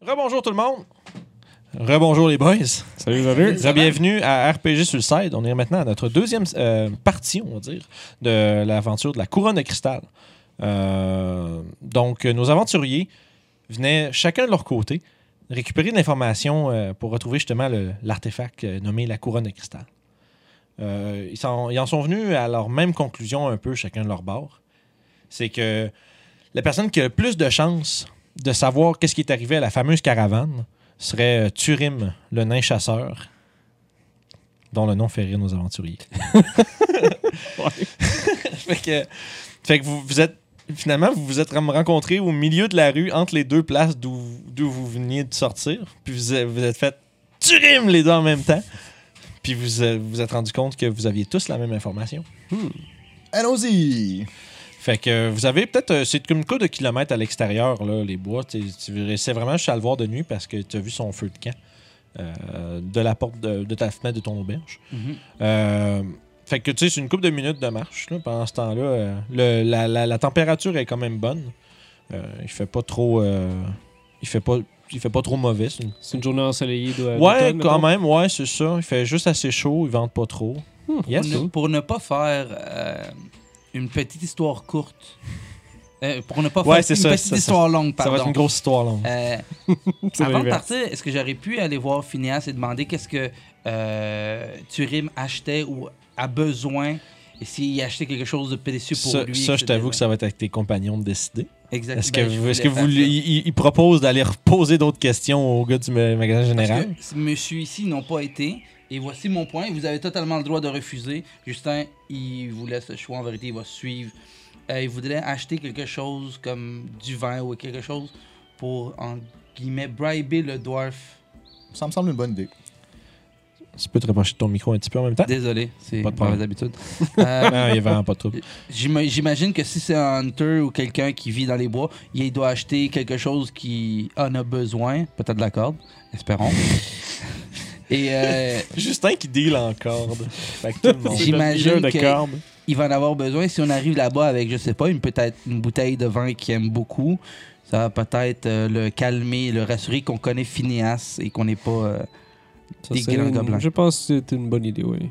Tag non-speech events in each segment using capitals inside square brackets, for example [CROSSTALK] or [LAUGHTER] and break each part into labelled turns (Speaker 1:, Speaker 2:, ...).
Speaker 1: Rebonjour tout le monde. Rebonjour les boys.
Speaker 2: Salut, salut.
Speaker 1: Bien- Bienvenue à RPG Suicide. On est maintenant à notre deuxième euh, partie, on va dire, de l'aventure de la couronne de cristal. Euh, donc, euh, nos aventuriers venaient chacun de leur côté récupérer de l'information euh, pour retrouver justement le- l'artefact euh, nommé la couronne de cristal. Euh, ils, s'en- ils en sont venus à leur même conclusion un peu chacun de leur bord. C'est que la personne qui a le plus de chances de savoir qu'est-ce qui est arrivé à la fameuse caravane serait euh, Turim, le nain chasseur, dont le nom fait rire nos [LAUGHS] aventuriers. [LAUGHS] fait que, fait que vous, vous êtes finalement vous vous êtes ram- rencontrés au milieu de la rue entre les deux places d'où d'où vous veniez de sortir, puis vous êtes- vous êtes fait Turim les deux en même temps. Puis vous euh, vous êtes rendu compte que vous aviez tous la même information.
Speaker 3: Allons-y!
Speaker 1: Fait que euh, vous avez peut-être. euh, c'est comme une coup de kilomètres à l'extérieur, là, les bois. Tu c'est vraiment juste à le voir de nuit parce que tu as vu son feu de camp euh, de la porte de, de ta fenêtre de ton auberge. Euh, fait que tu sais, c'est une coupe de minutes de marche. là. pendant ce temps-là, euh, le- la, la- la température est quand même bonne. Euh, il fait pas trop. euh, il fait pas. Il fait pas trop mauvais. C'est une-
Speaker 2: C'est une journée ensoleillée. de-
Speaker 1: Ouais,
Speaker 2: d'automne,
Speaker 1: quand
Speaker 2: mettons.
Speaker 1: même, ouais, c'est ça. Il fait juste assez chaud, il vente pas trop. Yes.
Speaker 4: Pour ne, pour ne pas faire euh, une petite histoire courte. Euh, pour ne pas
Speaker 1: Ouais, c'est
Speaker 4: faire
Speaker 1: ça,
Speaker 4: une petite
Speaker 1: ça, ça.
Speaker 4: histoire longue,
Speaker 1: Ça
Speaker 4: pardon.
Speaker 1: va être une grosse histoire longue. [LAUGHS]
Speaker 4: Euh,
Speaker 2: Ça va
Speaker 4: avant de
Speaker 2: l'hiver.
Speaker 4: partir, est-ce que j'aurais pu aller voir Phineas et demander qu'est-ce que euh, Turim achetait ou a besoin et s'il achetait quelque chose de précieux pour
Speaker 1: Ça,
Speaker 4: lui?
Speaker 1: ça, je
Speaker 4: etc.
Speaker 1: t'avoue que ça va être avec tes compagnons de décider.
Speaker 4: Exact.
Speaker 1: Est-ce que,
Speaker 4: Ben, je
Speaker 1: vous,
Speaker 4: voulais
Speaker 1: est-ce que
Speaker 4: faire
Speaker 1: vous,
Speaker 4: ça.
Speaker 1: lui- il, il propose d'aller reposer d'autres questions au gars du ma- magasin
Speaker 4: Parce
Speaker 1: général?
Speaker 4: que ces messieurs ici n'ont pas été. Et voici mon point. Vous avez totalement le droit de refuser. Justin, il vous laisse le choix. En vérité, il va suivre. Euh, il voudrait acheter quelque chose comme du vin ou quelque chose pour, en guillemets, briber le dwarf.
Speaker 3: Ça me semble une bonne idée.
Speaker 1: Tu peux te rapprocher de ton micro un petit peu en même temps?
Speaker 4: Désolé, c'est
Speaker 1: Pas
Speaker 4: pas
Speaker 1: de
Speaker 4: de
Speaker 1: problème.
Speaker 4: mauvaise habitude.
Speaker 1: [LAUGHS]
Speaker 4: Euh,
Speaker 1: Ah, il est vraiment pas de trouble.
Speaker 4: j'ima- J'imagine que si c'est un hunter ou quelqu'un qui vit dans les bois, il doit acheter quelque chose qui en a besoin. Peut-être de la corde,
Speaker 1: [LAUGHS]
Speaker 4: espérons. Et euh,
Speaker 1: Justin qui deal en corde. Fait que tout le
Speaker 4: [LAUGHS]
Speaker 1: monde.
Speaker 2: C'est le
Speaker 4: J'imagine
Speaker 2: dealer de
Speaker 4: que-
Speaker 2: cordes.
Speaker 4: il va en avoir besoin. Si on arrive là-bas avec, je sais pas, une peut-être une bouteille de vin qu'il aime beaucoup, ça va peut-être euh, le calmer, le rassurer qu'on connaît Phineas et qu'on n'est pas. euh,
Speaker 2: Ça,
Speaker 4: Des
Speaker 2: c'est
Speaker 4: grands
Speaker 2: une-
Speaker 4: gobelins.
Speaker 2: Je pense que c'est une bonne idée, oui.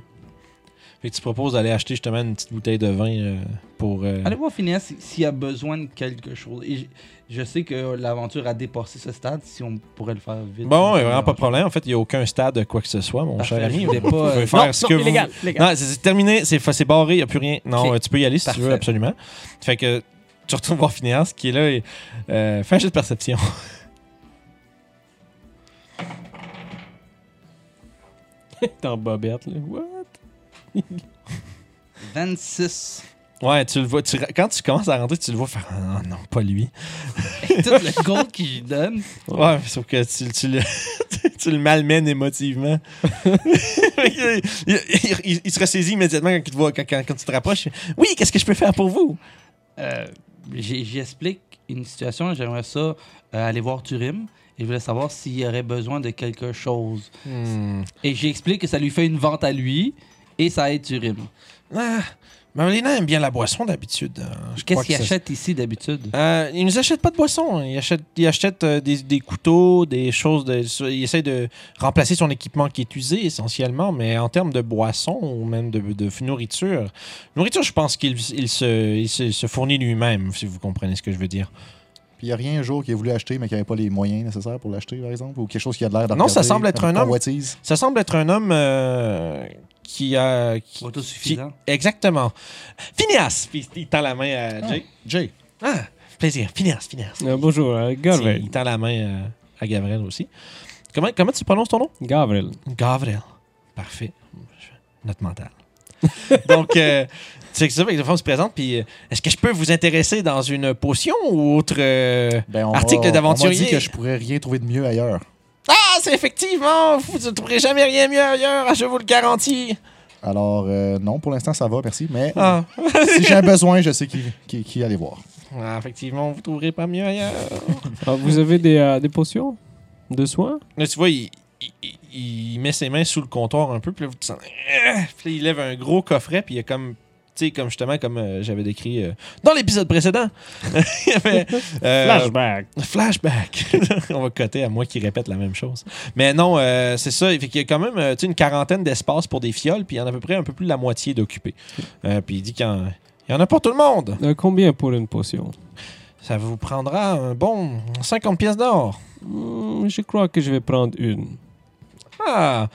Speaker 1: Fait que tu proposes d'aller acheter justement une petite bouteille de vin euh, pour. euh,
Speaker 4: Allez voir Phineas si- s'il a besoin de quelque chose. Et je, je sais que l'aventure a dépassé ce stade, si on pourrait le faire vite.
Speaker 1: Bon, ouais, vraiment pas de problème. En fait, il n'y a aucun stade, quoi que ce soit, mon
Speaker 4: Parfait,
Speaker 1: cher ami.
Speaker 4: je voulais
Speaker 1: Vous
Speaker 4: pas,
Speaker 1: pouvez
Speaker 4: euh,
Speaker 1: faire
Speaker 2: non,
Speaker 1: ce
Speaker 2: non,
Speaker 1: que vous
Speaker 2: illégal, illégal.
Speaker 1: Non, c'est- c'est terminé, c'est fa- c'est barré, il n'y a plus rien. Non,
Speaker 4: Ok.
Speaker 1: euh, tu peux y aller si tu veux,
Speaker 4: Parfait.
Speaker 1: absolument. Fait que tu retournes voir Phineas qui est là et euh, fais un jeu de perception.
Speaker 2: T'es en bobette, là. What?
Speaker 4: [LAUGHS] 26.
Speaker 1: Ouais, tu le vois. tu ra- quand tu commences à rentrer, tu le vois faire Ah non, pas lui.
Speaker 4: Tout le gold qu'il lui donne.
Speaker 1: Ouais, mais sauf que tu, tu le, [LAUGHS] tu le malmènes
Speaker 4: [LAUGHS]
Speaker 1: émotivement. il, il- il- il se ressaisit immédiatement quand, il te voit, quand, quand- quand tu te rapproches. Oui, qu'est-ce que je peux faire pour vous?
Speaker 4: Euh, j'ai- J'explique une situation, j'aimerais ça euh, aller voir Turim et je voulais savoir s'il y aurait besoin de quelque chose. Et j'explique que ça lui fait une vente à lui et ça aide Turim.
Speaker 1: Ah, Marlena aime bien la boisson d'habitude. Euh, je crois
Speaker 4: Qu'est-ce
Speaker 1: que
Speaker 4: qu'il
Speaker 1: ça-
Speaker 4: achète ici d'habitude?
Speaker 1: Euh, il nous achète pas de hein. boisson. Il achète, il achète euh, des, des couteaux, des choses. De, il essaie de remplacer son équipement qui est usé essentiellement, mais en termes de boisson ou même de, de nourriture. Nourriture, je pense qu'il il se, il se, se fournit lui-même, si vous comprenez ce que je veux dire.
Speaker 3: Puis il n'y a rien un jour qui a voulu acheter, mais qui n'avait pas les moyens nécessaires pour l'acheter, par exemple, ou quelque chose qui a de l'air d'en
Speaker 1: Non, ça
Speaker 3: regarder,
Speaker 1: semble être
Speaker 3: comme
Speaker 1: un homme.
Speaker 3: convoitise.
Speaker 1: Ça semble être un homme euh, qui a. qui-
Speaker 4: Autosuffisant.
Speaker 1: qui- exactement. Phineas! Puis il tend la main à Jay.
Speaker 3: Jay,
Speaker 1: Ah, plaisir. Phineas, Phineas.
Speaker 2: Euh, bonjour, euh, Gavril.
Speaker 1: Il tend la main euh, à Gabriel aussi. Comment, comment tu prononces ton nom?
Speaker 2: Gavril.
Speaker 1: Gavril. Parfait. Notre mental. [LAUGHS] Donc, euh, c'est que ça, fait que la femme se présente, puis euh, est-ce que je peux vous intéresser dans une potion ou autre. euh,
Speaker 3: ben, on
Speaker 1: Article
Speaker 3: m'a-
Speaker 1: d'aventurier.
Speaker 3: On m'a dit que je pourrais rien trouver de mieux ailleurs.
Speaker 1: Ah, c'est effectivement, vous ne trouverez jamais rien mieux ailleurs, je vous le garantis.
Speaker 3: Alors, euh, non, pour l'instant, ça va, merci, mais
Speaker 1: Ah,
Speaker 3: [LAUGHS] si j'ai un besoin, je sais qui, qui, qui aller voir.
Speaker 1: Ah, effectivement, vous ne trouverez pas mieux ailleurs.
Speaker 2: Ah, vous avez des, euh, des potions? De soins?
Speaker 1: Là, tu vois, il, il- Ah! il- il met ses mains sous le comptoir un peu, puis là, vous te sentez- Puis là, il lève un gros coffret, puis il y a comme. Tu sais, comme justement, comme euh, j'avais décrit euh, dans l'épisode précédent, [LAUGHS] il y avait, euh,
Speaker 2: Flashback.
Speaker 1: Flashback. [LAUGHS] On va coter à moi qui répète la même chose. Mais non, euh, c'est ça. Fait qu'il y a quand même euh, tu sais, une quarantaine d'espaces pour des fioles, puis il y en a à peu près un peu plus de la moitié d'occupés. Euh, puis il dit qu'il y en, il y en a pour tout le monde.
Speaker 2: Euh, combien pour une potion
Speaker 1: Ça vous prendra un bon 50 pièces d'or.
Speaker 2: Hmm, Je crois que je vais prendre une.
Speaker 1: Ah!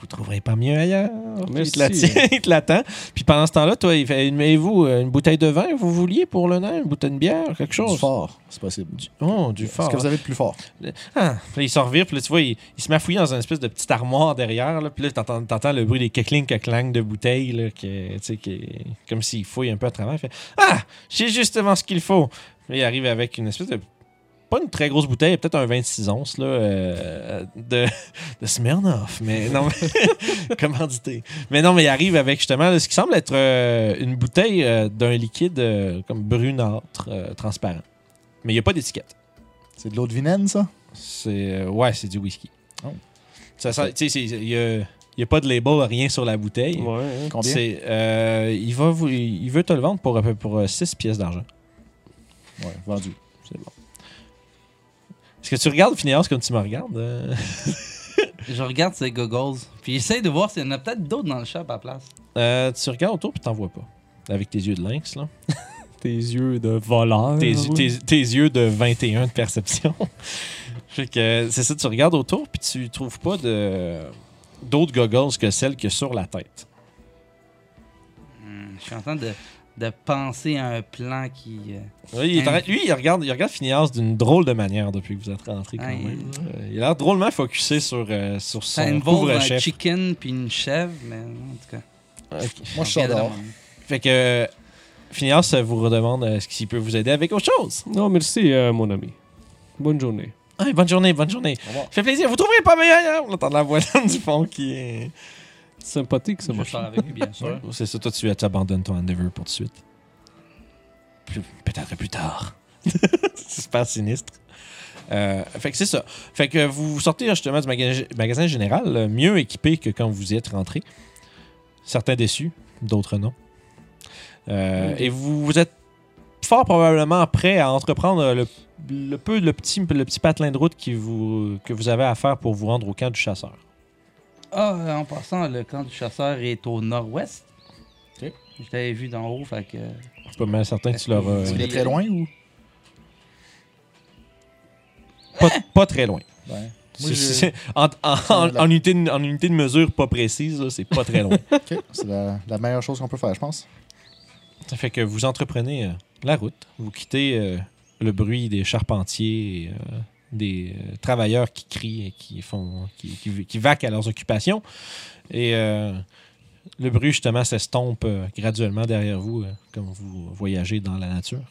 Speaker 1: Vous trouverez pas mieux ailleurs. Il te la
Speaker 2: Merci.
Speaker 1: tient, [LAUGHS] il te l'attend. Puis pendant ce temps-là, toi, il fait Mais vous, euh, une bouteille de vin, vous vouliez pour le nain, une bouteille de bière, quelque chose?
Speaker 3: Du fort, c'est possible.
Speaker 1: Oh, du fort.
Speaker 3: Ce que vous avez de plus fort.
Speaker 1: Ah. Puis là, il s'en revire, puis là, tu vois, il, il se met à fouiller dans une espèce de petite armoire derrière. Là, puis là, t'entends, t'entends le bruit des cacling caclang de bouteilles, là, que, tu sais, qui- comme s'il fouille un peu à travers. Il fait Ah, j'ai justement ce qu'il faut. Puis il arrive avec une espèce de. Pas une très grosse bouteille, peut-être un 26 onces, là, euh, de, de Smirnoff, mais non, mais- [LAUGHS] commandité. Mais non, mais il arrive avec justement là, ce qui semble être euh, une bouteille euh, d'un liquide euh, comme brunâtre, euh, transparent. Mais il n'y a pas d'étiquette.
Speaker 3: C'est de l'eau de Vinaine, ça?
Speaker 1: C'est euh, ouais, c'est du whisky.
Speaker 3: Oh.
Speaker 1: Ça sent- tu sais, il y a, y a pas de label, rien sur la bouteille.
Speaker 2: Ouais. hein.
Speaker 3: Combien?
Speaker 1: C'est euh, il va vous- il veut te le vendre pour à peu- pour 6 pièces d'argent.
Speaker 3: Ouais, vendu.
Speaker 1: Est-ce que tu regardes Phineas comme tu me regardes euh?
Speaker 4: Je regarde ces goggles, puis j'essaie de voir s'il y en a peut-être d'autres dans le shop à la place.
Speaker 1: Euh, Tu regardes autour puis t'en vois pas. Avec tes yeux de lynx, là.
Speaker 2: Tes yeux de voleur. Ah
Speaker 1: Tes,
Speaker 2: oui.
Speaker 1: tes- tes yeux de 21 de perception. [LAUGHS] Fait que c'est ça, tu regardes autour puis tu trouves pas de d'autres goggles que celles que sur la tête.
Speaker 4: Hmm, Je suis en train de, de penser à un plan qui. euh,
Speaker 1: Oui, il est en train- lui, il regarde, il regarde Phineas d'une drôle de manière depuis que vous êtes rentré quand
Speaker 4: Ah,
Speaker 1: même. Euh, Il a l'air drôlement focusé sur, euh, sur
Speaker 4: ça
Speaker 1: son
Speaker 4: involve un
Speaker 1: couvre-chef.
Speaker 4: chicken puis une chèvre, mais en tout cas.
Speaker 3: Moi, je sors dehors.
Speaker 1: Fait que euh, Phineas euh, vous redemande euh, est-ce qu'il peut vous aider avec autre chose.
Speaker 2: Non, merci, euh, mon ami. Bonne journée.
Speaker 1: Ah, bonne journée, bonne journée.
Speaker 3: Au revoir.
Speaker 1: Fait plaisir, vous trouverez pas meilleur ailleurs. On entend la voix [LAUGHS] du fond qui est...
Speaker 2: Sympathique, ça
Speaker 4: Je
Speaker 2: marche.
Speaker 4: sors avec lui, bien sûr.
Speaker 1: Oh, C'est ça, toi tu abandonnes ton endeavor pour tout de suite. Plus- Peut-être plus tard. [LAUGHS] c'est super sinistre. Euh, fait que c'est ça. Fait que vous sortez justement du maga- magasin général, euh, mieux équipé que quand vous y êtes rentré. Certains déçus, d'autres non. Euh, Et vous, vous êtes fort probablement prêt à entreprendre le, le peu, le petit, le petit patelin de route qui vous, que vous avez à faire pour vous rendre au camp du chasseur.
Speaker 4: Ah, euh, en passant, le camp du chasseur est au nord-ouest.
Speaker 3: Ok.
Speaker 4: Je t'avais vu d'en haut, fait que.
Speaker 1: Je suis pas mal certain que tu l'auras.
Speaker 3: Tu
Speaker 1: euh,
Speaker 3: viens très loin ou?
Speaker 1: pas, pas très loin.
Speaker 3: Ben,
Speaker 1: C'est- c'est- en, en- en- en unité de, en unité de mesure pas précise, là, c'est pas très loin.
Speaker 3: ok. C'est la, la meilleure chose qu'on peut faire, je pense.
Speaker 1: Ça fait que vous entreprenez euh, la route, vous quittez euh, le bruit des charpentiers, et, euh, des euh, travailleurs qui crient et qui font, qui, qui, qui vaquent à leurs occupations, et euh, le bruit justement s'estompe euh, graduellement derrière vous euh, comme vous voyagez dans la nature.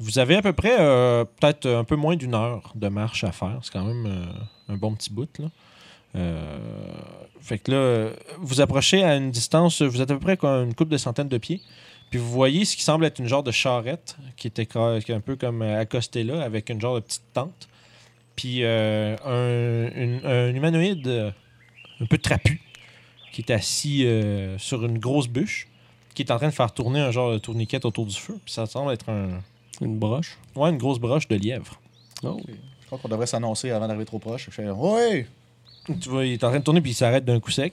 Speaker 1: Vous avez à peu près euh, peut-être un peu moins d'une heure de marche à faire. C'est quand même euh, un bon petit bout. Là. Euh, fait que là, euh, vous approchez à une distance, vous êtes à peu près quoi, une couple de centaines de pieds. Puis vous voyez ce qui semble être une genre de charrette qui était ca- qui est un peu comme euh, accostée là, avec une genre de petite tente. Puis euh, un, une- un humanoïde euh, un peu trapu qui est assis euh, sur une grosse bûche qui est en train de faire tourner un genre de tourniquet autour du feu. Puis ça semble être un,
Speaker 2: Une broche.
Speaker 1: ouais, une grosse broche de lièvre.
Speaker 2: Oh.
Speaker 3: Je crois qu'on devrait s'annoncer avant d'arriver trop proche. Je fais Ouais!
Speaker 1: Tu vois, il est en train de tourner puis il s'arrête d'un coup sec.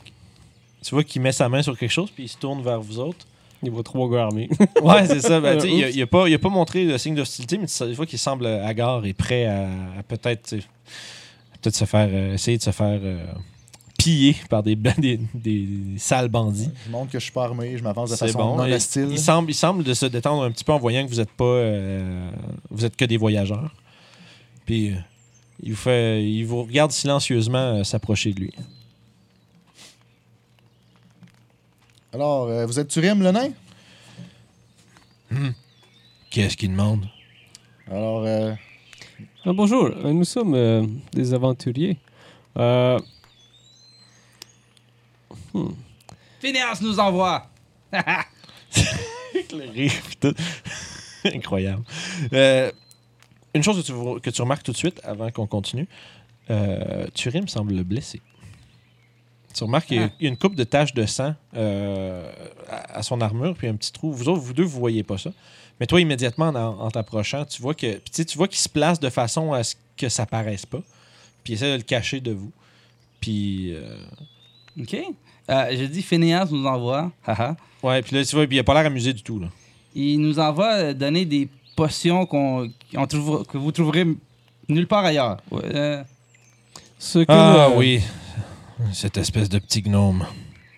Speaker 1: Tu vois qu'il met sa main sur quelque chose puis il se tourne vers vous autres.
Speaker 2: Il voit trois gars armés.
Speaker 1: Ouais, c'est ça.
Speaker 3: Euh,
Speaker 1: Ben, tu sais, il, a,
Speaker 2: Oups.
Speaker 1: il a pas, il a pas montré de signe d'hostilité, mais tu sais, des fois qu'il semble hagard et prêt à, à peut-être tu sais, à peut-être se faire euh, essayer de se faire euh, piller par des, [LAUGHS] ba- des, des sales bandits.
Speaker 3: Je montre que je suis pas armé, je m'avance de
Speaker 1: C'est
Speaker 3: façon
Speaker 1: bon.
Speaker 3: non
Speaker 1: Il-
Speaker 3: hostile.
Speaker 1: Il, semble, il semble de se détendre un petit peu en voyant que vous êtes pas euh, vous êtes que des voyageurs. Puis euh, il vous fait il vous regarde silencieusement euh, s'approcher de lui.
Speaker 3: Alors, euh, vous êtes Turim, le nain?
Speaker 1: Qu'est-ce qu'il demande
Speaker 3: Alors, euh,
Speaker 2: Ah, bonjour, euh, nous sommes euh, des aventuriers. Euh,
Speaker 4: Phineas nous envoie!
Speaker 1: le rire, [LAUGHS] puis tout. Incroyable. Euh, une chose que tu, vous- que tu remarques tout de suite avant qu'on continue, euh, Turim semble blessé. Tu remarques qu'il y a-
Speaker 4: Ah.
Speaker 1: il y a une coupe de taches de sang euh, à, à son armure, puis un petit trou. Vous autres, vous deux, vous voyez pas ça. Mais toi, immédiatement, en, en t'approchant, tu vois que puis tu sais, tu vois qu'il se place de façon à ce que ça paraisse pas. Puis il essaie de le cacher de vous. Puis euh,
Speaker 4: OK. Euh, je dis Phineas nous envoie. haha.
Speaker 1: ouais, puis là, tu vois, puis il a pas l'air amusé du tout là.
Speaker 4: Il nous envoie euh, donner des potions qu'on, qu'on trouve- que vous trouverez nulle part ailleurs. Ouais, euh,
Speaker 2: Ce que,
Speaker 1: Ah
Speaker 2: euh,
Speaker 1: oui, cette espèce de petit gnome,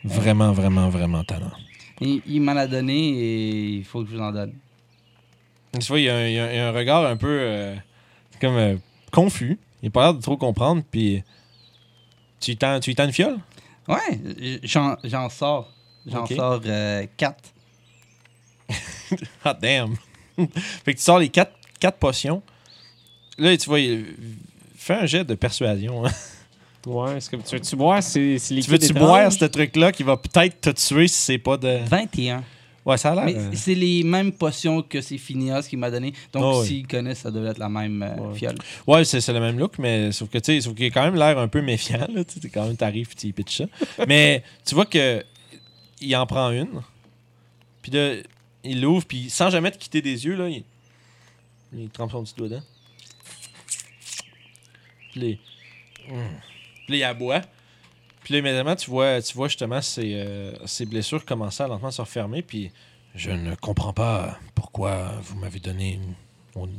Speaker 1: vraiment, vraiment, vraiment talent.
Speaker 4: il, il m'en a donné et il faut que je vous en donne.
Speaker 1: Tu vois, il y a un, il y a un- il y a un regard un peu euh, comme euh, confus. Il a pas l'air de trop comprendre. Puis tu lui tends, tu lui tends une fiole?
Speaker 4: Ouais, j- j'en, j'en sors. J'en
Speaker 1: OK.
Speaker 4: sors euh, quatre.
Speaker 1: Hot Ah, damn! [LAUGHS] fait que tu sors les quatre, quatre potions. Là, tu vois, il- fais un jet de persuasion. hein.
Speaker 2: Ouais, est-ce que tu veux-tu boire? C'est, c'est
Speaker 1: Tu veux-tu boire ce truc-là qui va peut-être te tuer si c'est pas de.
Speaker 4: 21.
Speaker 1: Ouais, ça a
Speaker 4: Mais
Speaker 1: l'air. euh,
Speaker 4: c'est les mêmes potions que c'est Phineas qui m'a donné. Donc,
Speaker 1: Ah oui.
Speaker 4: s'ils connaissent, ça devait être la même euh,
Speaker 2: Ouais.
Speaker 4: fiole.
Speaker 1: Ouais, c'est c'est le même look, mais sauf que tu sais, sauf qu'il a quand même l'air un peu méfiant. Là, tu sais, t'es quand même, t'arrives et tu pitches ça. mais tu vois que il en prend une, puis là, il l'ouvre, puis sans jamais te quitter des yeux, là, il, il trempe son petit doigt dedans. Puis là, il- Mm. Puis là, il aboie. Puis là, immédiatement, tu vois, tu vois justement ses, euh, ses blessures commencer à lentement se refermer, puis je ne comprends pas pourquoi vous m'avez donné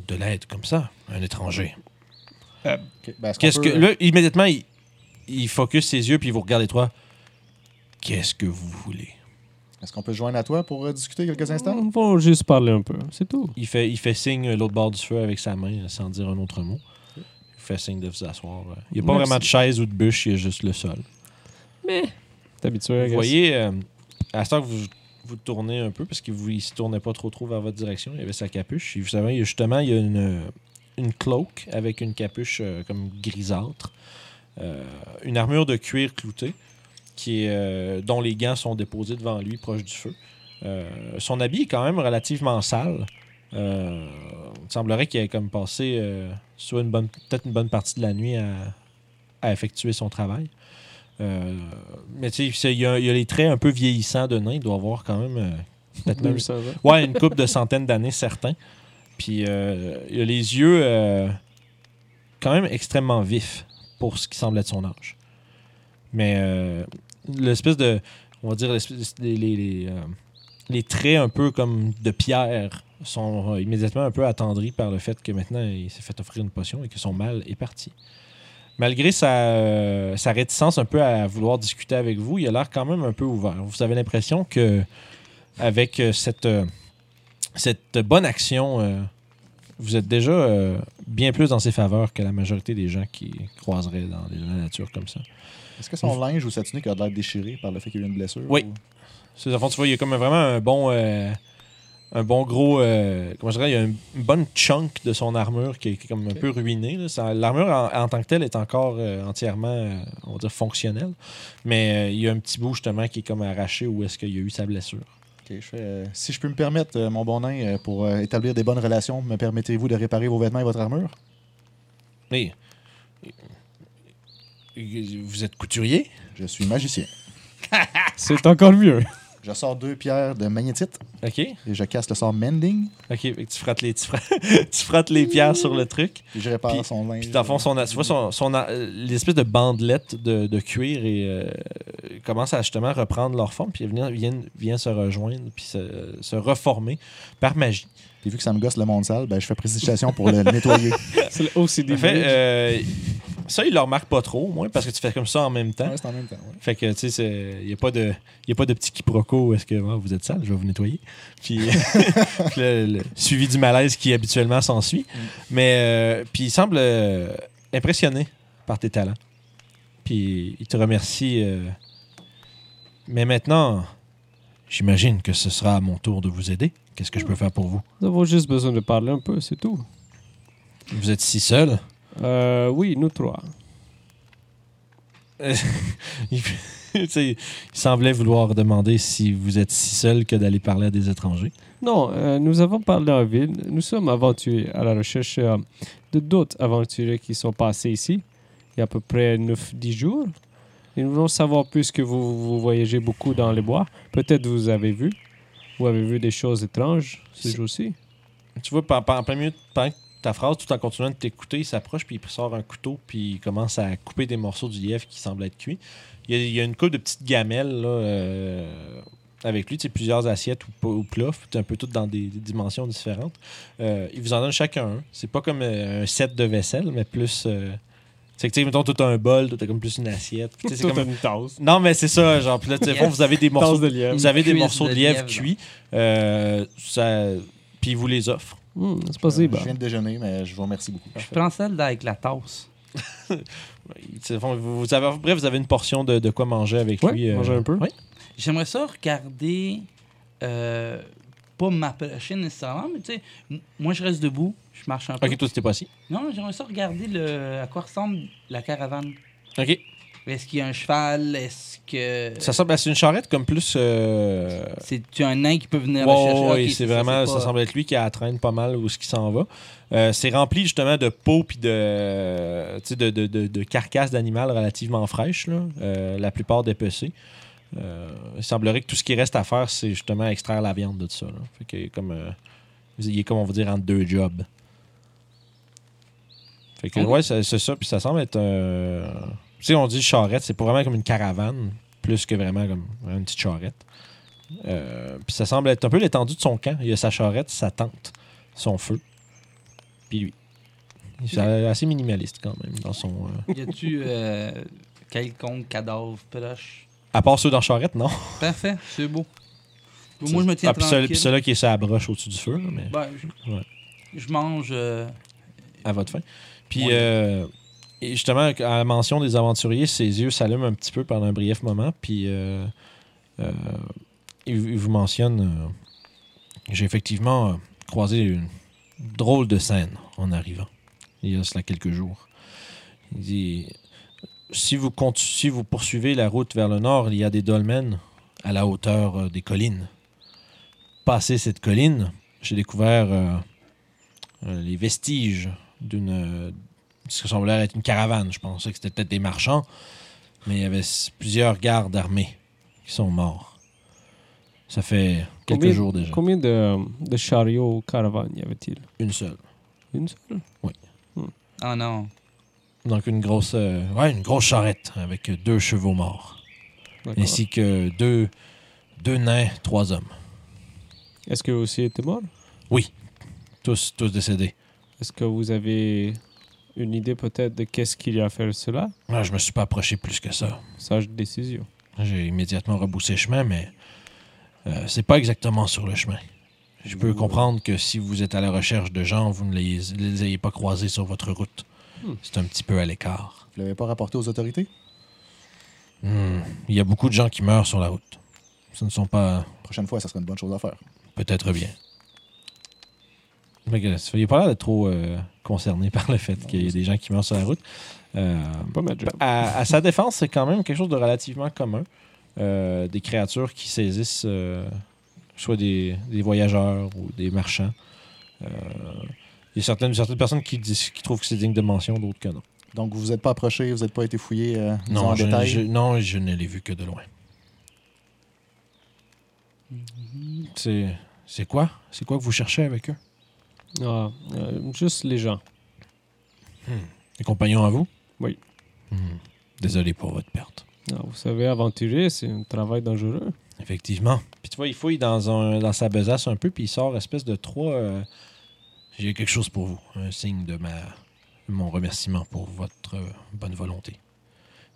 Speaker 1: de l'aide comme ça, un étranger.
Speaker 3: Ok, ben, est-ce qu'on
Speaker 1: Qu'est-ce que
Speaker 3: peut-
Speaker 1: là immédiatement il, il focus ses yeux puis il vous regarde les trois. Qu'est-ce que vous voulez
Speaker 3: Est-ce qu'on peut se joindre à toi pour euh, discuter quelques instants?
Speaker 2: On va juste parler un peu, c'est tout.
Speaker 1: Il fait il fait signe euh, l'autre bord du feu avec sa main euh, sans dire un autre mot. Il fait signe de vous asseoir. euh. Il n'y a pas
Speaker 2: Merci.
Speaker 1: vraiment de chaise ou de bûche, il y a juste le sol.
Speaker 2: T'es habitué à
Speaker 1: Vous voyez euh, à ce que vous vous tournez un peu parce qu'il ne se tournait pas trop trop vers votre direction, il avait sa capuche. Et vous savez, il y a justement il y a une euh, une cloque avec une capuche euh, comme grisâtre, Euh, une armure de cuir cloutée qui est, euh, dont les gants sont déposés devant lui, proche du feu. Euh, son habit est quand même relativement sale. Euh, il semblerait qu'il ait comme passé euh, soit une bonne, peut-être une bonne partie de la nuit à, à effectuer son travail. Euh, mais tu sais, c'est- il y, a il y a les traits un peu vieillissants de nain. Il doit avoir quand même euh, peut-être même [LAUGHS]
Speaker 2: 200 ans.
Speaker 1: Ouais, une coupe de centaines d'années, certains. Puis euh, il a les yeux euh, quand même extrêmement vifs pour ce qui semble être son âge. Mais euh, l'espèce de. On va dire, l'espèce- les, les, les, euh, les traits un peu comme de pierre sont euh, immédiatement un peu attendris par le fait que maintenant il s'est fait offrir une potion et que son mal est parti. Malgré sa, euh, sa réticence un peu à vouloir discuter avec vous, il a l'air quand même un peu ouvert. Vous avez l'impression que avec euh, cette, euh, cette bonne action, euh, vous êtes déjà euh, bien plus dans ses faveurs que la majorité des gens qui croiseraient dans la nature comme ça.
Speaker 3: Est-ce que son linge ou sa tunique a de l'air déchiré par le fait qu'il y a eu une blessure?
Speaker 1: Mm. Oui.
Speaker 3: ou-
Speaker 1: C'est dans le fond, tu vois, il y a comme vraiment un bon, euh, un bon gros, euh, comment je dirais, il y a un- une bonne chunk de son armure qui est, qui est comme un
Speaker 3: Ok.
Speaker 1: peu ruinée. là. Ça- L'armure en, en tant que telle est encore euh, entièrement, euh, on va dire, fonctionnelle, mais euh, il y a un petit bout justement qui est comme arraché où est-ce qu'il y a eu sa blessure.
Speaker 3: Ok, je fais, euh, si je peux me permettre, euh, mon bon nain, euh, pour euh, établir des bonnes relations, me permettez-vous de réparer vos vêtements et votre armure?
Speaker 1: Mais vous êtes couturier?
Speaker 3: Je suis magicien.
Speaker 2: C'est encore mieux.
Speaker 3: Je sors deux pierres de magnétite
Speaker 1: Ok,
Speaker 3: et je casse le sort Mending
Speaker 1: ok, fait que tu frottes les, tu frottes, [LAUGHS] tu frottes les pierres sur le truc.
Speaker 3: et je répare
Speaker 1: Puis-
Speaker 3: son linge.
Speaker 1: Puis dans le fond, son, tu vois son, son- euh, l'espèce de bandelette de, de cuir et euh, commence à justement reprendre leur forme, puis vient, vient, vient se rejoindre, puis se, se reformer par magie.
Speaker 3: Puis vu que ça me gosse le monde sale, ben, je fais précipitation pour le [LAUGHS] nettoyer.
Speaker 2: C'est le OCD.
Speaker 1: En fait, euh, ça, il le remarque pas trop, au moins, parce que tu fais comme ça en même temps.
Speaker 3: Ouais, c'est en même temps. ouais.
Speaker 1: Fait que, tu sais, il n'y a, pas de- y a pas de petit quiproquo où est-ce que Ah, vous êtes sale, je vais vous nettoyer. Puis, [LAUGHS] puis le, le suivi du malaise qui habituellement s'ensuit. Mais, euh, puis il semble euh, impressionné par tes talents. Puis il te remercie. euh. Mais maintenant, j'imagine que ce sera à mon tour de vous aider. Qu'est-ce que je peux faire pour vous?
Speaker 2: Nous avons juste besoin de parler un peu, c'est tout.
Speaker 1: Vous êtes si seul. [LAUGHS]
Speaker 2: Euh, oui, nous trois.
Speaker 1: il, tu sais, il semblait vouloir demander si vous êtes si seul que d'aller parler à des étrangers.
Speaker 2: Non, euh, nous avons parlé en ville. Nous sommes aventuriers à la recherche euh, de d'autres aventuriers qui sont passés ici il y a à peu près 9-10 jours. Ils voulons savoir, puisque vous, vous voyagez beaucoup dans les bois, peut-être vous avez vu ou avez vu des choses étranges ce
Speaker 1: C'est-
Speaker 2: jour-ci.
Speaker 1: Tu vois, pen- pen- en plein milieu, pendant que ta phrase, tout en continuant de t'écouter, il s'approche, puis il sort un couteau, puis il commence à couper des morceaux du lièvre qui semble être cuit. Il y a, il y a une coupe de petites gamelles là, euh, avec lui, tu sais, plusieurs assiettes ou, pa- ou plats, puis un peu toutes dans des, des dimensions différentes. Euh, il vous en donne chacun un. C'est pas comme euh, un set de vaisselle, mais plus. euh, c'est que, tu sais, mettons, tout un bol, tout comme plus une assiette. Puis, tu sais, c'est comme-
Speaker 2: une tasse.
Speaker 1: Non, mais c'est ça, genre, puis là, tu sais, au fond, vous avez des morceaux
Speaker 2: Tasse de lièvre.
Speaker 1: vous avez des
Speaker 4: Cuisse
Speaker 1: morceaux de
Speaker 4: de
Speaker 1: lièvre
Speaker 4: lièvre.
Speaker 1: cuits, euh, ça, puis ils vous les offrent.
Speaker 2: Hmm, c'est
Speaker 3: Je
Speaker 2: possible.
Speaker 3: viens de déjeuner, mais je vous remercie beaucoup.
Speaker 4: Je prends celle là avec la tasse.
Speaker 1: C'est- Vous, vous avez, bref, vous avez une portion de, de quoi manger avec
Speaker 2: Ouais,
Speaker 1: lui. euh,
Speaker 2: manger un peu.
Speaker 1: Oui.
Speaker 4: J'aimerais ça regarder, euh, pas m'approcher nécessairement, mais tu sais, m- moi je reste debout, je marche un peu.
Speaker 1: Ok, toi, c'était pas assis.
Speaker 4: Non, j'aimerais ça regarder le, à quoi ressemble la caravane.
Speaker 1: Ok.
Speaker 4: Est-ce qu'il y a un cheval? Est-ce que.
Speaker 1: Ça semble, c'est une charrette comme plus. Euh...
Speaker 4: C'est un nain qui peut venir
Speaker 1: ouais,
Speaker 4: la chercher?
Speaker 1: ouais,
Speaker 4: Ok,
Speaker 1: ouais, c'est vraiment,
Speaker 4: c'est
Speaker 1: ça,
Speaker 4: pas-
Speaker 1: semble être lui qui la traîne pas mal où ce qui s'en va. Euh, c'est rempli justement de peau puis de, tu sais, de, de, de, de carcasses d'animal relativement fraîches, là, euh, la plupart dépecées. Euh, il semblerait que tout ce qui reste à faire, c'est justement extraire la viande de tout ça. là. Fait que comme, euh, il est comme on va dire entre deux jobs. Fait que
Speaker 4: Ok.
Speaker 1: ouais, c'est c'est ça. Puis ça semble être. euh, Tu sais, on dit charrette, c'est pas vraiment comme une caravane, plus que vraiment comme vraiment une petite charrette. Euh, puis ça semble être un peu l'étendue de son camp. Il y a sa charrette, sa tente, son feu, puis lui. C'est assez minimaliste quand même dans son. euh,
Speaker 4: Y a-tu euh, quelconque cadavre proche?
Speaker 1: À part ceux dans charrette, non.
Speaker 4: Parfait, c'est beau. Moi, je me tiens
Speaker 1: Ah, puis ceux-
Speaker 4: tranquille.
Speaker 1: puis ceux-là qui est sur la broche au-dessus du feu, là, mais
Speaker 4: Ben, je,
Speaker 1: Ouais.
Speaker 4: je mange. euh,
Speaker 1: à votre fin. Puis
Speaker 4: Ouais.
Speaker 1: euh, et justement, à la mention des aventuriers, ses yeux s'allument un petit peu pendant un brief moment. Puis euh, euh, il, vous- il vous mentionne euh, J'ai effectivement euh, croisé une drôle de scène en arrivant, il y a cela quelques jours. Il dit si vous, contu- si vous poursuivez la route vers le nord, il y a des dolmens à la hauteur euh, des collines. Passé cette colline, j'ai découvert euh, euh, les vestiges d'une. euh, ce qui semblait être une caravane. Je pensais que c'était peut-être des marchands, mais il y avait s- plusieurs gardes armés qui sont morts. Ça fait quelques
Speaker 2: Combien-
Speaker 1: jours déjà.
Speaker 2: Combien de, de chariots caravanes y avait-il
Speaker 1: Une seule.
Speaker 2: Une seule
Speaker 4: Ah non.
Speaker 1: Donc une grosse, euh, ouais, une grosse charrette avec euh, deux chevaux morts,
Speaker 2: D'accord.
Speaker 1: ainsi que deux, deux nains, trois hommes,
Speaker 2: Est-ce que vous aussi étiez mort
Speaker 1: tous, tous décédés.
Speaker 2: Est-ce que vous avez une idée peut-être de qu'est-ce qu'il y a à faire cela
Speaker 1: Moi, Ah, je me suis pas approché plus que ça.
Speaker 2: Sage décision.
Speaker 1: J'ai immédiatement reboussé chemin, mais euh, c'est pas exactement sur le chemin. Je peux
Speaker 2: Ouh.
Speaker 1: comprendre que si vous êtes à la recherche de gens, vous ne les, les ayez pas croisés sur votre route.
Speaker 2: Hmm.
Speaker 1: C'est un petit peu à l'écart.
Speaker 3: Vous l'avez pas rapporté aux autorités?
Speaker 1: Hmm. Il y a beaucoup de gens qui meurent sur la route. Ce ne sont pas
Speaker 3: La prochaine fois, ça serait une bonne chose à faire.
Speaker 1: Peut-être bien. Mais que- ça fait- Il n'a pas l'air d'être trop euh, concerné [LAUGHS] par le fait qu'il y ait des gens qui meurent sur la route. Euh,
Speaker 2: Pas ma job.
Speaker 1: à, à sa défense, c'est quand même quelque chose de relativement commun. Euh, des créatures qui saisissent euh, soit des, des voyageurs ou des marchands. Euh, Il y a certaines, certaines personnes qui, disent, qui trouvent que c'est digne de mention, d'autres que non.
Speaker 3: Donc, vous vous êtes pas approché, vous n'êtes pas été fouillé euh, disons,
Speaker 1: Non
Speaker 3: en
Speaker 1: je,
Speaker 3: détail.
Speaker 1: je- non, je ne l'ai vu que de loin. C'est c'est quoi? C'est quoi que vous cherchez avec eux?
Speaker 2: Ah, euh, juste les gens.
Speaker 1: Les compagnons à vous
Speaker 2: Oui.
Speaker 1: Hmm. Désolé pour votre perte.
Speaker 2: Ah, vous savez, aventurer, c'est un travail dangereux.
Speaker 1: Effectivement. Puis tu vois, il fouille dans, un, dans sa besace un peu, puis il sort espèce de trois. euh, J'ai quelque chose pour vous. Un signe de ma mon remerciement pour votre euh, bonne volonté.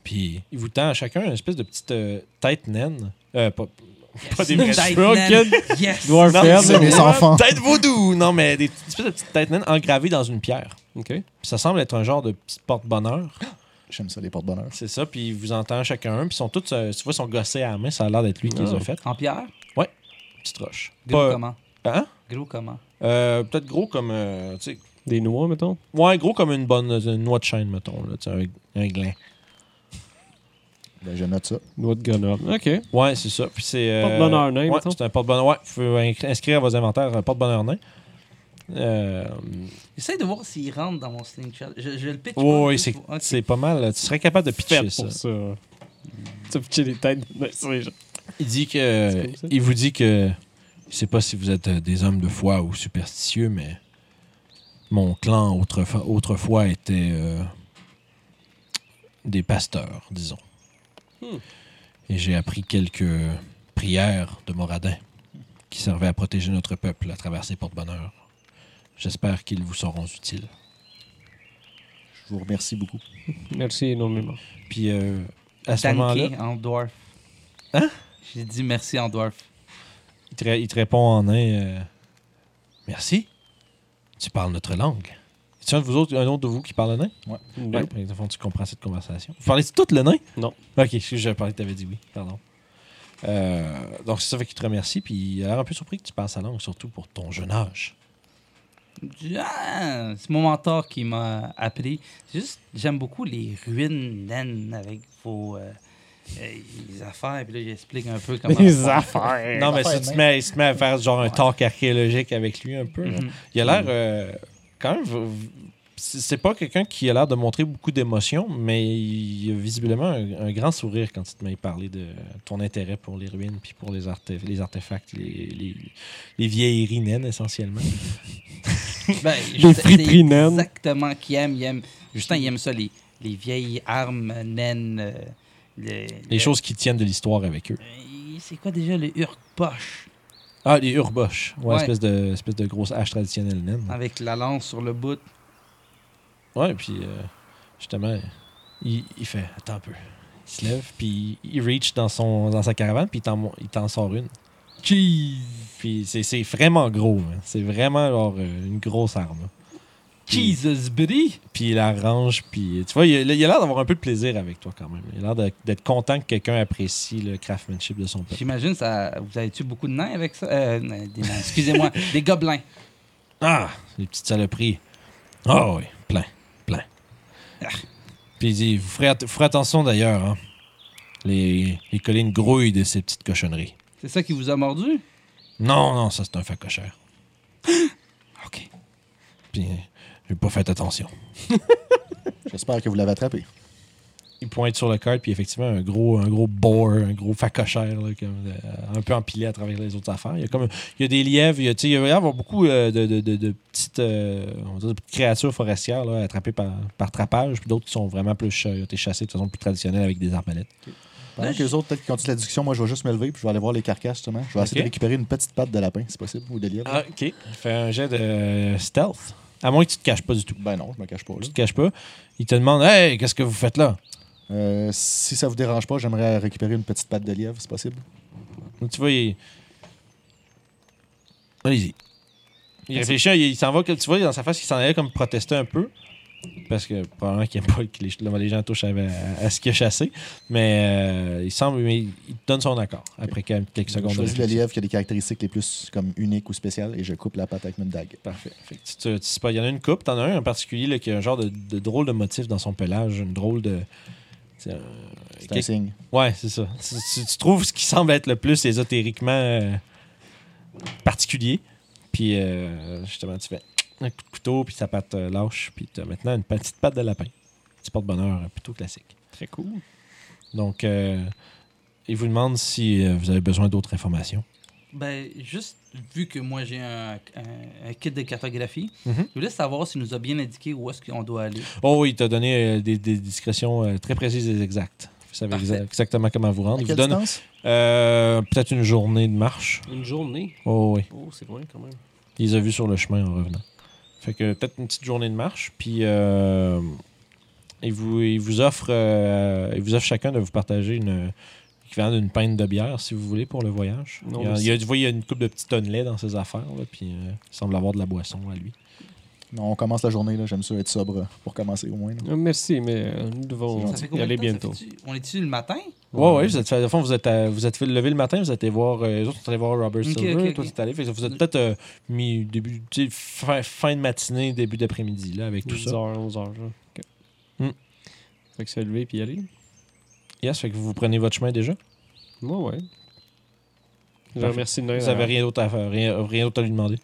Speaker 1: Puis il vous tend à chacun une espèce de petite euh, tête naine. Euh, pas, pas des vraies
Speaker 4: Tight
Speaker 2: Broken
Speaker 4: man. Yes!
Speaker 2: Dwarf
Speaker 1: Non,
Speaker 2: Herb.
Speaker 3: C'est mes enfants.
Speaker 1: Tête vaudou! Non, mais des petites- espèces de petites têtes naines engravées dans une pierre.
Speaker 2: Ok.
Speaker 1: Puis ça semble être un genre de petite porte-bonheur.
Speaker 3: J'aime ça, les porte-bonheurs.
Speaker 1: C'est ça, puis il vous entend chacun un, puis ils sont tous, euh, tu vois, ils sont gossés à la main, ça a l'air d'être lui qui
Speaker 3: Oh.
Speaker 1: les a
Speaker 2: Ah.
Speaker 1: fait.
Speaker 4: En pierre?
Speaker 1: Petite roche.
Speaker 4: Gros
Speaker 1: Pas-
Speaker 4: comment?
Speaker 1: Hein?
Speaker 4: Gros comment?
Speaker 1: Euh, Peut-être gros comme. euh, tu sais,
Speaker 2: Des noix, mettons.
Speaker 1: ouais, gros comme une bonne une noix de chêne, mettons, là, tu sais, un, un gland.
Speaker 3: Ben, je note ça.
Speaker 2: Noix de Grenoble. Ok.
Speaker 1: Ouais, c'est ça. Puis c'est. euh,
Speaker 2: Porte-bonheur nain,
Speaker 1: ouais,
Speaker 2: mettons.
Speaker 1: c'est un porte-bonheur. Ouais, vous pouvez in- inscrire à vos inventaires un porte-bonheur nain. Euh,
Speaker 4: J'essaie de voir s'il rentre dans mon slingshot. Je, je le pitch.
Speaker 1: oui,
Speaker 4: pas,
Speaker 1: c'est
Speaker 4: juste pour- ok.
Speaker 1: c'est pas mal. Tu serais capable de pitcher
Speaker 2: Faites
Speaker 1: ça.
Speaker 2: pour ça. tu as pitché les têtes dans les gens.
Speaker 1: Il dit que.
Speaker 2: comme ça.
Speaker 1: Il vous dit que. Je sais pas si vous êtes euh, des hommes de foi ou superstitieux, mais mon clan autrefois, autrefois était euh, des pasteurs, disons.
Speaker 2: Hmm.
Speaker 1: Et j'ai appris quelques prières de Moradin qui servaient à protéger notre peuple à travers ses porte-bonheur. J'espère qu'ils vous seront utiles.
Speaker 3: Je vous remercie beaucoup.
Speaker 2: Merci énormément.
Speaker 1: Puis euh, à ce moment-là,
Speaker 4: Tanké en dwarf.
Speaker 1: Hein?
Speaker 4: J'ai dit merci en dwarf.
Speaker 1: il te, ré- il te répond en un euh, Merci. Tu parles notre langue. C'est un de vous autres, un ben, autre de vous qui parle nain? Oui, par exemple, tu comprends cette conversation. Vous parlez de tout le nain?
Speaker 2: Non.
Speaker 1: Ok, je- je parlais que tu avais dit oui, pardon. Euh, donc, c'est ça fait qu'il te remercie, puis il a l'air un peu surpris que tu parles sa langue, surtout pour ton jeune âge.
Speaker 4: Ah, c'est mon mentor qui m'a appris. C'est Juste, j'aime beaucoup les ruines naines avec vos euh, euh, les affaires. Puis là, j'explique un peu comment.
Speaker 2: Les affaires.
Speaker 1: non, mais
Speaker 3: l'affaire
Speaker 1: si
Speaker 3: est
Speaker 1: tu te
Speaker 3: même.
Speaker 1: mets, il se met à faire genre un
Speaker 4: Ouais.
Speaker 1: talk archéologique avec lui un peu, là.
Speaker 4: Mhm.
Speaker 1: il a l'air euh, quand même. v- v- C'est c'est pas quelqu'un qui a l'air de montrer beaucoup d'émotion, mais il a visiblement un, un grand sourire quand il te met à parler de ton intérêt pour les ruines, puis pour les, arte- les artefacts, les, les, les vieilleries naines essentiellement.
Speaker 4: [LAUGHS] Ben,
Speaker 2: Des friperies
Speaker 4: c'est
Speaker 2: naines.
Speaker 4: Exactement, qui aime, il aime. Justin, il aime ça, les, les vieilles armes naines. euh, les,
Speaker 1: Les choses qui tiennent de l'histoire avec eux.
Speaker 4: Euh, C'est quoi déjà le hurc-poche
Speaker 1: Ah, les urboches. Ouais,
Speaker 4: Ouais.
Speaker 1: Espèce, de, espèce de grosse hache traditionnelle naine.
Speaker 4: avec la lance sur le bout?
Speaker 1: Ouais, puis euh, justement, il, il fait Attends un peu. Il se lève, puis il reach dans, son, dans sa caravane, puis il t'en mon- il t'en sort une. Puis c'est- c'est vraiment gros. hein. C'est vraiment genre euh, une grosse arme. là. Puis-
Speaker 4: Jesus Brie!
Speaker 1: Puis il la range, puis tu vois, il a il a l'air d'avoir un peu de plaisir avec toi quand même. Il a l'air de- d'être content que quelqu'un apprécie le craftsmanship de son peuple.
Speaker 4: J'imagine, ça, vous avez tué beaucoup de nains avec ça? Euh, euh, des nains, excusez-moi, [LAUGHS] des gobelins.
Speaker 1: Ah, les petites saloperies. Ah oui, plein, plein.
Speaker 4: Ah.
Speaker 1: Puis il dit, vous ferez, att- vous ferez attention d'ailleurs, hein. Les, les collines grouillent de ces petites cochonneries.
Speaker 4: C'est ça qui vous a mordu?
Speaker 1: Non, non, ça c'est un [GASPS] facochère.
Speaker 4: OK.
Speaker 1: Puis euh, j'ai pas fait attention.
Speaker 3: J'espère que vous l'avez attrapé.
Speaker 1: Il pointe sur le card, puis effectivement, un gros, un gros boar, un gros facochère, là, comme, euh, un peu empilé à travers les autres affaires. Il y a, comme, il y a des lièvres, il y a, tu sais, il va y avoir beaucoup euh, de, de- de- de petites, euh, on va dire, de petites créatures forestières là, attrapées par, par trappage, puis d'autres qui sont vraiment plus ch- ont été chassées de façon plus traditionnelle avec des arbalètes.
Speaker 3: Pendant
Speaker 1: Ben,
Speaker 4: Là,
Speaker 3: que les autres, peut-être, continuent la discussion, moi, je vais juste me lever puis je vais aller voir les carcasses, justement. Je vais essayer
Speaker 1: Ok.
Speaker 3: de récupérer une petite patte de lapin, si possible, ou de lièvre.
Speaker 1: Ah, ok. Fais un jet de euh, stealth. À moins que tu te caches pas du tout.
Speaker 3: Ben non, je me cache pas. là.
Speaker 1: Tu te caches pas. Il te demande Hey, qu'est-ce que vous faites là
Speaker 3: Euh, si ça vous dérange pas, j'aimerais récupérer une petite patte de lièvre, si possible.
Speaker 1: Tu vois, il. Allez-y. Il réfléchit, il, il s'en va, comme tu vois, dans sa face, il s'en allait comme protester un peu. Parce que probablement qu'il aime pas que les, les gens touchent à, à- à ce qu'il a chassé. Mais euh, il semble. mais il il te donne son accord après quelques quelques
Speaker 3: Je
Speaker 1: secondes. de
Speaker 3: choisis le
Speaker 1: réflexion.
Speaker 3: lièvre qui a des caractéristiques les plus comme uniques ou spéciales et je coupe la patte avec une dague.
Speaker 1: Parfait. Fait que tu te- tu sais pas, il y en a une coupe. T'en as un en particulier là, qui a un genre de, de drôle de motif dans son pelage, une drôle de. c'est un-
Speaker 3: C'est un
Speaker 1: quelque-
Speaker 3: signe.
Speaker 1: Ouais, c'est ça. Tu, tu- tu trouves ce qui semble être le plus ésotériquement euh, particulier. Puis euh, justement, tu fais un coup de couteau, puis ça patte euh, lâche, puis tu as maintenant une petite patte de lapin. Petit porte-bonheur euh, plutôt classique.
Speaker 2: Très cool.
Speaker 1: Donc, euh, il vous demande si euh, vous avez besoin d'autres informations.
Speaker 4: Ben, juste vu que moi j'ai un, un- un kit de cartographie,
Speaker 3: Mm-hmm.
Speaker 1: Mhm.
Speaker 4: je voulais savoir s'il nous a bien indiqué où est-ce qu'on doit aller.
Speaker 1: Oh, il t'a donné euh, des, des discrétions euh, très précises et exactes. Vous savez
Speaker 4: Parfait.
Speaker 1: exa- exactement comment vous
Speaker 3: À
Speaker 1: rendre. Il vous
Speaker 3: quelle
Speaker 1: donne
Speaker 3: distance?
Speaker 1: euh, peut-être une journée de marche.
Speaker 2: Une journée.
Speaker 1: Oh oui.
Speaker 2: Oh, c'est loin quand même.
Speaker 1: Il les a vus sur le chemin en revenant. Fait que peut-être une petite journée de marche, puis euh, il, vous, il vous offre euh, il vous offre chacun de vous partager une l'équivalent d'une pinte de bière, si vous voulez, pour le voyage.
Speaker 2: Non,
Speaker 1: il, y a,
Speaker 2: mais
Speaker 1: il y a- tu vois, il y a une coupe de petits tonnelets dans ses affaires, là, puis euh, il semble avoir de la boisson à lui.
Speaker 3: Non, on commence la journée, là. J'aime ça être sobre euh, pour commencer au moins. là.
Speaker 2: Merci, mais euh, nous devons
Speaker 4: Ça fait
Speaker 2: y
Speaker 4: combien de
Speaker 2: aller
Speaker 4: temps? Ça
Speaker 2: bientôt.
Speaker 4: fait-tu- On est-tu le matin?
Speaker 1: Ouais, ouais, vous êtes, fait- au fond, vous êtes, à- vous êtes fait lever le matin, vous êtes allé voir, euh, les autres sont allés voir Robert
Speaker 4: Ok,
Speaker 1: Silver,
Speaker 4: ok,
Speaker 1: toi
Speaker 4: ok.
Speaker 1: t'es allé, fait que vous êtes peut-être euh, mis début, tu sais, fin, fin de matinée, début d'après-midi, là, avec tout
Speaker 2: 12
Speaker 1: ça.
Speaker 2: h 11 h là. OK.
Speaker 1: Hmm.
Speaker 2: Fait que se lever puis y aller.
Speaker 1: Yes, fait que vous prenez votre chemin déjà.
Speaker 2: Moi, ouais. Je
Speaker 1: Parfait.
Speaker 2: remercie de rien.
Speaker 1: Euh,
Speaker 2: hein.
Speaker 1: Vous n'avez rien d'autre à faire, rien, rien d'autre à lui demander.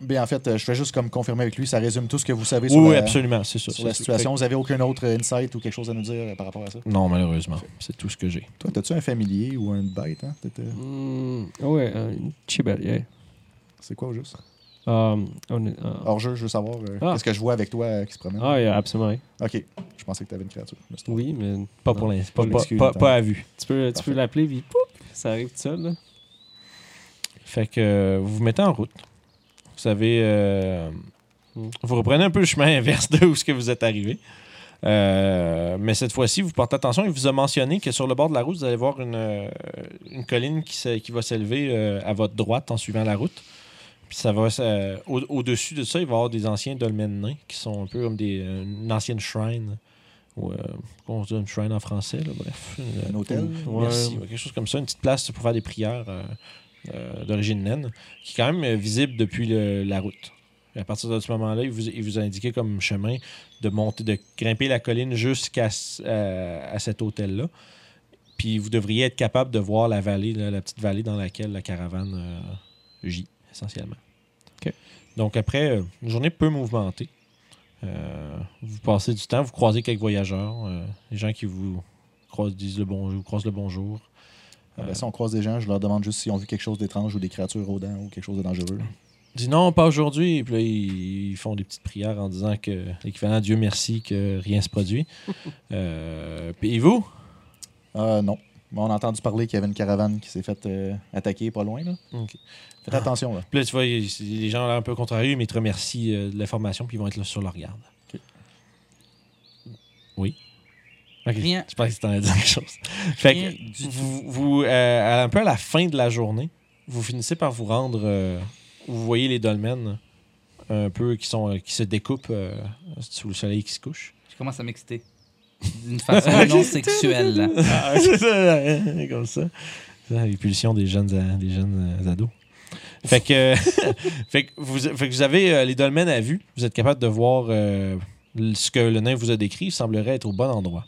Speaker 3: Bien, en fait, euh, je fais juste comme confirmer avec lui, ça résume tout ce que vous savez
Speaker 1: Oui,
Speaker 3: sur,
Speaker 1: oui,
Speaker 3: la,
Speaker 1: absolument, c'est ça.
Speaker 3: sur la
Speaker 1: c'est ça.
Speaker 3: situation. Vous n'avez aucun autre euh, insight ou quelque chose à nous dire euh, par rapport à ça?
Speaker 1: Non, malheureusement, c'est tout ce que j'ai.
Speaker 3: Toi, as-tu un familier ou une bête? Hein? T'étais-
Speaker 2: Mm, ouais, un chibalier.
Speaker 3: C'est quoi au juste?
Speaker 2: Um, on est- ah.
Speaker 3: Hors-jeu, je veux savoir euh,
Speaker 2: Ah.
Speaker 3: qu'est-ce que je vois avec toi euh, qui se promène.
Speaker 2: Ah, yeah, absolument.
Speaker 3: Ok, je pensais que t'avais une créature. Je me suis trompé.
Speaker 2: Oui, mais
Speaker 1: Pas
Speaker 2: Non,
Speaker 1: pour l'instant.
Speaker 2: pas
Speaker 1: Pas,
Speaker 3: l'excuse,
Speaker 1: pas-
Speaker 3: attends.
Speaker 1: pas à vue.
Speaker 2: tu peux, tu
Speaker 3: Parfait.
Speaker 2: peux l'appeler, puis poup, ça arrive tout seul. là.
Speaker 1: Fait que euh, vous vous mettez en route. Vous savez, euh,
Speaker 2: Mm.
Speaker 1: vous reprenez un peu le chemin [LAUGHS] inverse de où ce que vous êtes arrivé. Euh, mais cette fois-ci, vous portez attention. Il vous a mentionné que sur le bord de la route, vous allez voir une, euh, une colline qui, se- qui va s'élever euh, à votre droite en suivant la route. Puis ça va ça- au- au-dessus de ça, il va y avoir des anciens dolmens nains qui sont un peu comme des euh, une ancienne shrine. Ou, euh, comment on dit une shrine en français, là, bref. Euh,
Speaker 3: Un hôtel?
Speaker 2: Ouais.
Speaker 1: Mmh. Merci. Ouais, quelque chose comme ça, une petite place pour faire des prières euh, euh, d'origine naine, qui est quand même euh, visible depuis le- la route. Et à partir de ce moment-là, il vous, il vous a indiqué comme chemin de monter, de grimper la colline jusqu'à ce- euh, à- à cet hôtel-là. Puis vous devriez être capable de voir la vallée, là, la petite vallée dans laquelle la caravane euh, gît, essentiellement.
Speaker 2: OK.
Speaker 1: Donc après, euh, une journée peu mouvementée. Euh, vous passez du temps, vous croisez quelques voyageurs, euh, les gens qui vous croisent, disent le bonjour, croisent le bonjour.
Speaker 3: Ah, ben, si on croise des gens, je leur demande juste s'ils ont vu quelque chose d'étrange ou des créatures aux dents ou quelque chose de dangereux.
Speaker 1: Dis non, pas aujourd'hui. Puis là, ils, ils font des petites prières en disant que l'équivalent Dieu merci que rien se [LAUGHS] produit. Euh, puis et vous
Speaker 3: Ah non. Mais on a entendu parler qu'il y avait une caravane qui s'est faite euh, attaquer pas loin. Là.
Speaker 1: Ok.
Speaker 3: Faites attention. Là.
Speaker 1: Puis là, tu vois, ils- les gens ont l'air un peu contrariés, mais ils te remercient euh, de l'information, puis ils vont être là sur leur garde.
Speaker 3: Ok.
Speaker 1: Oui. Ok,
Speaker 4: Rien.
Speaker 1: Je pense que tu en as dit quelque chose. Fait
Speaker 4: Rien
Speaker 1: que
Speaker 4: du
Speaker 1: vous, vous, euh, un peu à la fin de la journée, vous finissez par vous rendre. euh, où vous voyez les dolmens euh, un peu qui, sont, qui se découpent euh, sous le soleil qui se couche.
Speaker 4: Je commence à m'exciter.
Speaker 2: [LAUGHS]
Speaker 4: D'une façon non sexuelle. là.
Speaker 1: [LAUGHS] Ah, c'est ça, comme ça. Ça, Les pulsions des jeunes, a- des jeunes euh, ados. Fait que, [LAUGHS] fait, que vous, fait que vous avez euh, les dolmens à vue. Vous êtes capable de voir euh, ce que le nain vous a décrit. Il semblerait être au bon endroit.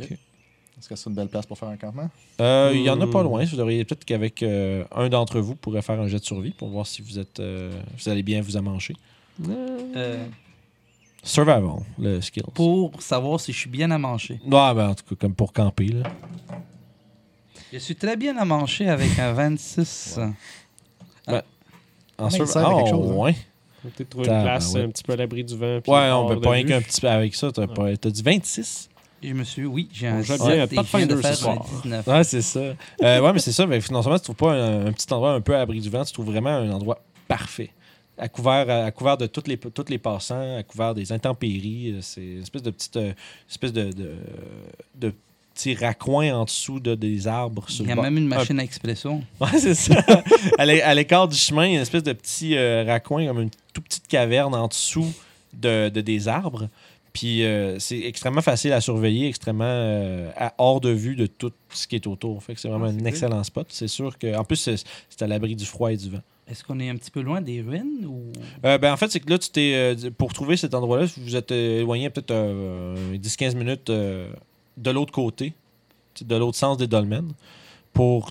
Speaker 3: Est-ce que c'est une belle place pour faire un campement?
Speaker 1: Euh, Il y en a
Speaker 2: Hmm.
Speaker 1: pas loin. Vous devriez peut-être qu'avec euh, un d'entre vous pourrait faire un jet de survie pour voir si vous êtes euh, vous allez bien vous amancher.
Speaker 4: Euh,
Speaker 1: Survival, le skill.
Speaker 4: pour savoir si je suis bien à manger.
Speaker 1: Ah, ben, en tout cas, comme pour camper. Là.
Speaker 4: Je suis très bien à manger avec un 26.
Speaker 1: En
Speaker 3: Ah, mais il
Speaker 1: survi-
Speaker 3: sert à quelque
Speaker 1: Oh,
Speaker 3: chose, hein.
Speaker 1: ouais.
Speaker 2: Faut peut-être trouver
Speaker 1: Tabarouette.
Speaker 2: une place un petit peu à l'abri du vent. puis
Speaker 1: Ouais, on
Speaker 2: hors
Speaker 1: peut
Speaker 2: de
Speaker 1: pas rien
Speaker 2: vue.
Speaker 1: qu'un petit peu avec ça. T'as pas- t'as dit 26.
Speaker 4: Et je me suis, oui, j'ai un
Speaker 2: Bon, j'aime
Speaker 4: 17
Speaker 2: bien,
Speaker 4: et
Speaker 2: pas de
Speaker 4: je viens de
Speaker 2: Finder ce
Speaker 4: faire un
Speaker 2: soir. Ah,
Speaker 4: 19.
Speaker 1: Ouais, c'est ça. Euh, ouais, mais c'est ça. mais non seulement tu trouves pas un, un petit endroit un peu à abri du vent, tu trouves vraiment un endroit parfait. À couvert, à, à couvert de toutes les, toutes les passants, à couvert des intempéries. euh, C'est une espèce de petite. euh, espèce de, de, de petit raccoin en dessous de, des arbres. Sur
Speaker 4: Il y
Speaker 1: le
Speaker 4: a
Speaker 1: bord.
Speaker 4: même une
Speaker 1: Un
Speaker 4: machine à expresso.
Speaker 1: Ouais, c'est
Speaker 4: [LAUGHS]
Speaker 1: ça. à l'é- à l'écart du chemin, il y a une espèce de petit euh, raccoin, comme une toute petite caverne en dessous de, de- des arbres. Puis euh, c'est extrêmement facile à surveiller, extrêmement euh, à- hors de vue de tout ce qui est autour. Fait que c'est vraiment
Speaker 4: Ah, c'est
Speaker 1: un
Speaker 4: cool.
Speaker 1: excellent spot. C'est sûr que. En plus, c'est c'est à l'abri du froid et du vent.
Speaker 4: Est-ce qu'on est un petit peu loin des ruines ou
Speaker 1: Euh, ben, en fait, c'est que là, tu t'es. euh, pour trouver cet endroit-là, vous vous êtes euh, éloigné peut-être euh, 10-15 minutes euh, de l'autre côté, tu sais, de l'autre sens des dolmens, pour.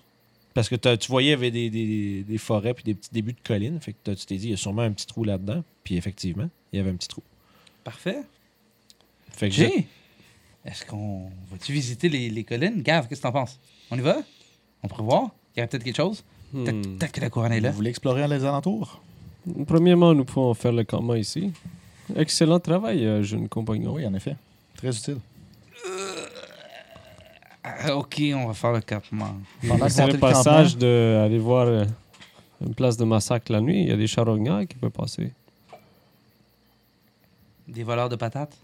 Speaker 1: Parce que t'as- tu voyais, il y avait des, des- des forêts puis des petits débuts de collines. Fait que t'as- tu t'es dit, il y a sûrement un petit trou là-dedans. Puis effectivement, il y avait un petit trou.
Speaker 4: Parfait.
Speaker 1: Fait que vous êtes-
Speaker 4: Jay, est-ce qu'on va-tu visiter les, les collines Gav, qu'est-ce que t'en penses On y va On pourrait voir Il y a peut-être quelque chose Peut-être
Speaker 2: Hmm.
Speaker 4: peut-être que la couronne est là.
Speaker 3: Vous voulez explorer les alentours?
Speaker 2: Premièrement, nous pouvons faire le campement ici. Excellent travail, euh, jeune
Speaker 1: Ben
Speaker 2: compagnon.
Speaker 3: Oui, en effet. Très utile.
Speaker 4: Ah, ok, on va faire le campement.
Speaker 3: Pendant que vous
Speaker 2: C'est
Speaker 3: montez
Speaker 2: le
Speaker 3: le campement-
Speaker 2: passage d'aller voir euh, une place de massacre la nuit. Il y a des charognards qui peuvent passer.
Speaker 4: Des voleurs de patates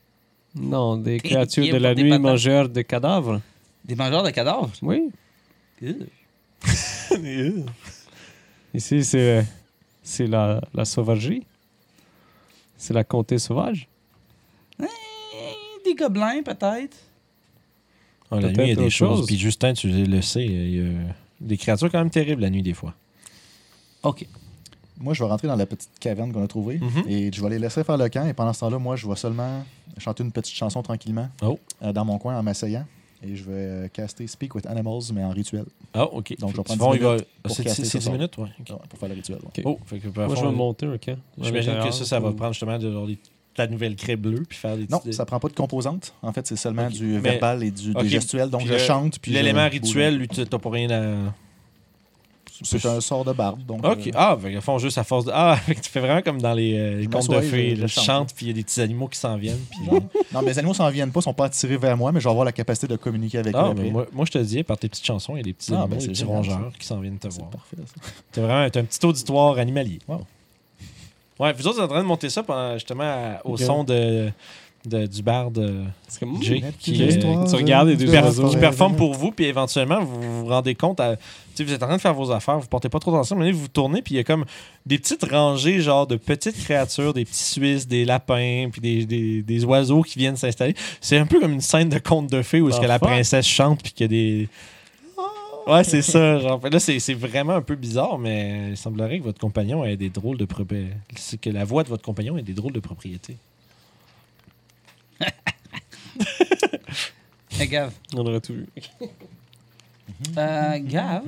Speaker 2: Non, des
Speaker 4: Qui
Speaker 2: créatures de
Speaker 4: aiment
Speaker 2: la
Speaker 4: des
Speaker 2: nuit
Speaker 4: patates.
Speaker 2: mangeurs de cadavres.
Speaker 4: Des mangeurs de cadavres
Speaker 2: Oui.
Speaker 4: Ugh.
Speaker 2: Ici, c'est c'est la, la sauvagerie. C'est la comté sauvage.
Speaker 4: Des gobelins peut-être
Speaker 1: Ah, la
Speaker 2: peut-être
Speaker 1: nuit, il y a des
Speaker 2: autre
Speaker 1: choses.
Speaker 2: chose.
Speaker 1: Puis Justin, tu le sais, il y a des créatures quand même terribles la nuit, des fois.
Speaker 4: Ok.
Speaker 3: Moi, je vais rentrer dans la petite caverne qu'on a trouvée
Speaker 1: Mhm.
Speaker 3: et je vais les laisser faire le camp. Et pendant ce temps-là, moi, je vais seulement chanter une petite chanson tranquillement
Speaker 1: Oh.
Speaker 3: euh, dans mon coin en m'asseyant. et je vais euh, caster Speak with Animals, mais en rituel.
Speaker 1: Ah, ok.
Speaker 3: Donc, je
Speaker 1: Fait que
Speaker 3: vais prendre
Speaker 1: Yvon,
Speaker 3: 10
Speaker 1: il va-
Speaker 3: minutes pour
Speaker 1: Ah, C'est
Speaker 3: casser
Speaker 1: c'est-
Speaker 3: ce
Speaker 1: c'est 10
Speaker 3: sort.
Speaker 1: minutes, ouais. ok.
Speaker 3: Ouais, pour faire le rituel. ouais.
Speaker 1: Oh, fait que, à
Speaker 2: Moi, je
Speaker 1: fond,
Speaker 2: vais monter un camp.
Speaker 1: J'imagine que ça, ça va
Speaker 2: Ou-
Speaker 1: prendre justement de, genre des- ta nouvelle craie bleue puis faire des
Speaker 3: Non,
Speaker 1: petits-
Speaker 3: ça prend pas de composante. En fait, c'est seulement
Speaker 1: Ok.
Speaker 3: du
Speaker 1: Mais-
Speaker 3: verbal et du,
Speaker 1: ok.
Speaker 3: des gestuels. Donc,
Speaker 1: Puis
Speaker 3: je
Speaker 1: le-
Speaker 3: chante.
Speaker 1: Puis
Speaker 3: puis je-
Speaker 1: l'élément rituel, lui, t'as t'as pas rien à.
Speaker 3: C'est un sort de barbe. Donc,
Speaker 1: Ok.
Speaker 3: euh,
Speaker 1: Ah, fait, ils font juste à force de. Ah, [LAUGHS] fait que tu fais vraiment comme dans les, euh, les
Speaker 3: Je
Speaker 1: contes de
Speaker 3: m'assois,
Speaker 1: fées.
Speaker 3: je- je
Speaker 1: là, Tu
Speaker 3: chante.
Speaker 1: chantes, puis il y a des petits animaux qui s'en viennent. Puis,
Speaker 3: Non, mes animaux s'en viennent pas, sont pas attirés vers moi, mais je vais avoir la capacité de communiquer avec
Speaker 1: Ah,
Speaker 3: eux.
Speaker 1: mais
Speaker 3: après.
Speaker 1: moi, moi, je te dis, par tes petites chansons, il y a des petits
Speaker 3: Ah,
Speaker 1: animaux,
Speaker 3: ben,
Speaker 1: des
Speaker 3: c'est
Speaker 1: petits
Speaker 3: génial,
Speaker 1: rongeurs qui s'en viennent te voir.
Speaker 3: C'est parfait, ça.
Speaker 1: T'es vraiment t'as un petit auditoire animalier. Ouais, vous autres, vous êtes en train de monter ça pendant, justement à- au
Speaker 2: Ok.
Speaker 1: son de, de- du bar de,
Speaker 2: Parce que, mm,
Speaker 1: Jay
Speaker 3: Une
Speaker 1: qui,
Speaker 2: petite
Speaker 1: euh,
Speaker 2: histoire tu regardes les
Speaker 3: de-
Speaker 2: deux
Speaker 1: qui per-
Speaker 2: oiseaux.
Speaker 1: qui
Speaker 3: Ouais,
Speaker 1: performe
Speaker 3: ouais.
Speaker 1: pour vous, puis éventuellement, vous vous rendez compte, à- tu sais, vous êtes en train de faire vos affaires, vous portez pas trop attention, mais vous vous tournez, puis il y a comme des petites rangées, genre de petites créatures, des petits Suisses, des lapins, puis des, des- des oiseaux qui viennent s'installer. C'est un peu comme une scène de conte de fées où est-ce
Speaker 2: Ah,
Speaker 1: que la
Speaker 2: fuck. Ah.
Speaker 1: princesse chante, puis qu'il y a des... Ouais, c'est ça. Genre. Fait Là, c'est c'est vraiment un peu bizarre, mais il semblerait que votre compagnon ait des drôles de propriétés. C'est que la voix de votre compagnon ait des drôles de propriétés.
Speaker 4: Hey, Gav.
Speaker 2: On aurait tout vu.
Speaker 4: Euh, Gav,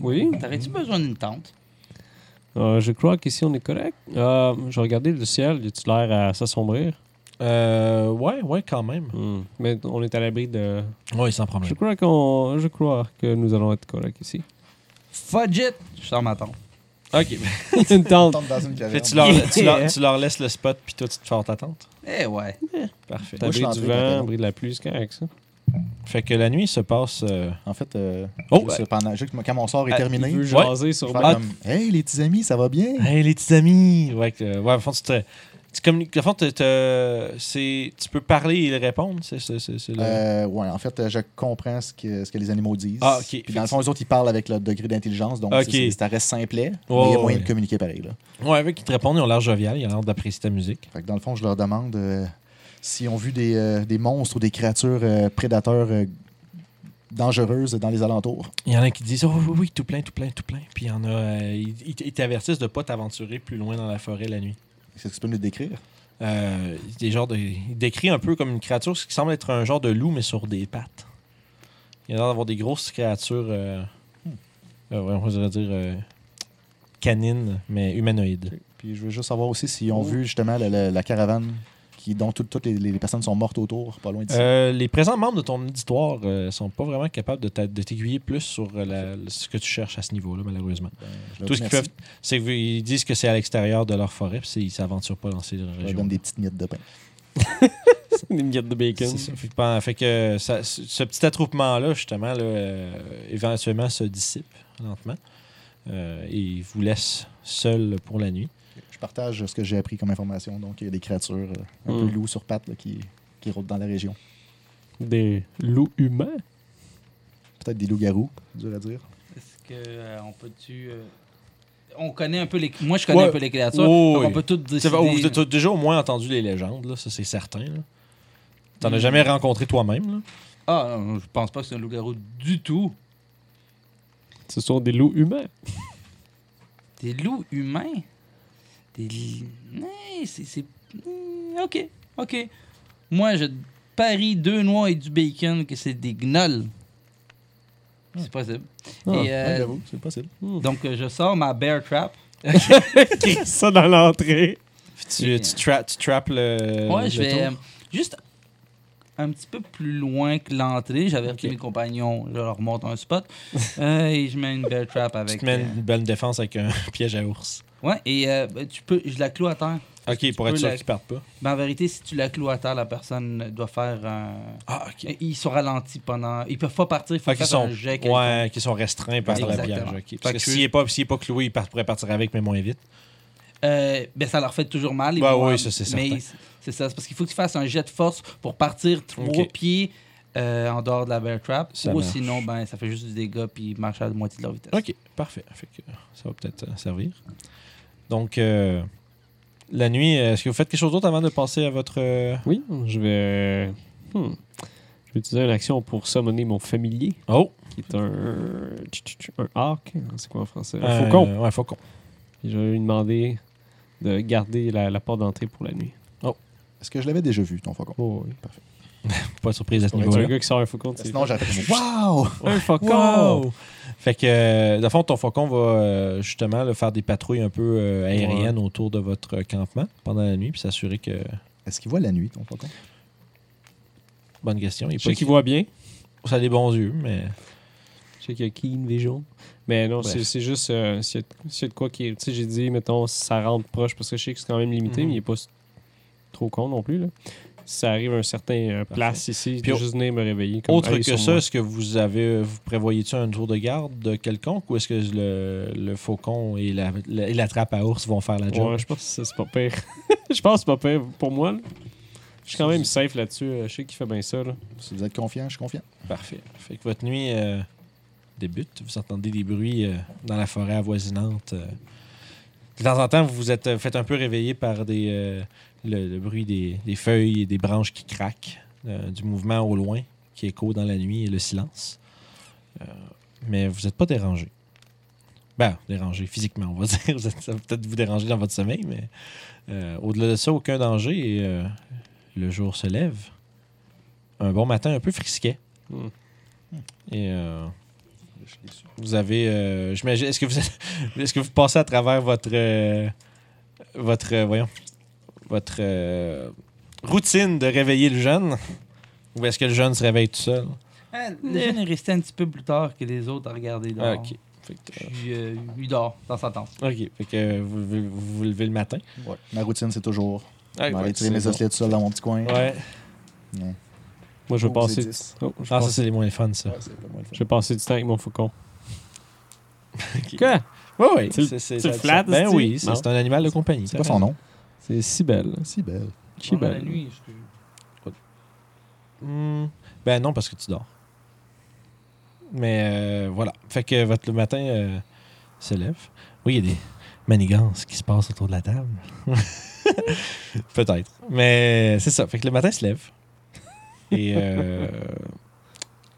Speaker 2: Oui.
Speaker 4: t'aurais-tu besoin d'une tente?
Speaker 2: Euh, je crois qu'ici, on est correct. Euh, je regardais le ciel. Il a-tu l'air à s'assombrir?
Speaker 1: Euh, ouais, ouais, quand même.
Speaker 2: Hmm. Mais on est à l'abri de...
Speaker 1: Ouais, sans problème.
Speaker 2: Je crois, qu'on... je crois que nous allons être corrects ici.
Speaker 4: Fudge it! Je sors ma tente.
Speaker 2: [LAUGHS]
Speaker 1: Ok.
Speaker 2: une tente.
Speaker 3: Tombe dans une
Speaker 1: Fait, que tu,
Speaker 3: caverne.
Speaker 1: leur,
Speaker 4: Yeah.
Speaker 1: tu, leur, tu leur laisses le spot, puis toi, tu te fais ta tente.
Speaker 4: Eh ouais.
Speaker 1: Parfait.
Speaker 2: T'as
Speaker 3: Moi, je suis
Speaker 2: abri du
Speaker 3: entré dans la
Speaker 2: vent,
Speaker 3: tente.
Speaker 2: abri de la pluie, c'est correct, ça.
Speaker 1: Fait que la nuit se passe. euh,
Speaker 3: En fait, euh,
Speaker 1: Oh,
Speaker 3: juste
Speaker 1: euh,
Speaker 3: pendant, juste quand mon sort est
Speaker 1: ah,
Speaker 3: terminé,
Speaker 2: Il veut
Speaker 3: je
Speaker 1: Ouais.
Speaker 2: jaser sur
Speaker 3: vais
Speaker 2: moi.
Speaker 3: [LAUGHS] faire
Speaker 1: Ah.
Speaker 3: comme Hey, les petits amis, ça va bien?
Speaker 1: Hey, les petits amis! Ouais, que, ouais au fond, tu te. Tu communiques. Au fond, te- te- c'est- tu peux parler et ils répondre. C'est, c'est, c'est, c'est le-
Speaker 3: Euh, ouais, en fait, euh, je comprends ce que, ce que les animaux disent.
Speaker 1: Ah, ok.
Speaker 3: Puis dans le fond, les autres, ils parlent avec leur degré d'intelligence, donc
Speaker 1: Ok.
Speaker 3: c'est- c'est- ça reste simplet.
Speaker 1: Oh,
Speaker 3: mais il y a moyen
Speaker 1: ouais.
Speaker 3: de communiquer pareil. Là.
Speaker 1: Ouais, avec qu'ils te répondent, ils ont l'air jovial, ils ont l'air d'apprécier ta musique.
Speaker 3: Fait que dans le fond, je leur demande euh, s'ils ont vu des, euh, des monstres ou des créatures euh, prédateurs euh, dangereuses dans les alentours.
Speaker 1: Il y en a qui disent Oh oui, oui, tout plein, tout plein, tout plein. Puis il y en a. euh, ils, ils- ils t'avertissent de ne pas t'aventurer plus loin dans la forêt la nuit.
Speaker 3: Est-ce que tu peux nous le décrire?
Speaker 1: Euh, des genres de, il décrit un peu comme une créature ce qui semble être un genre de loup, mais sur des pattes. Il a l'air d'avoir des grosses créatures. euh, euh, ouais, on pourrait dire. euh, canines, mais humanoïdes.
Speaker 3: Puis je veux juste savoir aussi s'ils ont
Speaker 2: Oh.
Speaker 3: vu justement la, la- la caravane qui, dont tout- toutes les, les personnes sont mortes autour, pas loin d'ici.
Speaker 1: Euh, les présents membres de ton auditoire euh, sont pas vraiment capables de t'a- de t'aiguiller plus sur euh, la- le- ce que tu cherches à ce niveau-là, malheureusement.
Speaker 3: Ben, je leur
Speaker 1: Tout
Speaker 3: dis
Speaker 1: ce qu'ils
Speaker 3: merci.
Speaker 1: peuvent, c'est qu'ils disent que c'est à l'extérieur de leur forêt, puis c'est- ils s'aventurent pas dans ces
Speaker 3: Je leur
Speaker 1: régions.
Speaker 3: donne des petites miettes de pain.
Speaker 2: Des miettes de bacon.
Speaker 1: C'est ça. Fait que pendant- fait que ça- ce ce petit attroupement-là, justement, là, euh, éventuellement se dissipe lentement euh, et vous laisse seul pour la nuit.
Speaker 3: Je partage ce que j'ai appris comme information. Donc, il y a des créatures euh, un
Speaker 2: Mm.
Speaker 3: peu loups sur pattes là, qui, qui rôdent dans la région.
Speaker 2: Des loups humains.
Speaker 3: Peut-être des loups-garous, dur à dire.
Speaker 4: Est-ce que euh, on peut-tu. euh, On connaît un peu les. Moi, je connais
Speaker 1: Ouais.
Speaker 4: un peu les créatures.
Speaker 1: Oh,
Speaker 4: donc
Speaker 1: oui.
Speaker 4: On peut toutes
Speaker 1: Tu sais,
Speaker 4: décider.
Speaker 1: Vous vous avez déjà au moins entendu les légendes, là, ça c'est certain. là. T'en as
Speaker 4: Mm.
Speaker 1: jamais rencontré toi-même. là.
Speaker 4: Ah, non, je pense pas que c'est un loup-garou du tout.
Speaker 2: Ce sont des loups humains.
Speaker 4: Des loups humains. Des. li- Eh, c'est. c'est- eh, Ok, ok. Moi, je parie deux noix et du bacon que c'est des gnolls. C'est possible.
Speaker 2: Ah,
Speaker 4: et, euh,
Speaker 3: Ouais, j'avoue, c'est possible.
Speaker 4: donc, euh, je sors ma bear trap.
Speaker 1: euh,
Speaker 2: Crie [LAUGHS] ça dans l'entrée.
Speaker 1: Puis tu,
Speaker 4: Et-
Speaker 1: tu, tra- tu trappes le.
Speaker 4: ouais,
Speaker 1: le
Speaker 4: je vais
Speaker 1: tour.
Speaker 4: euh, juste un petit peu plus loin que l'entrée. J'avertis
Speaker 1: Ok.
Speaker 4: mes compagnons, je leur montre
Speaker 1: [LAUGHS]
Speaker 4: un spot. Euh, et je mets une bear trap
Speaker 1: Tu
Speaker 4: avec.
Speaker 1: te mets une bonne défense avec un [LAUGHS] piège à ours.
Speaker 4: euh, ouais, et euh, ben, tu peux, je la cloue à terre.
Speaker 1: Ok, pour être
Speaker 4: peux
Speaker 1: sûr
Speaker 4: la-
Speaker 1: qu'ils partent pas.
Speaker 4: Mais en vérité, si tu la cloues à terre, la personne doit faire un.
Speaker 1: Ah, ok.
Speaker 4: Ils sont ralentis pendant. Ils peuvent pas partir, il faut
Speaker 1: Fait qu'ils
Speaker 4: faire
Speaker 1: sont,
Speaker 4: un jet. quelconque.
Speaker 1: ouais, qu'ils sont restreints par le
Speaker 4: Exactement.
Speaker 1: piège. ok. Parce
Speaker 4: Fait
Speaker 1: que,
Speaker 4: que-
Speaker 1: s'il n'est pas, s'il est pas cloué, il part- pourrait partir avec, mais moins vite.
Speaker 4: Euh, ben, ça leur fait toujours mal. ils
Speaker 1: Ouais,
Speaker 4: vont-
Speaker 1: ouais, ça, c'est
Speaker 4: Mais c'est ça, c'est parce qu'il faut que tu fasses un jet de force pour partir trois
Speaker 1: Ok.
Speaker 4: pieds euh, en dehors de la bear trap.
Speaker 1: Ça
Speaker 4: ou
Speaker 1: marche.
Speaker 4: sinon, ben, ça fait juste du dégât puis ils marchent à la moitié de leur vitesse.
Speaker 1: Ok, parfait. Fait que ça va peut-être euh, servir. Donc, euh, la nuit, euh, est-ce que vous faites quelque chose d'autre avant de passer à votre. euh,
Speaker 2: Oui, je vais. hmm, Je vais utiliser une action pour summoner mon familier,
Speaker 1: Oh,
Speaker 2: qui est un. Un arc. C'est quoi en français Un
Speaker 1: euh,
Speaker 2: faucon.
Speaker 1: Ouais, faucon.
Speaker 2: Puis je vais lui demander de garder la, la porte d'entrée pour la nuit.
Speaker 3: Est-ce que je l'avais déjà vu, ton faucon?
Speaker 2: Oh, oui.
Speaker 1: pas de surprise à ce
Speaker 3: Ouais,
Speaker 2: C'est un
Speaker 1: niveau-là.
Speaker 2: gars qui sort un faucon. tu sais.
Speaker 3: Sinon, j'aurais fait Waouh!
Speaker 2: Un faucon!
Speaker 1: Wow! Fait que, euh, de fond, ton faucon va euh, justement là, faire des patrouilles un peu euh, aériennes autour de votre euh, campement pendant la nuit, puis s'assurer que.
Speaker 3: Est-ce qu'il voit la nuit, ton faucon?
Speaker 1: Bonne question. Il est
Speaker 2: Je sais
Speaker 1: pas
Speaker 2: qu'il voit bien.
Speaker 1: Ça a des bons yeux, mais.
Speaker 2: Je sais qu'il y a Keen Vision. Mais non, c'est
Speaker 1: Bref.
Speaker 2: c'est juste euh, s'il y, a- s'il y a de quoi qui est. Tu sais, j'ai dit, mettons, si ça rentre proche, parce que je sais que c'est quand même limité,
Speaker 1: Mhm.
Speaker 2: mais il n'est pas s- trop con non plus. Là. Si ça arrive à un certain euh, place ici,
Speaker 1: Puis
Speaker 2: je
Speaker 1: au-
Speaker 2: vais juste venir me réveiller. Comme,
Speaker 1: Autre
Speaker 2: Hey,
Speaker 1: que
Speaker 2: sur
Speaker 1: ça,
Speaker 2: moi.
Speaker 1: est-ce que vous avez euh, vous prévoyez-tu un tour de garde quelconque ou est-ce que le, le faucon et la, la- et la trappe à ours vont faire la job?
Speaker 2: Ouais, je pense que ça, c'est pas pire. [LAUGHS] je pense que c'est pas pire pour moi. là. Je suis quand même safe là-dessus. euh, Je sais qu'il fait bien ça. Là.
Speaker 3: Si vous êtes confiant, je suis confiant.
Speaker 1: Parfait. Fait que votre nuit euh, débute. Vous entendez des bruits euh, dans la forêt avoisinante. euh. De temps en temps, vous vous êtes euh, fait un peu réveiller par des, euh, le, le bruit des, des feuilles et des branches qui craquent, euh, du mouvement au loin qui écho dans la nuit et le silence. Euh, mais vous n'êtes pas dérangé. Ben, dérangé physiquement, on va [LAUGHS] dire. Vous êtes- ça va peut-être vous déranger dans votre sommeil, mais euh, au-delà de ça, aucun danger. Et, euh, le jour se lève. Un bon matin un peu frisquet.
Speaker 2: Hmm.
Speaker 1: Et euh, vous avez, euh, j'imagine, est-ce que vous, [LAUGHS] est-ce que vous passez à travers votre, euh, votre, euh, voyons, votre euh, routine de réveiller le jeune, ou est-ce que le jeune se réveille tout seul
Speaker 4: Hein, Le jeune est resté un petit peu plus tard que les autres à regarder dehors.
Speaker 1: Ah, Ok. Fait que,
Speaker 4: Puis, euh, il dort dans sa tente.
Speaker 1: euh, ok. Fait que euh, vous, vous- vous vous levez le matin.
Speaker 3: Ouais. Ma routine, c'est toujours.
Speaker 1: Ah,
Speaker 3: Je vais
Speaker 1: ouais,
Speaker 3: aller tirer
Speaker 1: c'est
Speaker 3: mes
Speaker 1: bon.
Speaker 3: osselets tout seul dans mon petit coin.
Speaker 1: Ouais.
Speaker 3: Ouais.
Speaker 2: Moi, je vais
Speaker 3: Oh, c'est
Speaker 2: passer.
Speaker 3: 10.
Speaker 2: Oh, je, vais
Speaker 1: Ah, ça
Speaker 2: passer...
Speaker 1: c'est les moins fun ça.
Speaker 3: Ouais, c'est pas moins le fun.
Speaker 2: je vais passer du temps avec mon faucon.
Speaker 1: Ok.
Speaker 2: Quoi?
Speaker 1: Ouais, ouais.
Speaker 2: Tu le-
Speaker 1: c'est- c'est-
Speaker 2: tu le
Speaker 1: ça-
Speaker 2: flattes,
Speaker 1: Ben
Speaker 2: c'est-tu?
Speaker 1: oui, c'est
Speaker 2: Non.
Speaker 1: c'est un animal de compagnie.
Speaker 3: C'est quoi son nom?
Speaker 2: C'est si belle.
Speaker 3: Si belle.
Speaker 2: Si
Speaker 4: Pendant la
Speaker 2: belle.
Speaker 4: nuit, je-
Speaker 1: Hmm, Ben non, parce que tu dors. Mais euh, voilà. Fait que votre le matin euh, se lève. Oui, il y a des manigances qui se passent autour de la table. [LAUGHS] Peut-être. Mais c'est ça. Fait que le matin se lève. Et euh,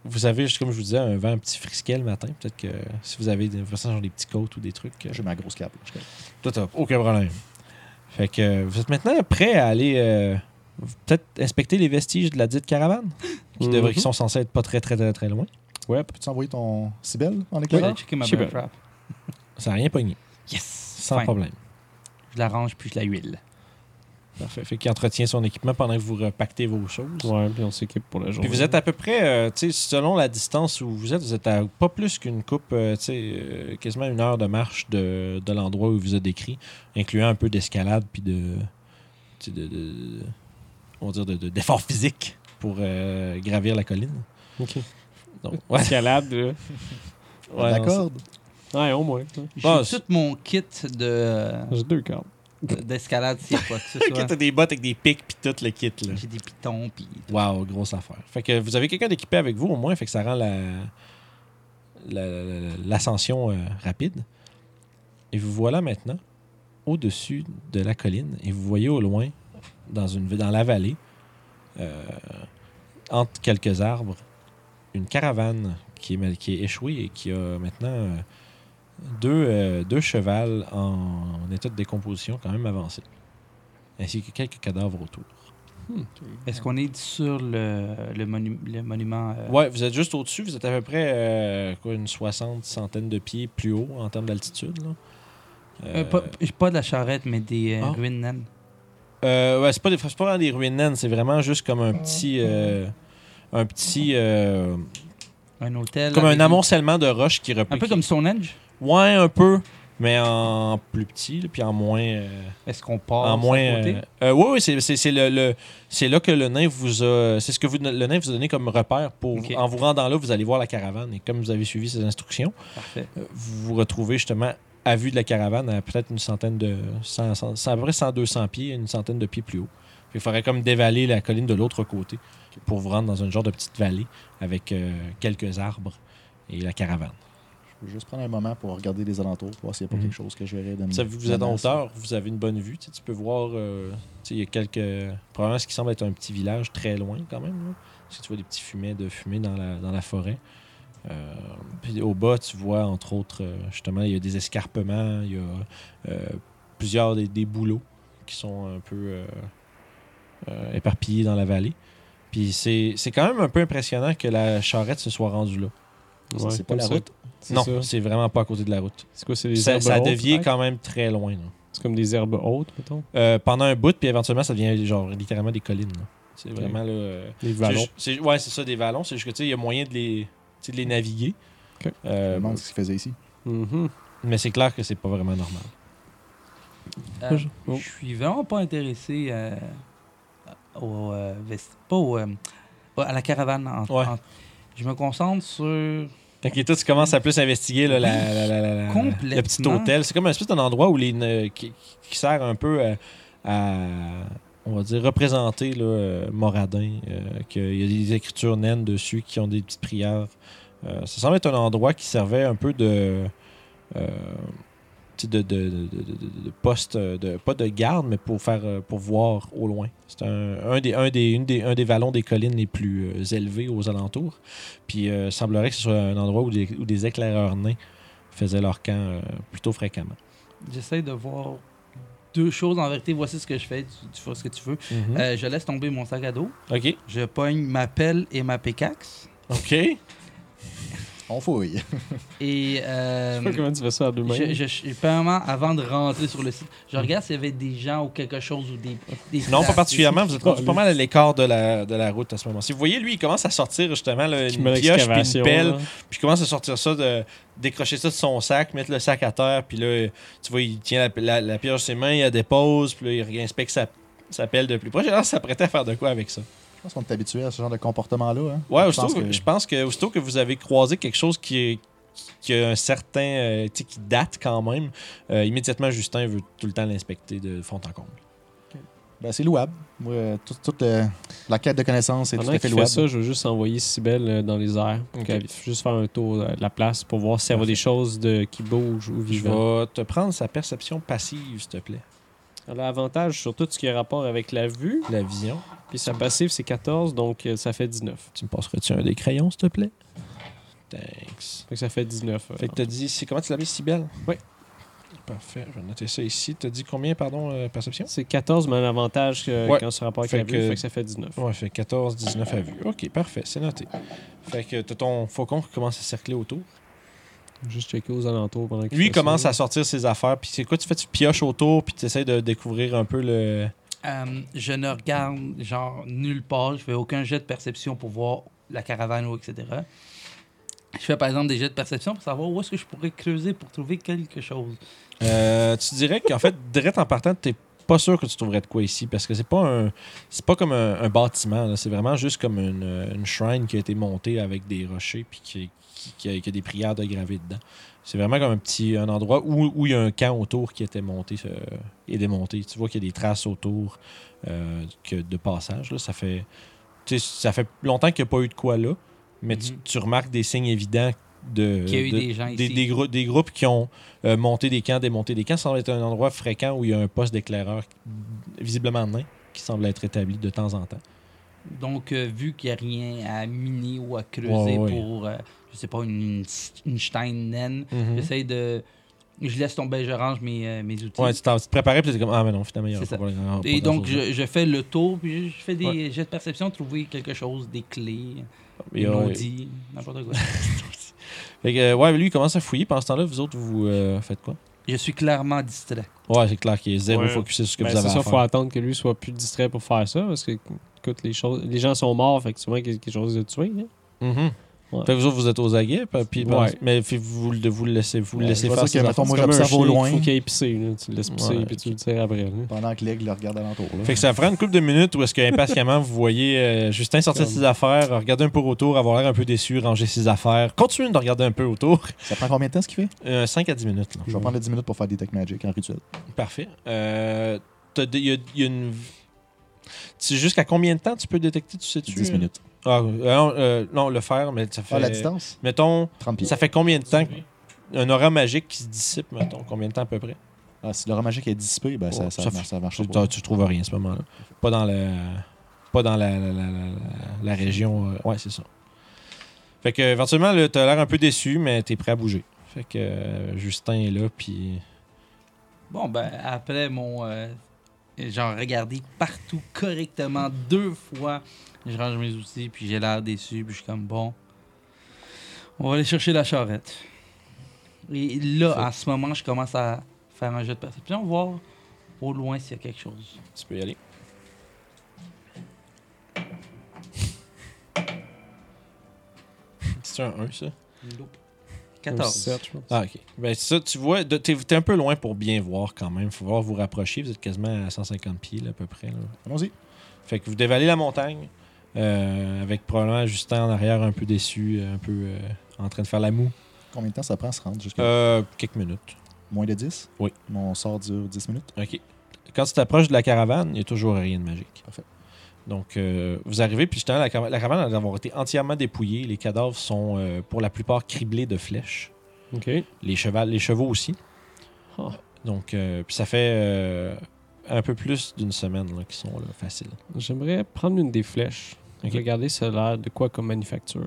Speaker 1: vous avez, juste comme je vous disais, un vent un petit frisquet le matin. Peut-être que si vous avez des, vous sentez genre des petits côtes ou des trucs. euh,
Speaker 3: J'ai ma grosse cape. là, je connais.
Speaker 1: tout top, aucun problème. Fait que euh, vous êtes maintenant prêt à aller euh, peut-être inspecter les vestiges de la dite caravane qui, devraient-
Speaker 2: Mhm.
Speaker 1: qui sont censés être pas très très très très loin.
Speaker 2: Ouais,
Speaker 3: Peux-tu envoyer ton Cybelle en
Speaker 4: je vais
Speaker 3: éclaireur?
Speaker 4: aller checker ma
Speaker 2: Je sais
Speaker 4: bear
Speaker 2: pas.
Speaker 4: trap.
Speaker 1: Ça n'a rien pogné,
Speaker 4: Yes!
Speaker 1: sans
Speaker 4: Fin.
Speaker 1: problème.
Speaker 4: Je l'arrange puis je la huile.
Speaker 1: Parfait. Fait qu'il entretient son équipement pendant que vous repactez vos choses.
Speaker 2: Ouais, puis on s'équipe pour la journée.
Speaker 1: Puis vous êtes à peu près, euh, tu sais, selon la distance où vous êtes, vous êtes à pas plus qu'une coupe, euh, tu sais, euh, quasiment une heure de marche de, de l'endroit où vous êtes décrit, incluant un peu d'escalade puis de, tu sais, de, de- on va dire, de- de- d'effort physique pour euh, gravir la colline.
Speaker 2: Ok.
Speaker 1: Donc, [LAUGHS] ouais,
Speaker 2: Escalade, là.
Speaker 1: ouais, non,
Speaker 3: D'accord.
Speaker 2: Ouais, au moins. ouais.
Speaker 4: J'ai
Speaker 1: Bah,
Speaker 4: tout mon kit de-
Speaker 2: J'ai deux cartes.
Speaker 1: [LAUGHS]
Speaker 4: d'escalade, s'il y a quoi que ce
Speaker 1: c'est- Ok,
Speaker 4: soit.
Speaker 1: t'as des bottes avec des pics puis tout le kit là.
Speaker 4: J'ai des pitons puis
Speaker 1: Wow, grosse affaire. Fait que vous avez quelqu'un d'équipé avec vous au moins, fait que ça rend la la- la- l'ascension euh, rapide. Et vous voilà maintenant au-dessus de la colline et vous voyez au loin, dans, une, dans la vallée, euh, entre quelques arbres, une caravane qui est, mal- qui est échouée et qui a maintenant euh, deux, euh, deux chevals en, état de décomposition quand même avancé, ainsi que quelques cadavres autour. Hmm.
Speaker 4: Est-ce qu'on est sur le, le, monu- le monument euh,
Speaker 1: Ouais, vous êtes juste au-dessus, vous êtes à peu près euh, quoi, une soixante, centaine de pieds plus haut en termes d'altitude. là.
Speaker 4: euh, pas, pas de la charrette, mais des euh,
Speaker 1: Ah.
Speaker 4: ruines naines.
Speaker 1: Euh, ouais, c'est pas, des- c'est pas vraiment des ruines naines, c'est vraiment juste comme un petit. euh, un petit. euh,
Speaker 4: Un hôtel.
Speaker 1: comme
Speaker 4: avec
Speaker 1: un
Speaker 4: des-
Speaker 1: amoncellement de roches qui
Speaker 4: Un
Speaker 1: replique.
Speaker 4: peu comme Stonehenge.
Speaker 1: Ouais, un peu, mais en plus petit, là, puis en moins. euh,
Speaker 4: Est-ce qu'on part
Speaker 1: en
Speaker 4: sur
Speaker 1: moins.
Speaker 4: le côté?
Speaker 1: euh, euh, oui, oui, c'est- c'est c'est le, le- c'est là que le nain vous a. C'est ce que vous, le nain vous a donné comme repère pour.
Speaker 4: Ok.
Speaker 1: En vous rendant là, vous allez voir la caravane. Et comme vous avez suivi ses instructions,
Speaker 4: Parfait.
Speaker 1: euh, vous vous retrouvez justement à vue de la caravane à peut-être une centaine de. 100, 100, 100, à peu près 100, 200 pieds, une centaine de pieds plus haut. Puis il faudrait comme dévaler la colline de l'autre côté pour vous rendre dans un genre de petite vallée avec euh, quelques arbres et la caravane.
Speaker 3: Je vais juste prendre un moment pour regarder les alentours, pour voir s'il n'y a pas
Speaker 1: Mhm.
Speaker 3: quelque chose que je verrais de
Speaker 1: Ça, vous êtes en
Speaker 3: menace.
Speaker 1: hauteur, vous avez une bonne vue. Tu, sais, tu peux voir, euh, tu sais, il y a quelques. Probablement ce qui semble être un petit village très loin quand même. là. Parce que tu vois des petits fumets de fumée dans la, dans la forêt. Euh, puis au bas, tu vois, entre autres, euh, justement, il y a des escarpements, il y a euh, plusieurs des, des bouleaux qui sont un peu euh, euh, éparpillés dans la vallée. Puis c'est c'est quand même un peu impressionnant que la charrette se soit rendue là.
Speaker 3: Ça,
Speaker 2: Ouais,
Speaker 3: c'est pas
Speaker 2: comme
Speaker 3: la
Speaker 2: ça.
Speaker 3: route.
Speaker 2: C'est
Speaker 1: Non,
Speaker 2: ça.
Speaker 1: c'est vraiment pas à côté de la route.
Speaker 2: C'est quoi, c'est des
Speaker 1: Ça,
Speaker 2: herbes
Speaker 1: ça a
Speaker 2: hautes,
Speaker 1: dévié
Speaker 2: peut-être?
Speaker 1: quand même très loin. là.
Speaker 2: C'est comme des herbes hautes, mettons.
Speaker 1: Euh, pendant un bout, puis éventuellement, ça devient genre littéralement des collines. là. C'est vraiment là. euh,
Speaker 2: Des
Speaker 1: c'est
Speaker 2: vallons.
Speaker 1: ju- c'est- ouais, c'est ça, des vallons. C'est juste que tu sais, il y a moyen de les, tu sais, de les naviguer.
Speaker 2: Ok.
Speaker 1: Euh,
Speaker 3: Je me demande ce qu'il faisait ici.
Speaker 2: Mhm. [LAUGHS]
Speaker 1: mais c'est clair que c'est pas vraiment normal.
Speaker 4: Euh,
Speaker 2: Je- oh.
Speaker 4: Je suis vraiment pas intéressé euh, au euh, vest- pas au, euh, à la caravane. en-
Speaker 1: Ouais.
Speaker 4: en- je me concentre sur.
Speaker 1: T'inquiète, toi, tu commences à plus investiguer là, la, la- la- la- la-
Speaker 4: Complètement.
Speaker 1: le petit hôtel. C'est comme un espèce d'un endroit où les, ne- qui, qui sert un peu à, à, on va dire, représenter là, euh, Moradin. euh, qu'il y a des écritures naines dessus qui ont des petites prières. Euh, ça semble être un endroit qui servait un peu de. euh, tu sais, de, de, de- de- de- de poste, euh, de, pas de garde, mais pour faire euh, pour voir au loin. C'est un, un des, un, des, une des, un des vallons des collines les plus euh, élevés aux alentours. Puis euh, semblerait que ce soit un endroit où des, où des éclaireurs nains faisaient leur camp euh, plutôt fréquemment.
Speaker 4: J'essaie de voir deux choses en vérité. Voici ce que je fais. Tu, tu fais ce que tu veux.
Speaker 1: Mhm.
Speaker 2: Mhm.
Speaker 4: Euh, je laisse tomber mon sac à dos.
Speaker 2: Euh,
Speaker 1: OK.
Speaker 4: Je pogne ma pelle et ma pécaxe.
Speaker 1: OK.
Speaker 3: On fouille. [LAUGHS]
Speaker 4: Et
Speaker 2: Je
Speaker 4: euh,
Speaker 2: sais pas comment tu fais ça à deux mains.
Speaker 4: je, je, je- premièrement, avant de rentrer sur le site, je regarde s'il y avait des gens ou quelque chose ou des. des
Speaker 1: Non, pas
Speaker 4: places.
Speaker 1: particulièrement. Vous êtes rendu
Speaker 2: Ah,
Speaker 1: pas mal à l'écart de la, de la route à ce moment. Si vous voyez, lui, il commence à sortir justement là,
Speaker 2: Qui
Speaker 1: une
Speaker 2: met
Speaker 1: pioche puis
Speaker 2: l'excavation,
Speaker 1: une pelle.
Speaker 2: là.
Speaker 1: Puis il commence à sortir ça, de, décrocher ça de son sac, mettre le sac à terre. Puis là, tu vois, il tient la, la, la pioche dans ses mains, il la dépose. Puis là, il inspecte sa, sa pelle de plus proche. Il a l'air de s'apprêter à faire de quoi avec ça.
Speaker 3: Je pense qu'on est habitué à ce genre de comportement-là. hein.
Speaker 1: Ouais,
Speaker 3: je
Speaker 1: aussitôt
Speaker 3: pense
Speaker 1: que-
Speaker 3: que-
Speaker 1: je pense que aussitôt que vous avez croisé quelque chose qui, est- qui a un certain. euh, tu sais, qui date quand même, euh, immédiatement Justin veut tout le temps l'inspecter de fond en comble.
Speaker 3: Ben, c'est louable. Moi, euh, tout- toute euh, la quête de connaissances est tout
Speaker 2: Pendant
Speaker 3: à fait
Speaker 2: qu'il fait
Speaker 3: louable.
Speaker 2: ça, je veux juste envoyer Sibelle euh, dans les airs pour
Speaker 1: Ok.
Speaker 2: qu'elle puisse juste faire un tour euh, de la place pour voir s'il y a
Speaker 1: Parfait.
Speaker 2: des choses de, qui bougent ou
Speaker 1: Je
Speaker 2: vivantes.
Speaker 1: vais te prendre sa perception passive, s'il te plaît.
Speaker 2: Elle a avantage sur tout ce qui est rapport avec la vue,
Speaker 1: La vision.
Speaker 2: puis sa passive c'est 14, donc euh, ça fait 19.
Speaker 1: Tu me passerais-tu un des crayons, s'il te plaît? Thanks.
Speaker 2: Fait que ça fait 19. euh,
Speaker 1: Fait que t'as dit. c'est- Comment tu l'avais si belle?
Speaker 2: Oui.
Speaker 1: Parfait, je vais noter ça ici. T'as dit combien, pardon, euh, perception?
Speaker 2: C'est 14, mais un avantage euh,
Speaker 1: Ouais.
Speaker 2: quand c'est rapport avec
Speaker 1: Fait
Speaker 2: la
Speaker 1: que-
Speaker 2: vue, fait que ça fait 19.
Speaker 1: Ouais, fait 14, 19 à vue. Ok, parfait, c'est noté. Fait que t'as ton faucon qui commence à cercler autour.
Speaker 2: Juste checker aux alentours pendant qu'il
Speaker 1: Lui, il
Speaker 2: fait ça,
Speaker 1: commence
Speaker 2: là.
Speaker 1: à sortir ses affaires. Puis c'est quoi, tu fais, tu pioches autour, puis tu essaies de découvrir un peu le.
Speaker 4: Euh, je ne regarde genre nulle part. Je fais aucun jet de perception pour voir la caravane ou etc. Je fais par exemple des jets de perception pour savoir où est-ce que je pourrais creuser pour trouver quelque chose.
Speaker 1: Euh, tu dirais qu'en fait, direct en partant, t'es pas sûr que tu trouverais de quoi ici, parce que c'est pas un, c'est pas comme un, un bâtiment. là. C'est vraiment juste comme une, une shrine qui a été montée avec des rochers, puis qui, qui- qui a, qui a des prières de gravés dedans. C'est vraiment comme un petit un endroit où où il y a un camp autour qui était monté euh, et démonté. Tu vois qu'il y a des traces autour euh, que de passage. là. Ça fait tu sais, ça fait longtemps qu'il n'y a pas eu de quoi là, mais tu-
Speaker 4: Mhm.
Speaker 1: tu, remarques des signes évidents de,
Speaker 4: Qu'il y a eu
Speaker 1: de-
Speaker 4: des gens
Speaker 1: des,
Speaker 4: ici.
Speaker 1: des grou- des groupes qui ont euh, monté des camps, démonté des camps. Ça semble être un endroit fréquent où il y a un poste d'éclaireur visiblement nain qui semble être établi de temps en temps.
Speaker 4: Donc euh, vu qu'il n'y a rien à miner ou à creuser
Speaker 1: Ouais, ouais.
Speaker 4: pour euh, je sais pas une, une Stein naine,
Speaker 2: Mm-hmm.
Speaker 1: Ouais,
Speaker 4: j'essaie de je laisse tomber, je range mes, euh, mes outils.
Speaker 1: tu, t'en- tu te préparais, puis tu comme Ah, mais non, finalement, il y aura
Speaker 4: C'est
Speaker 1: pas,
Speaker 4: ça.
Speaker 1: pas grand- pas
Speaker 4: et donc
Speaker 1: grand-chose.
Speaker 4: je, je fais le tour puis je je fais des jets de perception trouver quelque chose, des clés,
Speaker 1: Il y
Speaker 4: des
Speaker 1: a-
Speaker 4: maudits, n'importe quoi.
Speaker 1: Fait que, euh, ouais, lui, il commence à fouiller. Pendant ce temps-là, vous autres, vous euh, faites quoi
Speaker 4: je suis clairement distrait.
Speaker 1: Ouais, c'est clair qu'il est zéro
Speaker 2: Ouais.
Speaker 1: focusé sur ce que
Speaker 2: Ben,
Speaker 1: vous avez
Speaker 2: c'est
Speaker 1: à
Speaker 2: ça,
Speaker 1: faire.
Speaker 2: faut attendre que lui soit plus distrait pour faire ça, parce que écoute, les, choses, les gens sont morts, fait que souvent qu'il y a quelque chose de tué. hein.
Speaker 1: Mhm.
Speaker 2: Ouais.
Speaker 1: Fait que vous autres, vous êtes aux aguets, puis- puis,
Speaker 2: Ouais.
Speaker 1: mais puis vous, le- vous le laissez, vous le
Speaker 3: Ouais,
Speaker 1: laissez
Speaker 3: je vais
Speaker 1: faire
Speaker 3: dire que,
Speaker 1: ses
Speaker 3: mettons,
Speaker 1: affaires.
Speaker 3: moi,
Speaker 2: C'est comme un
Speaker 3: j'observe au
Speaker 2: chien qu'il
Speaker 3: loin.
Speaker 2: faut qu'il ait pissé, là. Tu le laisses pisser,
Speaker 1: Ouais.
Speaker 2: puis tu le tires après. là.
Speaker 3: Pendant que l'aigle le regarde alentour. là.
Speaker 1: Fait que ça prend une couple de minutes où est-ce que impatiemment vous voyez euh, Justin sortir
Speaker 2: Comme-
Speaker 1: ses affaires, regarder un peu autour, avoir l'air un peu déçu, ranger ses affaires, continuer de regarder un peu autour. [LAUGHS]
Speaker 3: Ça prend combien de temps ce qu'il fait
Speaker 1: Euh, 5 à 10 minutes. là.
Speaker 3: Je vais prendre les 10 minutes pour faire des tech magic en rituel.
Speaker 1: Parfait. Euh, t'as des- y a- y a une- Tu sais jusqu'à combien de temps tu peux détecter, tu sais-tu?
Speaker 3: 10
Speaker 1: euh?
Speaker 3: minutes.
Speaker 1: Ah, euh, non, euh, non, le faire, mais ça fait...
Speaker 3: Ah, la distance
Speaker 1: Mettons,
Speaker 3: 30 pieds.
Speaker 1: ça fait combien de temps que- un aura magique qui se dissipe, mettons, combien de temps à peu près?
Speaker 3: Ah, si l'aura magique est dissipée, ben, ça,
Speaker 1: Ouais,
Speaker 3: ça,
Speaker 1: ça
Speaker 3: marche- ça marche
Speaker 1: Tu,
Speaker 3: pas.
Speaker 1: t'as- tu trouves rien à ce moment-là. Pas dans la, pas dans la, la- la- la- la- la région. euh, ouais, c'est ça. Fait que éventuellement, là, t'as l'air un peu déçu, mais t'es prêt à bouger. Fait que euh, Justin est là, puis
Speaker 4: Bon, ben, après mon. euh, genre, regarder partout correctement deux fois Je range mes outils, puis j'ai l'air déçu, puis je suis comme bon. On va aller chercher la charrette. Et là, à ce moment, je commence à faire un jeu de perception, voir au loin s'il y a quelque chose.
Speaker 1: Tu peux y aller. C'est un 1, ça?
Speaker 4: 14.
Speaker 1: Ah, ok. Ben, ça, tu vois, de- t'es t'es un peu loin pour bien voir quand même. Faut voir vous rapprocher. Vous êtes quasiment à 150 pieds, là, à peu près. là.
Speaker 3: Allons-y.
Speaker 1: Fait que vous dévalez la montagne, euh, avec probablement Justin en arrière un peu déçu, un peu euh, en train de faire la moue.
Speaker 3: Combien de temps ça prend à se rendre jusqu'à
Speaker 1: Euh, quelques minutes.
Speaker 3: moins de 10
Speaker 1: oui.
Speaker 3: Mon sort dure 10 minutes.
Speaker 1: OK. Quand tu t'approches de la caravane, il n'y a toujours rien de magique.
Speaker 3: Parfait.
Speaker 1: Donc, euh, vous arrivez, puis justement, la, cava- la caravane va avoir été entièrement dépouillée. Les cadavres sont, euh, pour la plupart, criblés de flèches.
Speaker 2: Ok.
Speaker 1: Les, chevals, les chevaux aussi.
Speaker 2: Ah.
Speaker 1: Donc, euh, puis ça fait euh, un peu plus d'une semaine là, qu'ils sont là, facile.
Speaker 2: J'aimerais prendre une des flèches.
Speaker 1: Ok.
Speaker 2: Regarder ça a l'air de quoi comme manufacture.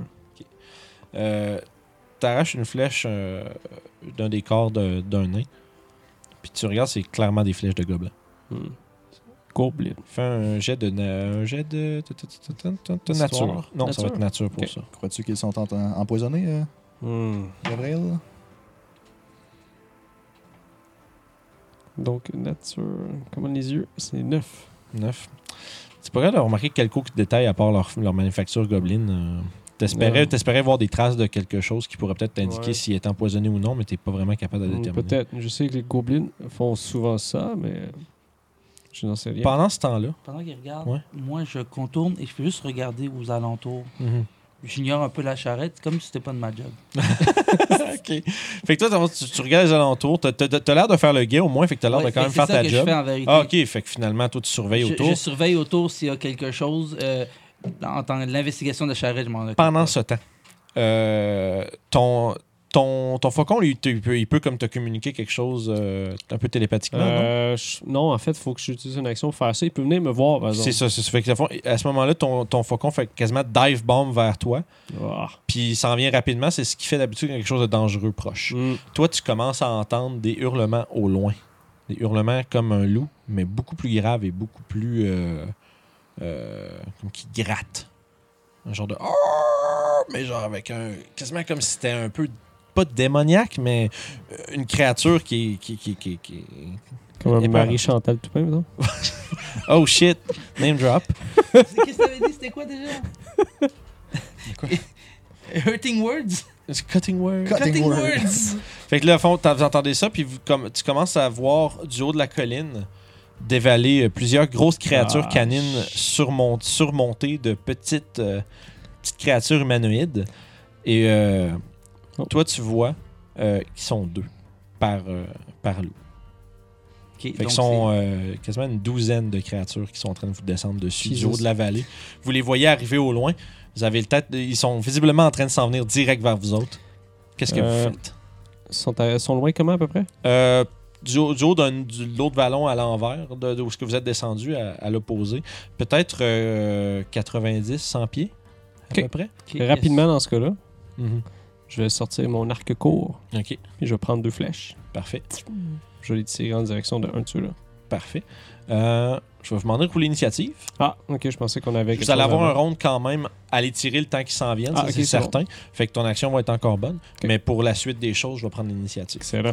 Speaker 1: Euh, T'arraches une flèche euh, d'un des corps de- d'un nain, puis tu regardes, c'est clairement des flèches de gobelins.
Speaker 2: Hmm. Goblin.
Speaker 1: Fais un jet de, na- un jet de ta- ta- ta- ta- ta- ta-
Speaker 2: Histoire.
Speaker 1: nature. Non, ça va être nature pour
Speaker 2: Ok.
Speaker 1: ça.
Speaker 3: Crois-tu qu'ils sont en- en- empoisonnés, euh,
Speaker 2: Hmm.
Speaker 3: Gabriel?
Speaker 2: Donc, nature. Comment les yeux C'est neuf.
Speaker 1: 9. C'est pas grave de remarquer quelques détails à part leur, leur manufacture gobeline. euh, T'espérais
Speaker 2: Ouais.
Speaker 1: t'espérais voir des traces de quelque chose qui pourrait peut-être t'indiquer
Speaker 2: Ouais.
Speaker 1: s'il est empoisonné ou non, mais t'es pas vraiment capable de
Speaker 2: Hmm,
Speaker 1: déterminer.
Speaker 2: Peut-être. Je sais que les gobelins font souvent ça, mais je n'en sais rien.
Speaker 1: Pendant ce temps-là,
Speaker 4: Pendant qu'il regarde,
Speaker 1: Ouais.
Speaker 4: moi, je contourne et je peux juste regarder aux alentours. J'ignore un peu la charrette, comme si c'était pas de ma job.
Speaker 1: OK. Fait que toi, t'as- tu, tu regardes les alentours, t'as, t'as- t'as l'air de faire le guet au moins, fait que t'as l'air
Speaker 4: Ouais,
Speaker 1: de quand même
Speaker 4: fait que
Speaker 1: faire
Speaker 4: c'est ça
Speaker 1: ta
Speaker 4: que
Speaker 1: job.
Speaker 4: Je fais en vérité.
Speaker 1: Ah, OK. Fait que finalement, toi, tu surveilles
Speaker 4: Je-
Speaker 1: autour.
Speaker 4: Je, surveille autour s'il y a quelque chose. euh, en tant que l'investigation de la charrette, je m'en occupe.
Speaker 1: Pendant ce temps, euh, ton, ton, ton faucon, lui, il peut, il peut comme te communiquer quelque chose euh, un peu télépathiquement, non?
Speaker 2: Euh, je- non, en fait, il faut que j'utilise une action pour faire ça. Il peut venir me voir, par
Speaker 1: C'est ça,
Speaker 2: exemple.
Speaker 1: c'est ça. Fait que, à fond, à ce moment-là, ton, ton faucon fait quasiment dive bomb vers toi,
Speaker 2: Ah.
Speaker 1: puis il s'en vient rapidement. C'est ce qui fait d'habitude quelque chose de dangereux proche.
Speaker 2: Hmm.
Speaker 1: Toi, tu commences à entendre des hurlements au loin. Des hurlements comme un loup, mais beaucoup plus grave et beaucoup plus. euh, euh, comme qui gratte. Un genre de. Ah Mais genre avec un. Quasiment comme si c'était un peu. Pas démoniaque, mais euh, une créature qui. qui, qui, qui, qui-
Speaker 2: Comme un
Speaker 1: Et
Speaker 2: Marie
Speaker 1: par-
Speaker 2: Chantal Toupin, maintenant.
Speaker 1: Oh shit! Name drop.
Speaker 4: Qu'est-ce que t'avais dit C'était quoi déjà [LAUGHS] Hurting Words
Speaker 1: It's cutting word.
Speaker 3: Cutting word.
Speaker 1: Fait que là, au fond, t'as- vous entendez ça, puis vous, comme, tu commences à voir du haut de la colline dévaler euh, plusieurs grosses créatures
Speaker 2: Ah,
Speaker 1: canines
Speaker 2: ch-
Speaker 1: surmont- surmontées de petites, euh, petites créatures humanoïdes. Et euh,
Speaker 2: Oh.
Speaker 1: toi, tu vois euh, qu'ils sont deux par, euh, par loup.
Speaker 4: Ok,
Speaker 1: Fait
Speaker 4: donc
Speaker 1: qu'ils sont euh, quasiment une douzaine de créatures qui sont en train de vous descendre dessus du
Speaker 2: Jesus.
Speaker 1: haut de la vallée. Vous les voyez arriver au loin. Vous avez le tête. Ils sont visiblement en train de s'en venir direct vers vous autres. Qu'est-ce que
Speaker 2: Euh,
Speaker 1: vous faites?
Speaker 2: Ils sont, à- sont loin comment, à peu près?
Speaker 1: Euh, du haut, du haut d'un- du- de l'autre vallon à l'envers, de, de où ce que vous êtes descendu à, à l'opposé, peut-être euh, 90, 100 pieds, à
Speaker 2: Ok. Mm-hmm.
Speaker 1: peu près.
Speaker 4: c'est- ok,
Speaker 2: euh, Rapidement, dans ce cas-là, je vais sortir mon arc court
Speaker 1: OK,
Speaker 2: et je vais prendre deux flèches.
Speaker 1: parfait,
Speaker 2: Je vais les tirer en direction de un de ceux-là.
Speaker 1: parfait. Euh, je vais vous demander de rouler l'initiative.
Speaker 2: Ah, ok, je pensais qu'on avait.
Speaker 1: Vous allez avoir un round quand même à les tirer le temps qu'ils s'en viennent,
Speaker 2: Ah,
Speaker 1: ça,
Speaker 2: ok,
Speaker 1: c'est
Speaker 2: c'est bon.
Speaker 1: certain. Fait que ton action va être encore bonne.
Speaker 2: Ok.
Speaker 1: Mais pour la suite des choses, je vais prendre l'initiative.
Speaker 2: Excellent.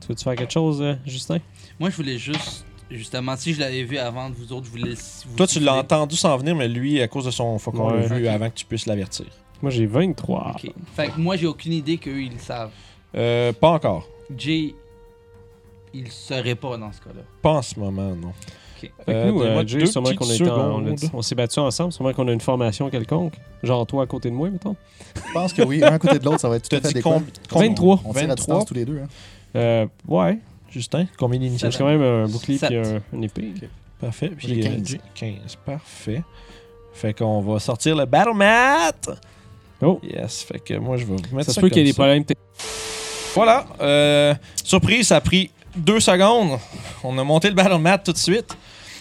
Speaker 2: Tu veux-tu faire quelque chose, euh, Justin?
Speaker 4: yes. Moi, je voulais juste. Justement, si je l'avais vu avant de vous autres, je voulais. vous
Speaker 1: Toi, tu
Speaker 4: souffler.
Speaker 1: l'as entendu s'en venir, mais lui, à cause de son faucon, l'a
Speaker 2: Ouais.
Speaker 1: vu
Speaker 4: Ok.
Speaker 1: avant que tu puisses l'avertir.
Speaker 2: Moi, j'ai 23.
Speaker 4: Ok. Fait que moi, j'ai aucune idée qu'eux, ils le savent.
Speaker 1: Euh, pas encore.
Speaker 4: Jay, il le saurait pas dans ce cas-là.
Speaker 1: Pas en ce moment, non.
Speaker 2: Fait que
Speaker 1: Euh,
Speaker 2: nous,
Speaker 1: donne-moi
Speaker 2: euh, Jay,
Speaker 1: deux
Speaker 2: sûrement qu'on
Speaker 1: petites
Speaker 2: est en- on a-
Speaker 1: secondes.
Speaker 2: on s'est battus ensemble, sûrement qu'on a une formation quelconque. Genre toi à côté de moi, mettons.
Speaker 3: Je pense que oui, un à côté de l'autre, ça va [LAUGHS] être tout
Speaker 1: T'as
Speaker 3: à fait
Speaker 1: dit
Speaker 3: adéquat.
Speaker 1: com- combien-
Speaker 2: 23.
Speaker 3: On tire à
Speaker 1: 23.
Speaker 3: distance tous les deux. hein.
Speaker 2: Euh, ouais.
Speaker 1: Justin, combien
Speaker 2: J'ai
Speaker 1: d'initiatives
Speaker 2: quand même un bouclier
Speaker 4: Sept.
Speaker 2: et un, une épée.
Speaker 1: Parfait. Puis
Speaker 3: J'ai
Speaker 1: euh,
Speaker 3: 15.
Speaker 1: j'ai 15. Parfait. Fait qu'on va sortir le Battle Mat.
Speaker 2: Oh.
Speaker 1: Yes. Fait que moi, je vais vous mettre ça.
Speaker 2: Ça se peut qu'il y
Speaker 1: comme
Speaker 2: ait des
Speaker 1: ça.
Speaker 2: problèmes techniques.
Speaker 1: Voilà. euh, surprise, ça a pris deux secondes. On a monté le Battle Mat tout de suite.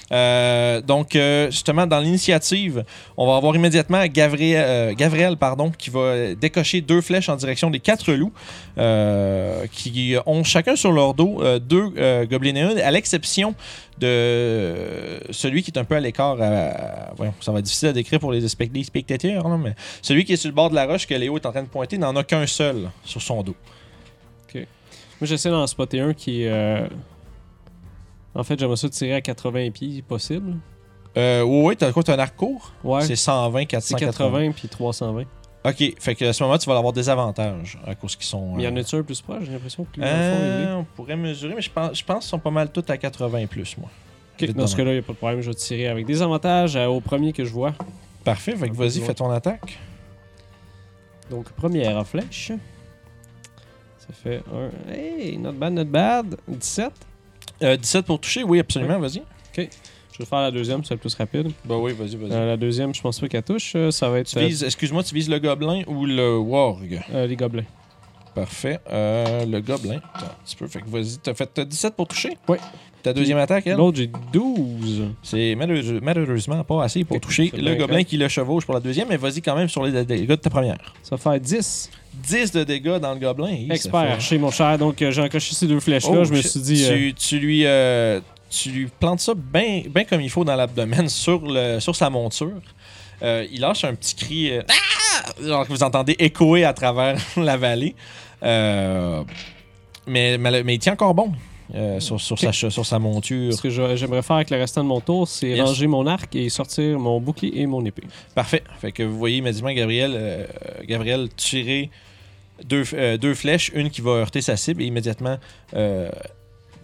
Speaker 1: Euh, donc, euh, justement, dans l'initiative, on va avoir immédiatement Gabriel, euh, Gavrel, pardon, qui va décocher deux flèches en direction des quatre loups, euh, qui ont chacun sur leur dos euh, deux euh, goblinéodes, à l'exception de euh, celui qui est un peu à l'écart. à- à- voyons, ça va être difficile à décrire pour les, spect- les spectateurs, là, mais celui qui est sur le bord de la roche que Léo est en train de pointer n'en a qu'un seul sur son dos.
Speaker 2: Moi, j'essaie d'en spotter un qui est. euh, En fait, j'aimerais ça tirer à 80 pieds, possible.
Speaker 1: Euh, oui, oui, t'as quoi? T'as un arc court?
Speaker 2: Ouais,
Speaker 1: C'est 120,
Speaker 2: c'est
Speaker 1: 480.
Speaker 2: 80 puis 320.
Speaker 1: OK, fait que à ce moment, tu vas avoir des avantages à cause qu'ils sont.
Speaker 2: Mais il y en
Speaker 1: euh,
Speaker 2: a-tu un plus proche J'ai l'impression que lui, dans le fond, il est.
Speaker 1: euh, on pourrait mesurer, mais je pense, je pense qu'ils sont pas mal tous à 80 et plus, moi.
Speaker 2: Ok, dans ce cas-là, il n'y a pas de problème. Je vais tirer avec des avantages euh, au premier que je vois.
Speaker 1: Parfait, fait que
Speaker 2: Un peu
Speaker 1: vas-y,
Speaker 2: loin.
Speaker 1: fais ton attaque.
Speaker 2: Donc, première flèche. Ça fait un. Hey, not bad, not bad. 17.
Speaker 1: Euh, 17 pour toucher, oui, absolument, vas-y.
Speaker 2: Je vais faire la deuxième, c'est plus rapide.
Speaker 1: Bah oui, vas-y, vas-y.
Speaker 2: Euh, la deuxième, je pense pas qu'elle touche. Euh, Ça va être
Speaker 1: tu
Speaker 2: euh,
Speaker 1: vises, excuse-moi, tu vises le gobelin ou le warg?
Speaker 2: euh, les gobelins.
Speaker 1: Parfait. Euh, le gobelin. Attends, un petit peu. Fait que vas-y, t'as fait euh, 17 pour toucher?
Speaker 2: Ouais.
Speaker 1: Ta deuxième attaque, elle?
Speaker 2: L'autre, j'ai 12.
Speaker 1: C'est malheureux- malheureusement pas assez pour
Speaker 2: Ok,
Speaker 1: toucher
Speaker 2: c'est
Speaker 1: le
Speaker 2: bien
Speaker 1: gobelin
Speaker 2: correct.
Speaker 1: qui le chevauche pour la deuxième, mais vas-y quand même sur les dégâts de ta première.
Speaker 2: Ça va faire 10.
Speaker 1: 10 de dégâts dans le gobelin. Hi, ça
Speaker 2: Expert,
Speaker 1: fait-
Speaker 2: chez mon cher. Donc, euh, j'ai encoché ces deux flèches-là.
Speaker 1: Oh,
Speaker 2: je me
Speaker 1: shit.
Speaker 2: suis dit. euh,
Speaker 1: Tu, tu lui, euh, tu lui plantes ça bien ben comme il faut dans l'abdomen, sur, le, sur sa monture. Euh, il lâche un petit cri. euh, Ah! genre que vous entendez échoer à travers [LAUGHS] la vallée. Euh, mais, mais, mais il tient encore bon euh, sur, sur, sa, che- sur sa monture.
Speaker 2: Ce que je- j'aimerais faire avec le restant de mon tour, c'est
Speaker 1: Yes.
Speaker 2: ranger mon arc et sortir mon bouclier et mon épée.
Speaker 1: Parfait. Fait que vous voyez immédiatement Gabriel, euh, Gabriel tirer deux, euh, deux flèches, une qui va heurter sa cible et immédiatement, euh,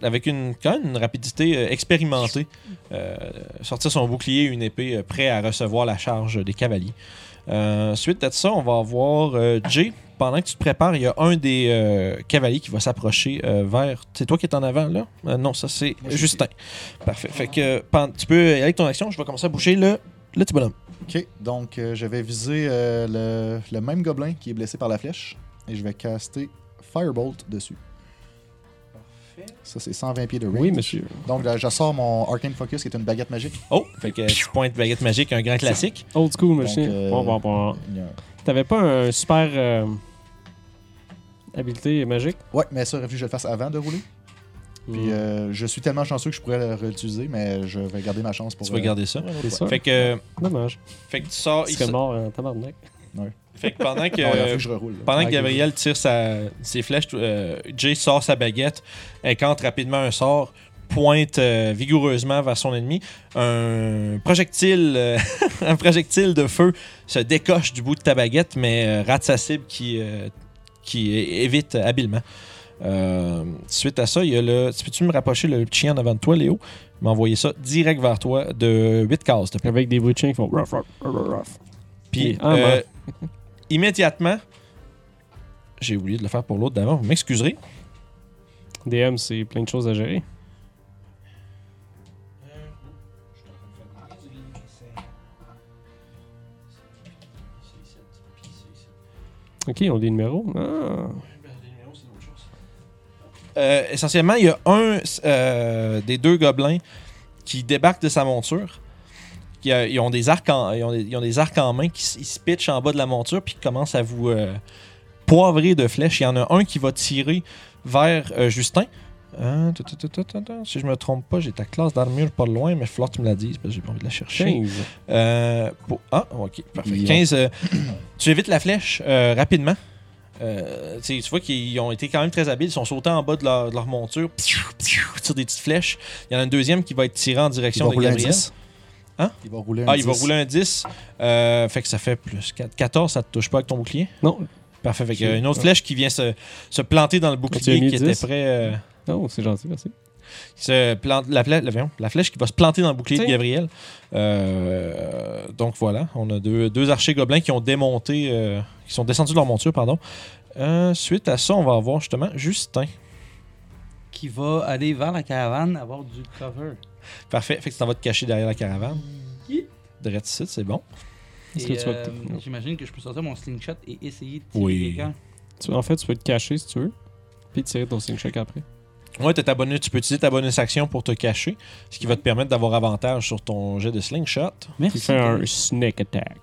Speaker 1: avec une, quand même une rapidité euh, expérimentée, euh, sortir son bouclier et une épée euh, prêt à recevoir la charge des cavaliers. Euh, suite à ça, on va avoir euh, Jay. Pendant que tu te prépares, il y a un des euh, cavaliers qui va s'approcher euh, vers. C'est toi qui es en avant, là Euh, Non, ça c'est
Speaker 3: Moi, je suis
Speaker 1: Justin. Parfait. Fait que euh, pen- tu peux, euh, avec ton action, je vais commencer à boucher le, le petit bonhomme.
Speaker 3: OK, donc euh, je vais viser euh, le, le même gobelin qui est blessé par la flèche et je vais caster Firebolt dessus. Ça, c'est 120 pieds de range.
Speaker 2: Oui, monsieur.
Speaker 3: Donc, là, je sors mon Arcane Focus, qui est une baguette magique.
Speaker 1: Oh, fait que tu pointes baguette magique, un grand classique.
Speaker 2: Old school,
Speaker 3: Donc,
Speaker 2: monsieur.
Speaker 3: euh,
Speaker 2: Bon, bon, bon.
Speaker 3: Il y a-
Speaker 2: T'avais pas un super euh, habilité magique?
Speaker 3: Ouais, mais ça, aurait fallu que je le fasse avant de rouler. Puis, euh, je suis tellement chanceux que je pourrais le réutiliser, mais je vais garder ma chance pour.
Speaker 1: Tu vas
Speaker 3: euh,
Speaker 1: garder ça.
Speaker 2: Ah, C'est ça.
Speaker 1: Fait que, euh,
Speaker 2: Dommage.
Speaker 1: fait que tu sors.
Speaker 2: Il
Speaker 1: il
Speaker 2: serait
Speaker 1: sa-
Speaker 2: mort en tabarnak.
Speaker 1: fait que pendant que,
Speaker 3: non, il aurait fallu que je reroule. là.
Speaker 1: euh, pendant que
Speaker 2: Ah,
Speaker 1: Gabriel tire sa- ses flèches, euh, Jay sort sa baguette, incante rapidement un sort, pointe euh, vigoureusement vers son ennemi. Un projectile, euh, [LAUGHS] un projectile de feu se décoche du bout de ta baguette, mais euh, rate sa cible qui, euh, qui é- évite habilement. Euh, suite à ça, il y a le. tu Peux-tu me rapprocher le petit chien en avant de toi, Léo? M'envoyer ça direct vers toi de 8 cases, s'il te plaît.
Speaker 2: Avec des bruits de chien qui font ruff, ruff, ruff, ruff.
Speaker 1: Puis
Speaker 2: Et un
Speaker 1: euh, [LAUGHS] immédiatement, j'ai oublié de le faire pour l'autre d'avant, vous m'excuserez.
Speaker 2: DM, c'est plein de choses à gérer. Ok, on des numéros. Ah.
Speaker 1: Euh, essentiellement, il y a un euh, des deux gobelins qui débarque de sa monture. qui, euh, ils, ont des arcs en, ils, ont des, ils ont des arcs en main qui s- ils se pitchent en bas de la monture puis qui commencent à vous euh, poivrer de flèches. Il y en a un qui va tirer vers euh, Justin. Hein, tout, tout, tout, tout, tout, tout. Si je me trompe pas, j'ai ta classe d'armure pas loin, mais il va falloir que tu me la dises parce que j'ai pas envie de la chercher.
Speaker 2: 15.
Speaker 1: Euh, pour- Ah, ok, parfait.
Speaker 3: Ils ont-
Speaker 1: 15. euh, [CLEARS THROAT] tu évites la flèche euh, rapidement. Euh, tu sais, tu vois qu'ils ont été quand même très habiles. Ils sont sautés en bas de leur, de leur monture. Psiou, psiou, Sur des petites flèches. Il y en a une deuxième qui va être tirée en
Speaker 3: Il
Speaker 1: direction
Speaker 3: va
Speaker 1: de
Speaker 3: rouler un
Speaker 1: Gabriel.
Speaker 3: 10.
Speaker 1: Hein?
Speaker 3: Il va rouler un
Speaker 1: Ah, il va
Speaker 3: 10.
Speaker 1: rouler un 10. Euh, fait que ça fait plus 4. 14, ça te touche pas avec ton bouclier.
Speaker 2: Non,
Speaker 1: Parfait. Fait que,
Speaker 2: Ok.
Speaker 1: euh, une autre flèche qui vient se, se planter dans le bouclier
Speaker 2: mis
Speaker 1: qui était
Speaker 2: 10?
Speaker 1: prêt. euh,
Speaker 2: non, c'est gentil, merci.
Speaker 1: se plante, la, pla- la- voyons, la flèche qui va se planter dans le bouclier de
Speaker 2: Tiens.
Speaker 1: Gabriel. Euh, donc voilà, on a deux, deux archers gobelins qui ont démonté, euh, qui sont descendus de leur monture, pardon. Euh, suite à ça, on va avoir justement Justin.
Speaker 4: Qui va aller vers la caravane avoir du cover.
Speaker 1: Parfait, fait que ça va te cacher derrière la caravane. Direct ici, c'est bon.
Speaker 2: Est-ce
Speaker 4: Et,
Speaker 2: que tu vas
Speaker 4: euh,
Speaker 2: te-
Speaker 4: J'imagine que je peux sortir mon slingshot et essayer de tirer
Speaker 1: Oui.
Speaker 4: quelqu'un.
Speaker 2: Tu- En fait, tu peux te cacher si tu veux. Puis tirer ton sling check après.
Speaker 1: Ouais, t'as ta bonus, tu peux utiliser ta bonus action pour te cacher, ce qui va te permettre d'avoir avantage sur ton jet de slingshot.
Speaker 2: Il
Speaker 4: Merci.
Speaker 2: fait un sneak attack.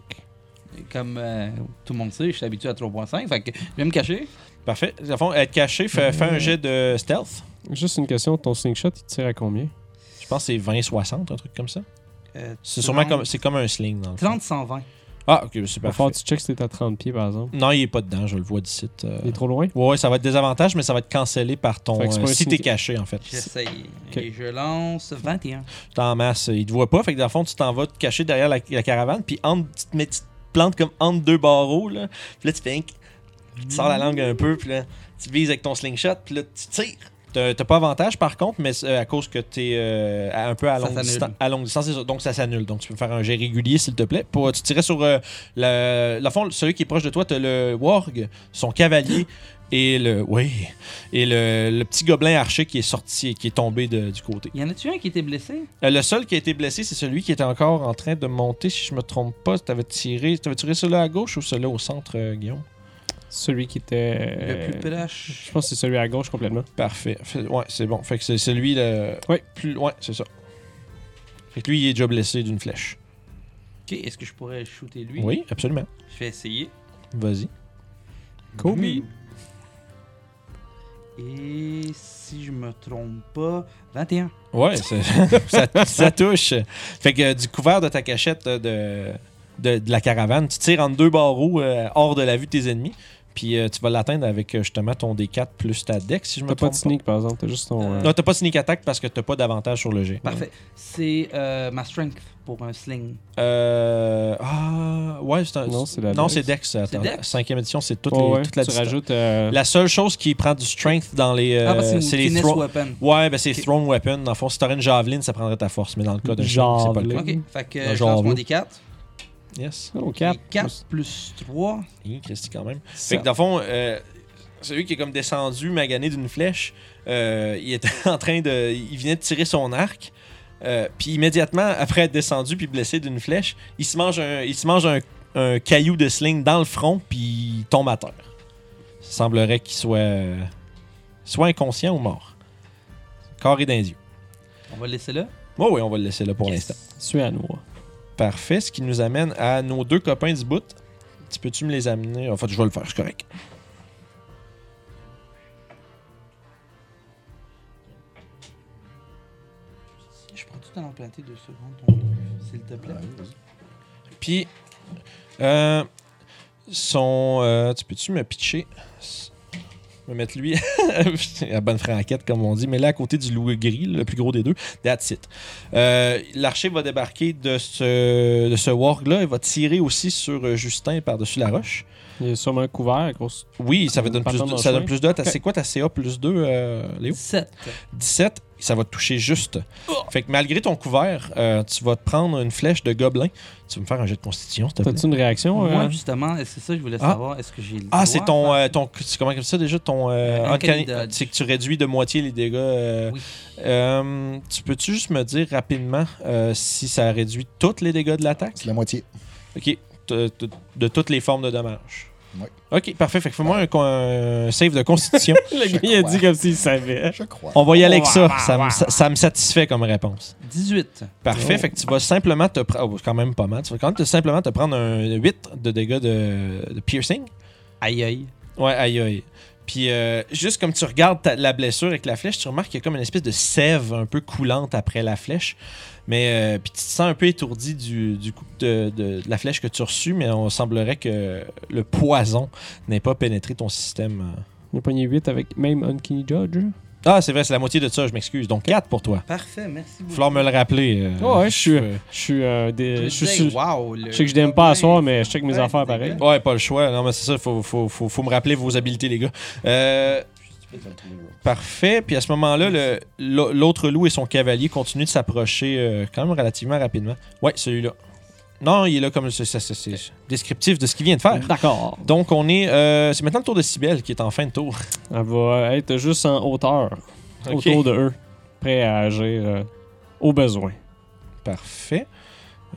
Speaker 4: Comme euh, tout le monde sait, je suis habitué à 3.5, fait que je vais me cacher.
Speaker 1: Parfait. Dans le fond, être caché, fais, fais un jet de stealth.
Speaker 2: Juste une question, ton slingshot, il tire à combien
Speaker 1: Je pense que c'est 20-60, un truc comme ça.
Speaker 4: Euh,
Speaker 1: C'est sûrement
Speaker 4: 30,
Speaker 1: comme, c'est comme un sling. Dans le fond.
Speaker 4: 30 120.
Speaker 1: Ah, ok, c'est
Speaker 2: Il va falloir
Speaker 1: parfait.
Speaker 2: que tu checkes si t'es à 30 pieds, par exemple.
Speaker 1: Non, il est pas dedans, je le vois d'ici. euh.
Speaker 2: Il est trop loin
Speaker 1: Ouais, ouais, ça va être désavantage, mais ça va être cancellé par ton.
Speaker 2: Fait que c'est
Speaker 1: euh,
Speaker 2: pas un
Speaker 1: si
Speaker 2: sneak-
Speaker 1: t'es caché, en fait.
Speaker 4: J'essaye.
Speaker 2: Ok.
Speaker 4: Et je lance 21.
Speaker 1: T'en masse, il te voit pas. Fait que dans le fond, tu t'en vas te cacher derrière la, la caravane, puis entre, tu te mets, tu te plantes comme entre deux barreaux, là. Puis là, tu fais un... Tu sors la langue un peu, puis là, tu vises avec ton slingshot, puis là, tu tires. T'as t'as pas avantage par contre, mais c'est, euh, à cause que t'es euh, à- un peu à
Speaker 4: Ça
Speaker 1: longue,
Speaker 4: s'annule.
Speaker 1: distan- à longue distance, c'est ça. donc ça s'annule. Donc tu peux me faire un jet régulier s'il te plaît. Pour, tu tirais sur euh, le, le fond, celui qui est proche de toi, t'as le warg, son cavalier et le oui et le, le petit gobelin archer qui est sorti, qui est tombé de- du côté.
Speaker 4: Y en a-tu un qui était blessé?
Speaker 1: Euh, le seul qui a été blessé, c'est celui qui était encore en train de monter, si je me trompe pas. T'avais tiré, t'avais tiré celui-là à gauche ou celui-là au centre, euh, Guillaume
Speaker 2: Celui qui était. euh,
Speaker 4: Le plus proche.
Speaker 2: Je pense que c'est celui à gauche complètement.
Speaker 1: Parfait. Fait- ouais, c'est bon. Fait que c'est celui le
Speaker 2: Oui.
Speaker 1: plus, ouais, c'est ça. Fait que lui, il est déjà blessé d'une flèche.
Speaker 4: Ok, est-ce que je pourrais shooter lui?
Speaker 1: Oui, absolument.
Speaker 4: Je vais essayer.
Speaker 1: Vas-y.
Speaker 2: Kobe.
Speaker 4: Et si je me trompe pas, 21.
Speaker 1: Ouais, c'est- [LAUGHS] ça, ça touche. Fait que euh, du couvert de ta cachette euh, de, de, de la caravane, tu tires entre deux barreaux euh, hors de la vue de tes ennemis. Puis euh, tu vas l'atteindre avec euh, justement ton D4 plus ta deck, si je me
Speaker 2: T'as pas
Speaker 1: trompe
Speaker 2: de sneak, par exemple, t'as juste ton.
Speaker 4: Euh,
Speaker 2: euh,
Speaker 1: Non, t'as pas sneak attack parce que t'as pas d'avantage sur le jet.
Speaker 4: Parfait. C'est euh, ma strength pour un sling.
Speaker 1: Euh. Ah. Ouais, c'est un.
Speaker 2: euh, Non, c'est la
Speaker 1: Non,
Speaker 2: Dex.
Speaker 1: c'est Dex. Attends.
Speaker 4: Dex?
Speaker 1: Cinquième édition, c'est toute,
Speaker 2: ouais,
Speaker 1: les-
Speaker 2: ouais,
Speaker 1: toute la
Speaker 2: tu
Speaker 1: distance.
Speaker 2: rajoutes. euh,
Speaker 1: La seule chose qui prend du strength dans les. euh,
Speaker 4: ah, parce que c'est une finesse
Speaker 1: throw-
Speaker 4: weapon.
Speaker 1: Ouais, ben c'est
Speaker 4: Ok.
Speaker 1: thrown weapon. Dans le fond, si t'aurais une javeline, ça prendrait ta force. Mais dans le cas d'un shield, c'est pas le cas.
Speaker 2: Javeline.
Speaker 4: Ok, fait que
Speaker 1: Un
Speaker 4: euh, je
Speaker 1: genre
Speaker 4: lance mon
Speaker 1: bleu.
Speaker 4: D4.
Speaker 1: Yes.
Speaker 2: Oh,
Speaker 4: Et
Speaker 2: 4.
Speaker 4: 4 plus 3.
Speaker 1: Hi, Christy, quand même. Fait que dans le fond, euh, celui qui est comme descendu, magané d'une flèche, euh, il était [LAUGHS] en train de. Il venait de tirer son arc. euh, puis immédiatement, après être descendu puis blessé d'une flèche, il se mange un, il se mange un, un caillou de sling dans le front puis il tombe à terre. Il semblerait qu'il soit, euh, soit inconscient ou mort. Carré d'un yeux.
Speaker 4: On va le laisser là.
Speaker 1: Oui, oui, on va le laisser là pour
Speaker 4: Yes.
Speaker 1: l'instant.
Speaker 2: Suédois.
Speaker 1: Parfait, ce qui nous amène à nos deux copains du bout. Tu peux-tu me les amener? En fait, je vais le faire, c'est correct.
Speaker 4: Je prends tout à l'en planter deux secondes, ton livre, s'il te plaît.
Speaker 1: Puis, euh, son. euh, tu peux-tu me pitcher Je vais mettre lui [LAUGHS] à bonne franquette, comme on dit, mais là, à côté du loup gris, le plus gros des deux, that's it. Euh, L'archer va débarquer de ce, de ce warg-là. Il va tirer aussi sur euh, Justin par-dessus la roche.
Speaker 2: Il est sûrement couvert, grosse.
Speaker 1: Oui, ça, va donne plus,
Speaker 2: Partons
Speaker 1: de-
Speaker 2: dans le
Speaker 1: ça donne
Speaker 2: chemin.
Speaker 1: plus de.
Speaker 2: Ok.
Speaker 1: C'est quoi ta CA plus 2, Léo
Speaker 4: 7.
Speaker 1: 17, ça va te toucher juste. Fait que malgré ton couvert, euh, tu vas te prendre une flèche de gobelin. Tu vas me faire un jet de constitution, s'il te plaît.
Speaker 2: T'as-tu une réaction euh,
Speaker 4: Moi, justement, c'est ça que je voulais
Speaker 1: Ah.
Speaker 4: savoir. Est-ce que j'ai le
Speaker 1: Ah,
Speaker 4: droit
Speaker 1: c'est
Speaker 4: à
Speaker 1: ton,
Speaker 4: faire-
Speaker 1: euh, ton. c'est Comment ça déjà Ton. euh,
Speaker 4: Uncanny
Speaker 1: uncanny-
Speaker 4: dodge.
Speaker 1: c'est que tu réduis de moitié les dégâts. euh,
Speaker 4: Oui.
Speaker 1: euh, tu peux-tu juste me dire rapidement euh, si ça réduit tous les dégâts de l'attaque
Speaker 3: C'est la moitié.
Speaker 1: Ok. De, de- de toutes les formes de dommages.
Speaker 3: Ouais.
Speaker 1: Ok, parfait. Fait que fais-moi un, con- un save de constitution.
Speaker 2: [LAUGHS] Le gars, il a dit comme s'il savait.
Speaker 3: Je crois.
Speaker 1: On va y aller avec ça.
Speaker 2: Ouah,
Speaker 1: Ça me,
Speaker 2: ouah,
Speaker 1: ça- ça me satisfait comme réponse.
Speaker 2: euh,
Speaker 4: 18.
Speaker 1: Parfait.
Speaker 2: Oh.
Speaker 1: Fait que tu vas simplement te prendre. quand même pas mal. Tu vas quand même te- simplement te prendre un 8 de dégâts de- de piercing.
Speaker 4: Aïe aïe.
Speaker 1: Ouais, aïe aïe. Puis euh, juste comme tu regardes ta- la blessure avec la flèche, tu remarques qu'il y a comme une espèce de sève un peu coulante après la flèche. Mais euh, puis tu te sens un peu étourdi du, du coup de, de- de la flèche que tu as reçue, mais on semblerait que le poison n'ait pas pénétré ton système. euh.
Speaker 2: Il a pogné 8 avec même Uncanny Judge.
Speaker 1: Ah, c'est vrai, c'est la moitié de ça, je m'excuse. Donc 4 pour toi.
Speaker 4: Parfait, merci beaucoup.
Speaker 1: Flore me le rappeler. euh,
Speaker 2: Ouais, ouais, je suis.
Speaker 1: euh,
Speaker 2: Je suis. euh, des-
Speaker 4: Je
Speaker 2: Je suis.
Speaker 4: disais,
Speaker 2: sur-
Speaker 4: wow, le-
Speaker 2: Je sais que je n'aime pas à
Speaker 4: Ouais.
Speaker 2: soir, mais je check mes
Speaker 4: Ouais,
Speaker 2: affaires
Speaker 4: c'est
Speaker 2: pareil.
Speaker 4: dégueu.
Speaker 1: Ouais, pas le choix. Non, mais c'est ça, faut, faut, faut, faut me rappeler vos habilités, les gars. Euh, Parfait. Puis à ce moment-là, le- l'au- l'autre loup et son cavalier continuent de s'approcher euh, quand même relativement rapidement. Ouais, celui-là. Non, il est là comme ça, ça- ça- c'est descriptif de ce qu'il vient de faire.
Speaker 2: D'accord.
Speaker 1: Donc on est, euh, c'est maintenant le tour de Cybelle qui est en fin de tour.
Speaker 2: Elle va être juste en hauteur autour de eux, prêt à agir euh, au besoin.
Speaker 1: Parfait.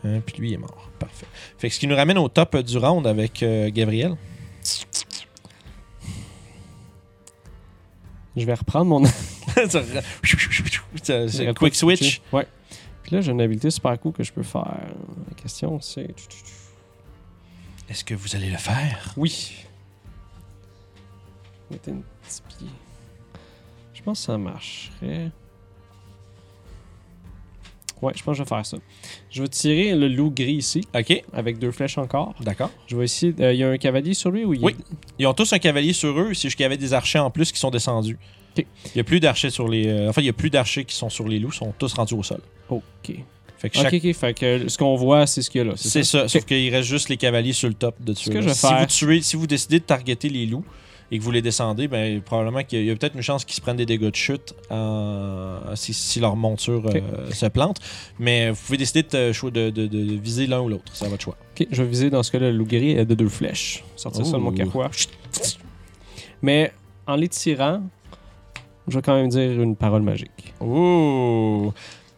Speaker 1: Euh, puis lui il est mort. Parfait. Fait que ce qui nous ramène au top du round avec euh, Gabriel. [LAUGHS]
Speaker 2: Je vais reprendre mon.
Speaker 1: Tu re- C'est c'est quick switch.
Speaker 2: Ouais. Puis là, j'ai une habilité super cool que je peux faire. La question, c'est.
Speaker 1: Est-ce que vous allez le faire?
Speaker 2: Oui. Mettez une petite pied. Je pense que ça marcherait. Ouais, je pense que je vais faire ça. Je vais tirer le loup gris ici,
Speaker 1: OK,
Speaker 2: avec deux flèches encore.
Speaker 1: d'accord.
Speaker 2: Je vais essayer. euh, Il y a un cavalier sur lui ou il
Speaker 1: Oui. Ils ont tous un cavalier sur eux, c'est juste qu'il y avait des archers en plus qui sont descendus.
Speaker 2: OK.
Speaker 1: Il y a plus d'archers sur les. euh, enfin, il y a plus d'archers qui sont sur les loups, ils sont tous rendus au sol.
Speaker 2: Ok.
Speaker 1: Fait que chaque-
Speaker 2: Ok, ok. Fait que ce qu'on voit, c'est ce qu'il y a là.
Speaker 1: C'est ça,
Speaker 2: ça?
Speaker 1: sauf qu'il reste juste les cavaliers sur le top de tuer.
Speaker 2: que
Speaker 1: là.
Speaker 2: je vais
Speaker 1: si
Speaker 2: faire-
Speaker 1: vous tuez, si vous décidez de targeter les loups et que vous les descendez, ben probablement qu'il y a- il y a, peut-être une chance qu'ils se prennent des dégâts de chute en- si, si leur monture
Speaker 2: Ok.
Speaker 1: euh, se plante. Mais vous pouvez décider de, cho- de- de- de viser l'un ou l'autre, c'est à votre choix.
Speaker 2: Ok, je vais viser dans ce cas-là le loup gris est de deux flèches. Sortir ça de mon
Speaker 1: Ouh.
Speaker 2: carquois. Mais en les tirant, je vais quand même dire une parole magique.
Speaker 1: Ouh!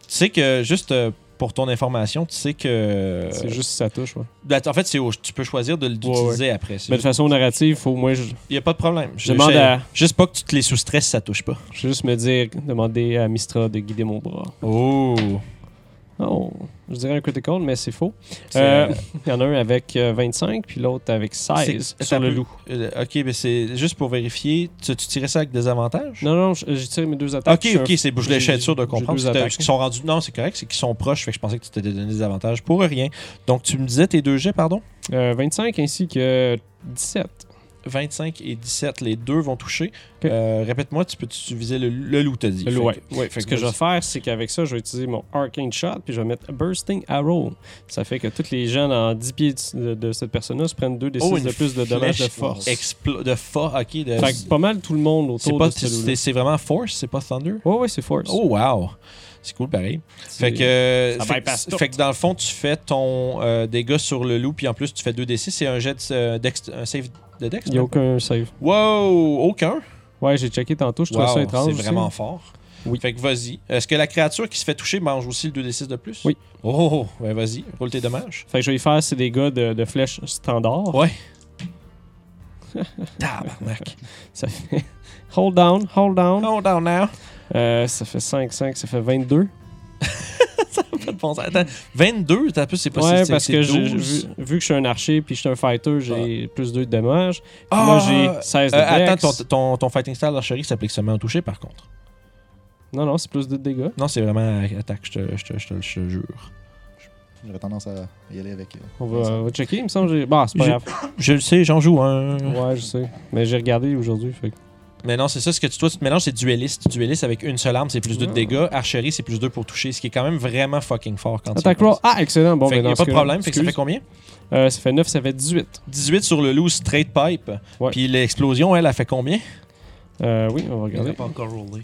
Speaker 1: Tu sais que juste euh, pour ton information, tu sais que
Speaker 2: C'est juste si ça touche. Ouais.
Speaker 1: Ben, en fait, c'est au- tu peux choisir de l'utiliser après. c'est
Speaker 2: Mais de
Speaker 1: juste-
Speaker 2: façon narrative, faut moi je,
Speaker 1: Il n'y a pas de problème.
Speaker 2: Ben, Je demande
Speaker 1: sais-
Speaker 2: à-
Speaker 1: Juste pas que tu te les soustresses, ça touche pas.
Speaker 2: je vais juste me dire demander à Mistra de guider mon bras.
Speaker 1: Oh!
Speaker 2: Oh, je dirais un critical, mais c'est faux.
Speaker 1: C'est-
Speaker 2: Euh, [LAUGHS] Il y en a un avec euh, 25, puis l'autre avec 16
Speaker 1: C'est-
Speaker 2: sur
Speaker 1: attends
Speaker 2: le
Speaker 1: un peu.
Speaker 2: loup.
Speaker 1: Euh, ok, mais c'est juste pour vérifier. Tu, tu tirais ça avec des avantages?
Speaker 2: Non, non, j'ai tiré mes deux attaques.
Speaker 1: Ok,
Speaker 2: sur-
Speaker 1: ok, c'est je voulais
Speaker 2: j'ai-
Speaker 1: être sûr de
Speaker 2: j'ai
Speaker 1: comprendre.
Speaker 2: deux
Speaker 1: C'était-
Speaker 2: attaques.
Speaker 1: qu'ils sont rendus. Non, c'est correct, c'est qu'ils sont proches. Fait que je pensais que tu t'étais donné des avantages pour rien. Donc tu me disais tes deux jets, pardon?
Speaker 2: Euh, 25 ainsi que 17.
Speaker 1: 25 et 17, les deux vont toucher.
Speaker 2: Ok.
Speaker 1: Euh, Répète-moi, tu peux tu visais le, le loup, t'as dit.
Speaker 2: Le loup,
Speaker 1: Fait que- ouais, fait
Speaker 2: Ce que je vais faire, c'est qu'avec ça, je vais utiliser mon Arcane Shot, puis je vais mettre Bursting Arrow. Ça fait que tous les gens dans 10 pieds de, de cette personne-là se prennent 2 des 6
Speaker 1: Oh, une
Speaker 2: de plus de dommages de
Speaker 1: flèche
Speaker 2: force.
Speaker 1: explo- de fa- ok. de-
Speaker 2: Fait que pas mal tout le monde
Speaker 1: C'est
Speaker 2: autour
Speaker 1: pas-
Speaker 2: de ce
Speaker 1: c'est-
Speaker 2: loup-là.
Speaker 1: c'est vraiment force, c'est pas thunder?
Speaker 2: Ouais, ouais, c'est force.
Speaker 1: Oh wow! C'est cool pareil.
Speaker 2: C'est-
Speaker 1: Fait que, euh,
Speaker 2: Ça
Speaker 1: fait,
Speaker 2: bypass
Speaker 1: que-
Speaker 2: tout.
Speaker 1: fait que dans le fond, tu fais ton euh, dégât sur le loup, puis en plus, tu fais 2d6. C'est un jet de, euh, dex- un save de dex.
Speaker 2: Il n'y a
Speaker 1: non?
Speaker 2: aucun save.
Speaker 1: Wow! Aucun!
Speaker 2: Ouais, j'ai checké tantôt, je trouve
Speaker 1: Wow,
Speaker 2: ça étrange.
Speaker 1: c'est
Speaker 2: aussi.
Speaker 1: vraiment fort.
Speaker 2: Oui.
Speaker 1: Fait que vas-y. Est-ce que la créature qui se fait toucher mange aussi le 2d6 de plus?
Speaker 2: Oui.
Speaker 1: Oh, ben vas-y, roule tes dommages.
Speaker 2: Fait que je vais y faire, c'est des gars de, de flèches standard. [LAUGHS]
Speaker 1: Ouais. Tabarnak.
Speaker 2: Ça fait. [LAUGHS] Hold down, hold down.
Speaker 1: Hold down now. [LAUGHS]
Speaker 2: Euh, ça fait 5, 5, ça fait 22.
Speaker 1: Pas de bon sens. Attends, 22, t'as plus, c'est possible.
Speaker 2: ouais,
Speaker 1: c'est-
Speaker 2: parce
Speaker 1: c'est
Speaker 2: que j'ai-
Speaker 1: 12.
Speaker 2: vu, vu que je suis un archer puis je suis un fighter, j'ai plus 2 de dommages.
Speaker 1: Ah!
Speaker 2: Moi, j'ai 16 de
Speaker 1: Euh,
Speaker 2: dex.
Speaker 1: attends, ton, ton, ton fighting style d'archerie s'applique seulement au toucher, par contre.
Speaker 2: Non, non, c'est plus de dégâts.
Speaker 1: Non, c'est vraiment attaque, je te, je te- je te- je te jure.
Speaker 3: J'aurais tendance à y aller avec. euh,
Speaker 2: On va, on va checker, il me semble. que j'ai- Bah, c'est pas
Speaker 1: J'ai-
Speaker 2: grave.
Speaker 1: Je le sais, j'en joue un.
Speaker 2: Ouais, je sais. Mais j'ai regardé aujourd'hui. Fait. que-
Speaker 1: Mais non, c'est ça, ce que tu, toi, tu te mélanges, c'est dueliste. Dueliste avec une seule arme, c'est plus 2 de
Speaker 2: Ah.
Speaker 1: dégâts. Archerie, c'est plus 2 pour toucher, ce qui est quand même vraiment fucking fort quand tu y
Speaker 2: Attack roll.
Speaker 1: penses.
Speaker 2: Ah, excellent. Bon,
Speaker 1: fait qu'il
Speaker 2: ben,
Speaker 1: y a
Speaker 2: dans
Speaker 1: pas
Speaker 2: ce
Speaker 1: de
Speaker 2: cas-là,
Speaker 1: problème, fait que ça fait
Speaker 2: excuse.
Speaker 1: combien
Speaker 2: Euh, ça fait 9, ça fait 18.
Speaker 1: 18 sur le loose straight pipe.
Speaker 2: Ouais.
Speaker 1: Puis l'explosion, elle, a fait combien
Speaker 2: Euh, oui, on va
Speaker 4: Il n'a
Speaker 2: regarder.
Speaker 4: pas encore roulé.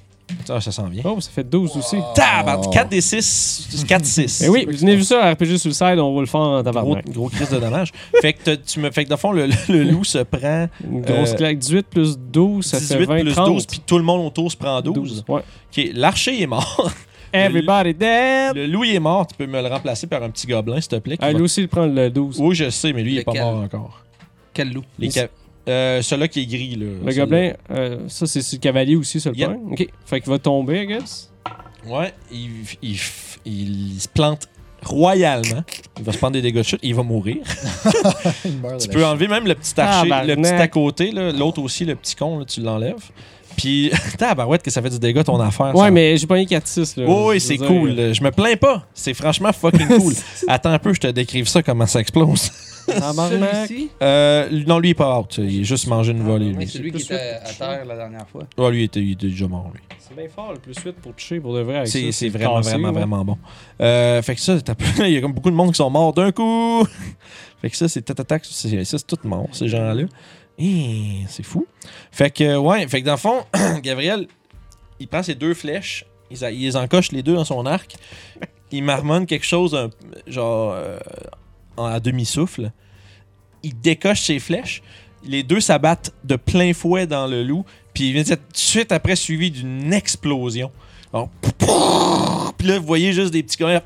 Speaker 1: Ah, ça s'en vient.
Speaker 2: Oh, ça fait 12 aussi.
Speaker 1: Tab 4 des 6.
Speaker 2: [LAUGHS]
Speaker 1: 4 6.
Speaker 2: Eh oui, vous venez vu ça à RPG Suicide, on va le faire en
Speaker 1: Gros,
Speaker 2: tabarnak.
Speaker 1: gros crise de dommage. fait que t'as- tu me fait que dans le fond le, le- le loup se prend
Speaker 2: Une grosse
Speaker 1: Euh,
Speaker 2: claque. 18 plus 12, ça fait
Speaker 1: 18
Speaker 2: 20,
Speaker 1: plus
Speaker 2: 30.
Speaker 1: 12 puis tout le monde autour se prend 12.
Speaker 2: Ouais.
Speaker 1: OK, l'archer est mort.
Speaker 2: Everybody dead!
Speaker 1: Le loup il est mort, tu peux me le remplacer par un petit gobelin, s'il te plaît. qui
Speaker 2: Ah,
Speaker 1: va-
Speaker 2: lui aussi, il prend le 12.
Speaker 1: Oui, je sais, mais lui, il est pas
Speaker 4: Lequel?
Speaker 1: mort encore.
Speaker 4: Quel loup
Speaker 1: Les
Speaker 2: Il-
Speaker 1: ca- euh, celui-là qui est gris, là.
Speaker 2: Le gobelin, euh, ça, c'est sur le cavalier aussi, sur le
Speaker 1: Yep.
Speaker 2: point. Ok. Fait qu'il va tomber, I guess.
Speaker 1: Ouais, il, il, il se plante royalement. Il va se prendre des dégâts de chute, il va mourir.
Speaker 3: une barre de
Speaker 1: [LAUGHS] Tu
Speaker 3: la
Speaker 1: peux
Speaker 3: chute.
Speaker 1: enlever même le petit archer, le
Speaker 2: Ah, Tabarnak.
Speaker 1: petit à côté, là. l'autre aussi, le petit con, là, tu l'enlèves. Puis, [LAUGHS] tabarouette que ça fait du dégât ton affaire.
Speaker 2: Ouais,
Speaker 1: Ah, ça.
Speaker 2: mais j'ai pas eu 4-6. là.
Speaker 1: Oui, oui,
Speaker 2: Je
Speaker 1: c'est
Speaker 2: veux dire,
Speaker 1: cool. Je me plains pas. C'est franchement fucking
Speaker 2: [LAUGHS]
Speaker 1: cool. Attends un peu, je te décrive ça, comment ça explose.
Speaker 2: Tabarnak.
Speaker 4: Celui-ci?
Speaker 1: Euh, non, lui, il est pas out. Il est juste mangé une volée.
Speaker 4: Mais
Speaker 1: Lui,
Speaker 4: celui qui
Speaker 2: plus
Speaker 4: était à
Speaker 2: huit.
Speaker 4: terre la dernière fois.
Speaker 1: Ah, lui il était, il était déjà mort, lui.
Speaker 2: C'est bien fort, le plus 8 pour toucher, pour de vrai. avec
Speaker 1: C'est
Speaker 2: ça,
Speaker 1: c'est vraiment,
Speaker 2: cassé,
Speaker 1: vraiment,
Speaker 2: là.
Speaker 1: vraiment bon. Euh, fait que ça, t'as- [LAUGHS] il y a comme beaucoup de monde qui sont morts d'un coup. [LAUGHS] fait que ça, c'est tatatac. c'est- Ça, c'est tout mort, ces gens-là. Hé, C'est fou. Fait que, ouais, fait que dans le fond, [CLEARS THROAT] Gabriel, il prend ses deux flèches, il, a- il les encoche les deux dans son arc, il marmonne quelque chose, un- genre, euh, en- à demi-souffle. Il décoche ses flèches, les deux s'abattent de plein fouet dans le loup, puis il vient de dire, tout de suite après suivi d'une explosion. Alors, puis là, vous voyez juste des petits commentaires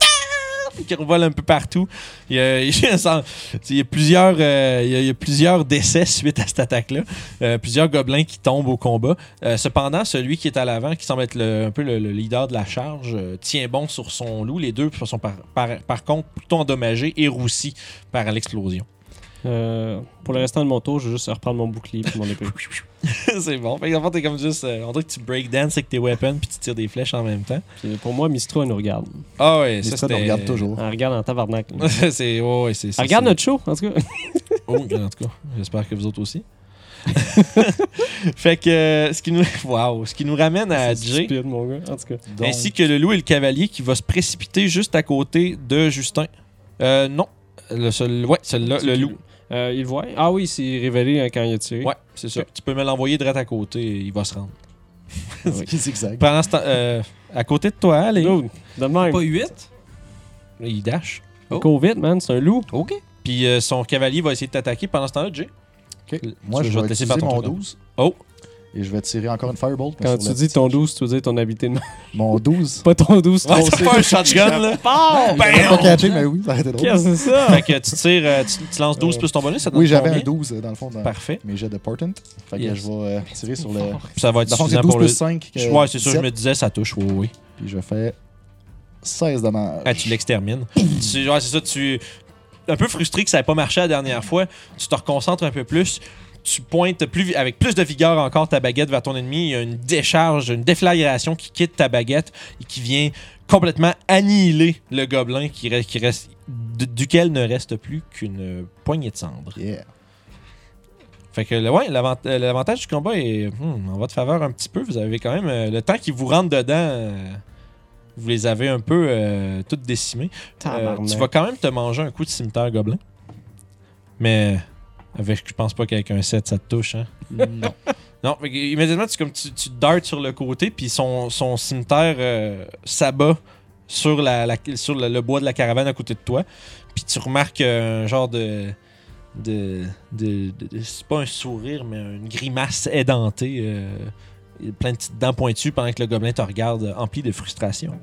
Speaker 1: qui revole un peu partout. Il y a, [LAUGHS] il y a sans- il y a plusieurs, euh, il y a- il y a plusieurs décès suite à cette attaque-là. Euh, plusieurs gobelins qui tombent au combat. Euh, cependant, celui qui est à l'avant, qui semble être le- un peu le, le leader de la charge, euh, tient bon sur son loup. Les deux sont par, par- par contre plutôt endommagés et roussis par l'explosion. [LAUGHS]
Speaker 2: Euh, pour le restant de mon tour, je vais juste reprendre mon bouclier
Speaker 1: [LAUGHS]
Speaker 2: et mon épée.
Speaker 1: c'est bon. Fait qu'en fait, t'es comme juste. euh, on dirait que tu breakdances avec tes weapons puis tu tires des flèches en même temps.
Speaker 2: Puis euh, pour moi, Mistra elle nous regarde.
Speaker 1: Ah ouais,
Speaker 3: Les
Speaker 1: ça
Speaker 3: stats,
Speaker 1: c'était.
Speaker 3: on regarde toujours.
Speaker 2: Elle regarde en tabarnak. là.
Speaker 1: [LAUGHS] c'est. ouais, ouais, c'est-
Speaker 2: Elle
Speaker 1: ça,
Speaker 2: regarde
Speaker 1: c'est-
Speaker 2: notre show,
Speaker 1: [LAUGHS]
Speaker 2: en tout cas.
Speaker 1: Oh, en tout cas, j'espère que vous autres aussi. [LAUGHS] fait que euh, ce qui nous [LAUGHS] wow, ce qui nous ramène à
Speaker 2: C'est
Speaker 1: Ah, Jay
Speaker 2: stupide, mon gars. En tout cas.
Speaker 3: Donc,
Speaker 1: ainsi que le loup et le cavalier qui va se précipiter juste à côté de Justin. Euh, non, le seul, ouais, celui-là, Ah, le loup.
Speaker 2: Euh, il le voit. Ah oui, c'est révélé hein, quand il a tiré.
Speaker 1: Ouais, c'est ça. Tu peux me l'envoyer direct à côté, il va se rendre. [LAUGHS]
Speaker 3: [LAUGHS] qui zigzag.
Speaker 1: Pendant ce temps, euh, à côté de toi, allez.
Speaker 2: Dude, de même.
Speaker 4: Pas 8?
Speaker 1: Il dash.
Speaker 4: Oh.
Speaker 2: Go vite, man, c'est un loup.
Speaker 4: OK.
Speaker 1: Puis euh, son cavalier va essayer de t'attaquer. Pendant ce temps-là, Jay.
Speaker 3: Ok.
Speaker 1: Tu
Speaker 3: Moi,
Speaker 1: veux,
Speaker 3: je
Speaker 1: je vais
Speaker 3: vais
Speaker 1: te laisser
Speaker 3: utiliser
Speaker 1: faire ton
Speaker 3: mon
Speaker 1: tour,
Speaker 3: 12
Speaker 1: Oh,
Speaker 3: et je vais tirer encore une Firebolt. mais
Speaker 2: Quand
Speaker 3: sur
Speaker 2: tu
Speaker 3: la
Speaker 2: dis
Speaker 3: petite.
Speaker 2: ton 12, tu veux dire ton habité de [LAUGHS] main.
Speaker 3: Mon
Speaker 1: [LAUGHS]
Speaker 3: 12.
Speaker 2: Pas ton 12, ton
Speaker 1: ouais, ça fait Oh, un shotgun, là. Ben,
Speaker 3: Pas catché, mais oui, ça aurait été drôle.
Speaker 2: Qu'est-ce que c'est ça?
Speaker 1: Fait que tu tires, euh, tu, tu lances 12 plus ton bonus, ça te
Speaker 3: Oui,
Speaker 1: donne
Speaker 3: j'avais un
Speaker 1: combien?
Speaker 3: 12 euh, dans le fond dans
Speaker 1: Parfait.
Speaker 3: mes jets de Portent. Fait que
Speaker 1: Yes.
Speaker 3: je vais euh, tirer sur le. Dans
Speaker 1: Puis ça va être
Speaker 3: le fond, c'est
Speaker 1: suffisant
Speaker 3: 12
Speaker 1: pour le.
Speaker 3: plus 5.
Speaker 1: ouais, c'est sûr, je me disais, ça touche, oui, oui.
Speaker 3: Puis je fais 16 dommages.
Speaker 1: Ah, tu l'extermines. Tu- ouais, c'est ça, tu. Un peu frustré que ça n'ait pas marché la dernière fois, tu te reconcentres un peu plus. Tu pointes plus, vi- avec plus de vigueur encore ta baguette vers ton ennemi. Il y a une décharge, une déflagration qui quitte ta baguette et qui vient complètement annihiler le gobelin qui, reste- qui reste, du- duquel ne reste plus qu'une poignée de cendres. [LAUGHS]
Speaker 3: Yeah.
Speaker 1: Fait que le- ouais, l'avant- euh, l'avantage du combat est hmm, en votre faveur un petit peu. Vous avez quand même euh, le temps qu'ils vous rentrent dedans. euh, vous les avez un peu euh, toutes décimées. Euh,
Speaker 2: Tabarnak.
Speaker 1: tu vas quand même te manger un coup de cimetière gobelin. Mais avec, je pense pas qu'avec un 7, ça te touche. Hein?
Speaker 3: Non.
Speaker 1: [LAUGHS] Non, fait que immédiatement, tu, comme tu, tu dartes sur le côté, puis son, son cimetière euh, s'abat sur, la, la- sur le, le bois de la caravane à côté de toi. Puis tu remarques euh, un genre de. de, de- de- de- c'est pas un sourire, mais une grimace édentée, euh, et plein de petites dents pointues pendant que le gobelin te regarde euh, empli de frustration.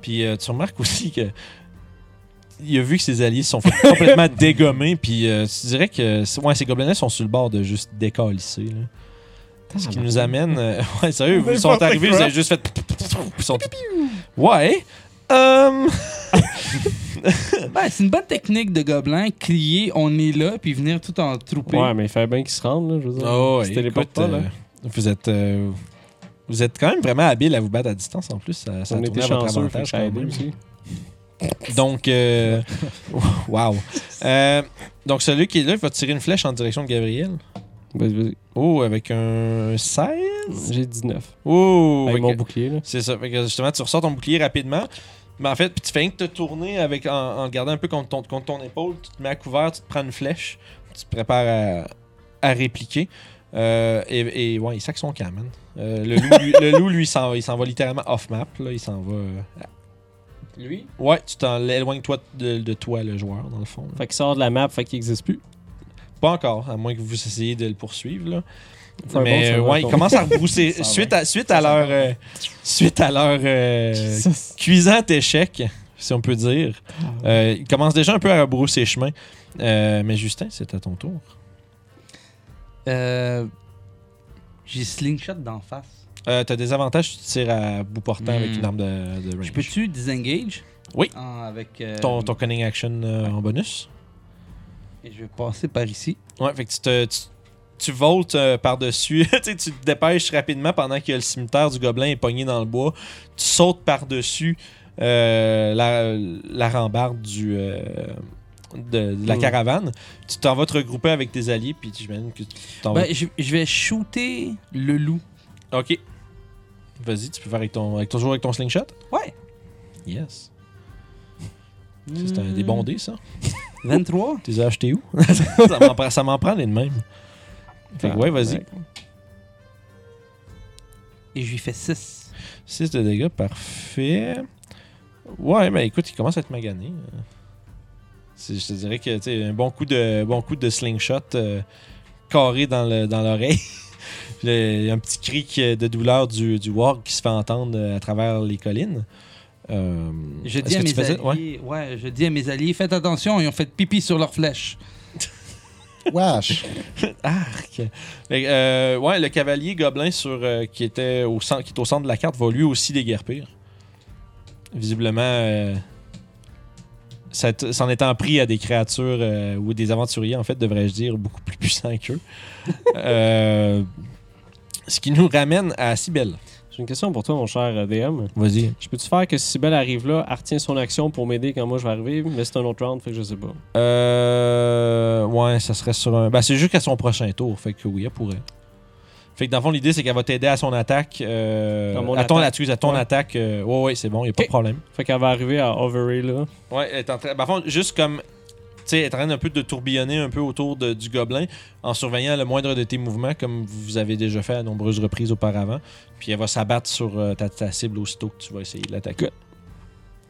Speaker 1: Puis euh, tu remarques aussi que. Il a vu que ses alliés se sont fait
Speaker 2: [LAUGHS]
Speaker 1: complètement dégommer, puis euh, tu dirais que ouais, ces gobelins sont sur le bord de juste décalisser. là. Ce qui nous amène. euh, ouais, sérieux, vous sont
Speaker 2: Ah, N'importe
Speaker 1: arrivés,
Speaker 2: quoi.
Speaker 1: vous avez juste fait. ils sont- Ouais. Hum,
Speaker 4: Ben, c'est une bonne technique de gobelin, crier on est là, puis venir tout en trouper.
Speaker 2: Ouais, mais il fallait bien qu'il se rende, là, je veux dire.
Speaker 1: Oh,
Speaker 2: C'était les
Speaker 1: écoute,
Speaker 2: portes, là.
Speaker 1: euh, vous êtes euh, vous êtes quand même vraiment habile à vous battre à distance en plus ça, ça
Speaker 2: on
Speaker 1: a tourné
Speaker 2: était
Speaker 1: à votre
Speaker 2: chanceux, fait que
Speaker 1: avantage
Speaker 2: ça a
Speaker 1: quand
Speaker 2: aidé
Speaker 1: même.
Speaker 2: aussi.
Speaker 1: donc
Speaker 2: [LAUGHS]
Speaker 1: euh, wow Euh, donc celui qui est là il va tirer une flèche en direction de Gabriel
Speaker 2: Vas-y, vas-y.
Speaker 1: oh avec un 16
Speaker 2: J'ai 19.
Speaker 1: oh
Speaker 2: Avec
Speaker 1: fait
Speaker 2: mon
Speaker 1: que-
Speaker 2: bouclier, là.
Speaker 1: c'est ça Fait que justement tu ressors ton bouclier rapidement mais en fait puis tu fais rien que te tourner avec en, en le gardant un peu contre ton, contre ton épaule tu te mets à couvert tu te prends une flèche tu te prépares à, à répliquer Euh, et, et, ouais, il sac son camp, man. Euh, le loup, lui, le loup, lui, il s'en va, il s'en va littéralement off-map. Là, il s'en va. euh,
Speaker 4: Lui?
Speaker 1: Ouais, tu t'en éloignes-toi de, de toi, le joueur, dans le fond. là.
Speaker 2: Fait qu'il sort de la map, fait qu'il existe plus.
Speaker 1: Pas encore, à moins que vous essayiez de le poursuivre. Là.
Speaker 2: Fireball,
Speaker 1: Mais
Speaker 2: ça
Speaker 1: euh,
Speaker 2: va,
Speaker 1: ouais, il
Speaker 2: ton-
Speaker 1: commence à rebousser.
Speaker 3: Ça va.
Speaker 1: suite, à, suite,
Speaker 3: Ça,
Speaker 1: à
Speaker 3: ça
Speaker 1: leur, euh, suite à leur euh,
Speaker 2: Jesus.
Speaker 1: cuisant échec, si on peut dire, euh, il commence déjà un peu à rebrousser chemin. Euh, mais Justin, c'est à ton tour.
Speaker 4: Euh, J'ai slingshot d'en face.
Speaker 1: Euh, T'as des avantages si tu tires à bout portant
Speaker 4: Hmm.
Speaker 1: avec une arme de, de range.
Speaker 4: Je peux-tu disengage?
Speaker 1: Oui.
Speaker 4: En- avec, euh,
Speaker 1: ton, ton cunning action euh, en bonus.
Speaker 4: Et je vais passer par ici.
Speaker 1: Ouais, fait que tu te. Tu, tu voltes euh, par-dessus, [LAUGHS] tu sais, tu te dépêches rapidement pendant que le cimetière du gobelin est pogné dans le bois. Tu sautes par-dessus euh, la, la rambarde du, euh, de, de la
Speaker 4: Hmm.
Speaker 2: Mm.
Speaker 1: caravane. Tu t'en vas te regrouper avec tes alliés, puis j'imagine que tu t'en vas.
Speaker 4: Ben, je, je vais shooter le loup.
Speaker 1: Ok. Vas-y, tu peux faire avec ton, avec, toujours avec ton slingshot.
Speaker 4: Ouais.
Speaker 1: Yes. Ça, C'est un
Speaker 4: Hmm.
Speaker 1: des bons dés, ça.
Speaker 4: 23.
Speaker 1: Tu les as
Speaker 4: [LAUGHS]
Speaker 1: achetés où Ça m'en prend- Ça m'en prend les mêmes. Fait que ouais, vas-y.
Speaker 4: Et je lui fais 6.
Speaker 1: 6 de dégâts, parfait. Ouais, mais écoute, il commence à être magané. Euh, c'est- Je te dirais que tu sais, un bon coup de bon coup de slingshot euh, carré dans le- dans l'oreille. [LAUGHS] Le- un petit cri qui- de douleur du, du warg qui se fait entendre euh, à travers les collines. euh,
Speaker 4: Je
Speaker 1: est-ce
Speaker 4: dis, à
Speaker 1: que tu
Speaker 4: mes
Speaker 1: faisais- ouais.
Speaker 4: alliés, ouais. je dis à mes alliés, faites attention, ils ont fait pipi sur leur flèche.
Speaker 3: Wesh!
Speaker 1: Arc. Fait que, euh, ouais, le cavalier gobelin sur, euh, qui, était au centre, qui est au centre de la carte va lui aussi déguerpir. Visiblement, euh, ça t- s'en étant pris à des créatures euh, ou des aventuriers, en fait, devrais-je dire, beaucoup plus puissants
Speaker 2: [LAUGHS]
Speaker 1: qu'eux. Euh, ce qui nous ramène à Cybèle.
Speaker 2: J'ai une question pour toi, mon cher DM.
Speaker 1: Vas-y.
Speaker 2: Je peux-tu faire que si Sibel arrive là, elle retient son action pour m'aider quand moi je vais arriver, mais c'est un autre round, fait que je sais pas.
Speaker 1: Euh, ouais, ça serait sur un. Ben, c'est jusqu'à son prochain tour. Fait que oui, elle pourrait. Fait que dans le fond, l'idée, c'est qu'elle va t'aider à son attaque. euh,
Speaker 2: À mon
Speaker 1: à ton,
Speaker 2: attaque.
Speaker 1: excuse, à ton
Speaker 2: Ouais.
Speaker 1: attaque. euh, ouais, ouais, c'est bon, y a pas de
Speaker 2: Ok.
Speaker 1: problème.
Speaker 2: Fait qu'elle va arriver à Overray là.
Speaker 1: Ouais, elle est en train. ben, en fond, juste comme. Tu sais, elle est en train un peu de tourbillonner un peu autour de- du gobelin en surveillant le moindre de tes mouvements, comme vous avez déjà fait à nombreuses reprises auparavant. Puis elle va s'abattre sur euh, ta, ta cible aussitôt que tu vas essayer de l'attaquer.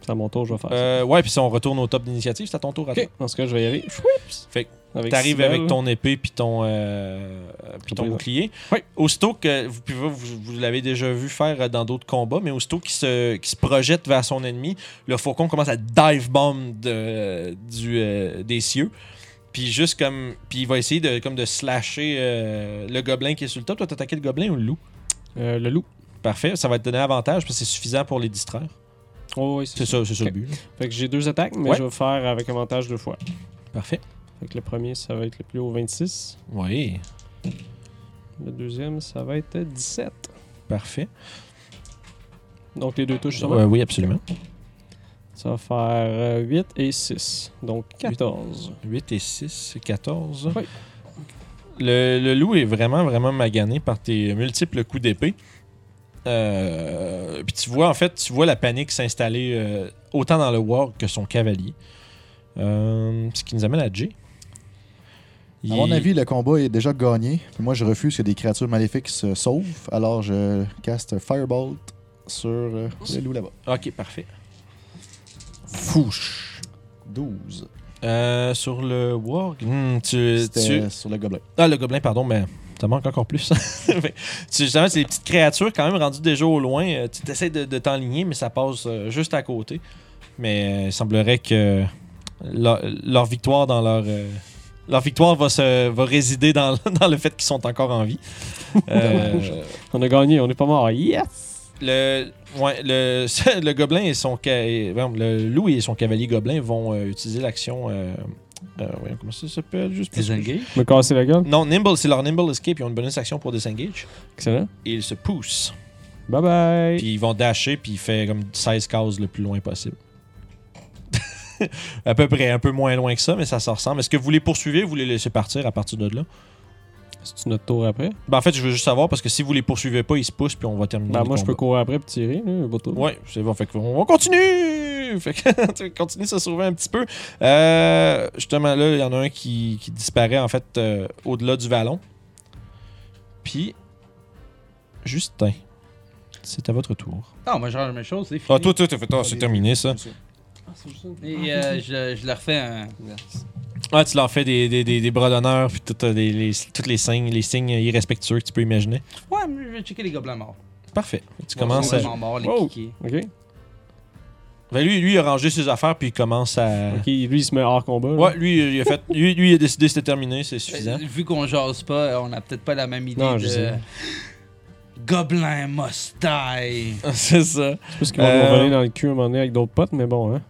Speaker 2: C'est à mon tour, je vais faire
Speaker 1: Euh, ouais, puis si on retourne au top d'initiative, c'est à ton tour à
Speaker 2: ça.
Speaker 1: toi.
Speaker 2: Ok, dans ce cas, je vais y aller. Chouips!
Speaker 1: Fait que
Speaker 2: Avec
Speaker 1: T'arrives
Speaker 2: Cybèle.
Speaker 1: avec ton épée puis ton, euh, puis ton
Speaker 2: Compris.
Speaker 1: bouclier.
Speaker 2: Oui.
Speaker 1: Aussitôt que vous, puis vous, vous- vous l'avez déjà vu faire euh, dans d'autres combats, mais aussitôt qu'il se, qu'il se projette vers son ennemi, le faucon commence à dive bomb de, du, euh, des cieux. Puis juste comme puis il va essayer de comme de slasher euh, le gobelin qui est sur le top. Toi, t'as attaqué le gobelin ou le loup
Speaker 2: Euh, le loup.
Speaker 1: Parfait, ça va te donner avantage parce que c'est suffisant pour les distraire.
Speaker 2: Oh, oui, c'est
Speaker 1: C'est ça,
Speaker 2: ça.
Speaker 1: c'est ça
Speaker 2: Ok.
Speaker 1: le but. là.
Speaker 2: Fait que j'ai deux attaques, mais
Speaker 1: Ouais.
Speaker 2: je vais faire avec avantage deux fois.
Speaker 1: Parfait.
Speaker 2: Fait que le premier, ça va être le plus haut 26.
Speaker 1: Oui.
Speaker 2: Le deuxième, ça va être 17.
Speaker 1: Parfait.
Speaker 2: Donc les deux touches sont
Speaker 1: Ouais, oui, absolument.
Speaker 2: Ça va faire euh, 8 et 6. Donc 14.
Speaker 1: 8 et 6, c'est 14.
Speaker 2: Oui.
Speaker 1: Le, le loup est vraiment, vraiment magané par tes multiples coups d'épée. Euh, puis tu vois, en fait, tu vois la panique s'installer euh, autant dans le warg que son cavalier. Euh, ce qui nous amène à Jay. Il-
Speaker 3: À mon avis, le combat est déjà gagné. Puis moi, je refuse que des créatures maléfiques se sauvent. Alors, je caste Firebolt sur euh, le loup là-bas.
Speaker 1: Ok, parfait. Fouche.
Speaker 3: 12.
Speaker 1: Euh, sur le warg, hmm, tu, tu,
Speaker 3: C'était sur le gobelin.
Speaker 1: Ah, le gobelin, pardon, mais ça manque encore plus. [LAUGHS] Fait que, tu- justement, c'est des petites créatures quand même rendues déjà au loin. Euh, Tu essaies de, de t'enligner, mais ça passe euh, juste à côté. Mais euh, il semblerait que leur, leur victoire dans leur. euh, leur victoire va, se, va résider dans, dans le [LAUGHS] fait qu'ils sont encore en vie. Euh,
Speaker 2: On a gagné, on est pas mort. Yes!
Speaker 1: le, ouais, le, [LAUGHS] le gobelin et son ca- et- non, le loup et son cavalier gobelin vont euh, utiliser l'action. euh, euh, voyons, comment ça s'appelle juste parce que-
Speaker 2: Me casser la gueule.
Speaker 1: Non, nimble, c'est leur nimble escape. Ils ont une bonus action pour disengage.
Speaker 2: Excellent.
Speaker 1: Et ils se poussent.
Speaker 2: Bye bye.
Speaker 1: Puis ils vont dasher, puis il fait comme 16 cases le plus loin possible. [LAUGHS] à peu près, un peu moins loin que ça, mais ça se ressemble. Est-ce que vous les poursuivez ou vous les laissez partir à partir de là?
Speaker 2: C'est notre tour après.
Speaker 1: Ben, en fait, je veux juste savoir, parce que si vous les poursuivez pas, ils se poussent, puis on va terminer
Speaker 2: Ben,
Speaker 1: le
Speaker 2: moi, je peux
Speaker 1: combat.
Speaker 2: courir après puis tirer. là, un beau tour.
Speaker 1: Ouais, c'est bon. Fait que on continue! Fait que [LAUGHS] tu continues de se sauver un petit peu. Euh, justement, là, il y en a un qui, qui disparaît, en fait, euh, au-delà du vallon. Puis, Justin, c'est à votre tour.
Speaker 4: Non, moi, je rends la même chose, c'est fini.
Speaker 1: Ah, toi, toi, t'as fait, ah, c'est terminé ça.
Speaker 4: Et euh, je, je leur fais un.
Speaker 1: Ah, tu leur fais des, des, des, des bras d'honneur, puis toutes euh, les, les- toutes les signes, les signes irrespectueux que tu peux imaginer.
Speaker 4: Ouais, mais je vais checker les gobelins morts.
Speaker 1: Parfait. Tu commences
Speaker 4: Les
Speaker 1: à.
Speaker 4: gobelins morts, les
Speaker 2: Wow.
Speaker 4: kikis.
Speaker 2: Ok.
Speaker 1: Ben, lui, lui, il a rangé ses affaires, puis il commence à.
Speaker 2: Ok, lui, il se met hors combat. là.
Speaker 1: Ouais, lui, il a fait. Lui, lui, il a décidé que c'était terminé, c'est
Speaker 4: Euh,
Speaker 1: suffisant.
Speaker 4: Vu qu'on jase pas, on a peut-être pas la même idée
Speaker 2: Non, je
Speaker 4: de.
Speaker 2: sais.
Speaker 4: Gobelin must die.
Speaker 1: [LAUGHS] c'est ça.
Speaker 2: Je pense qu'il va nous
Speaker 1: Euh,
Speaker 2: revenir dans le cul à un moment donné avec d'autres potes, mais bon, hein.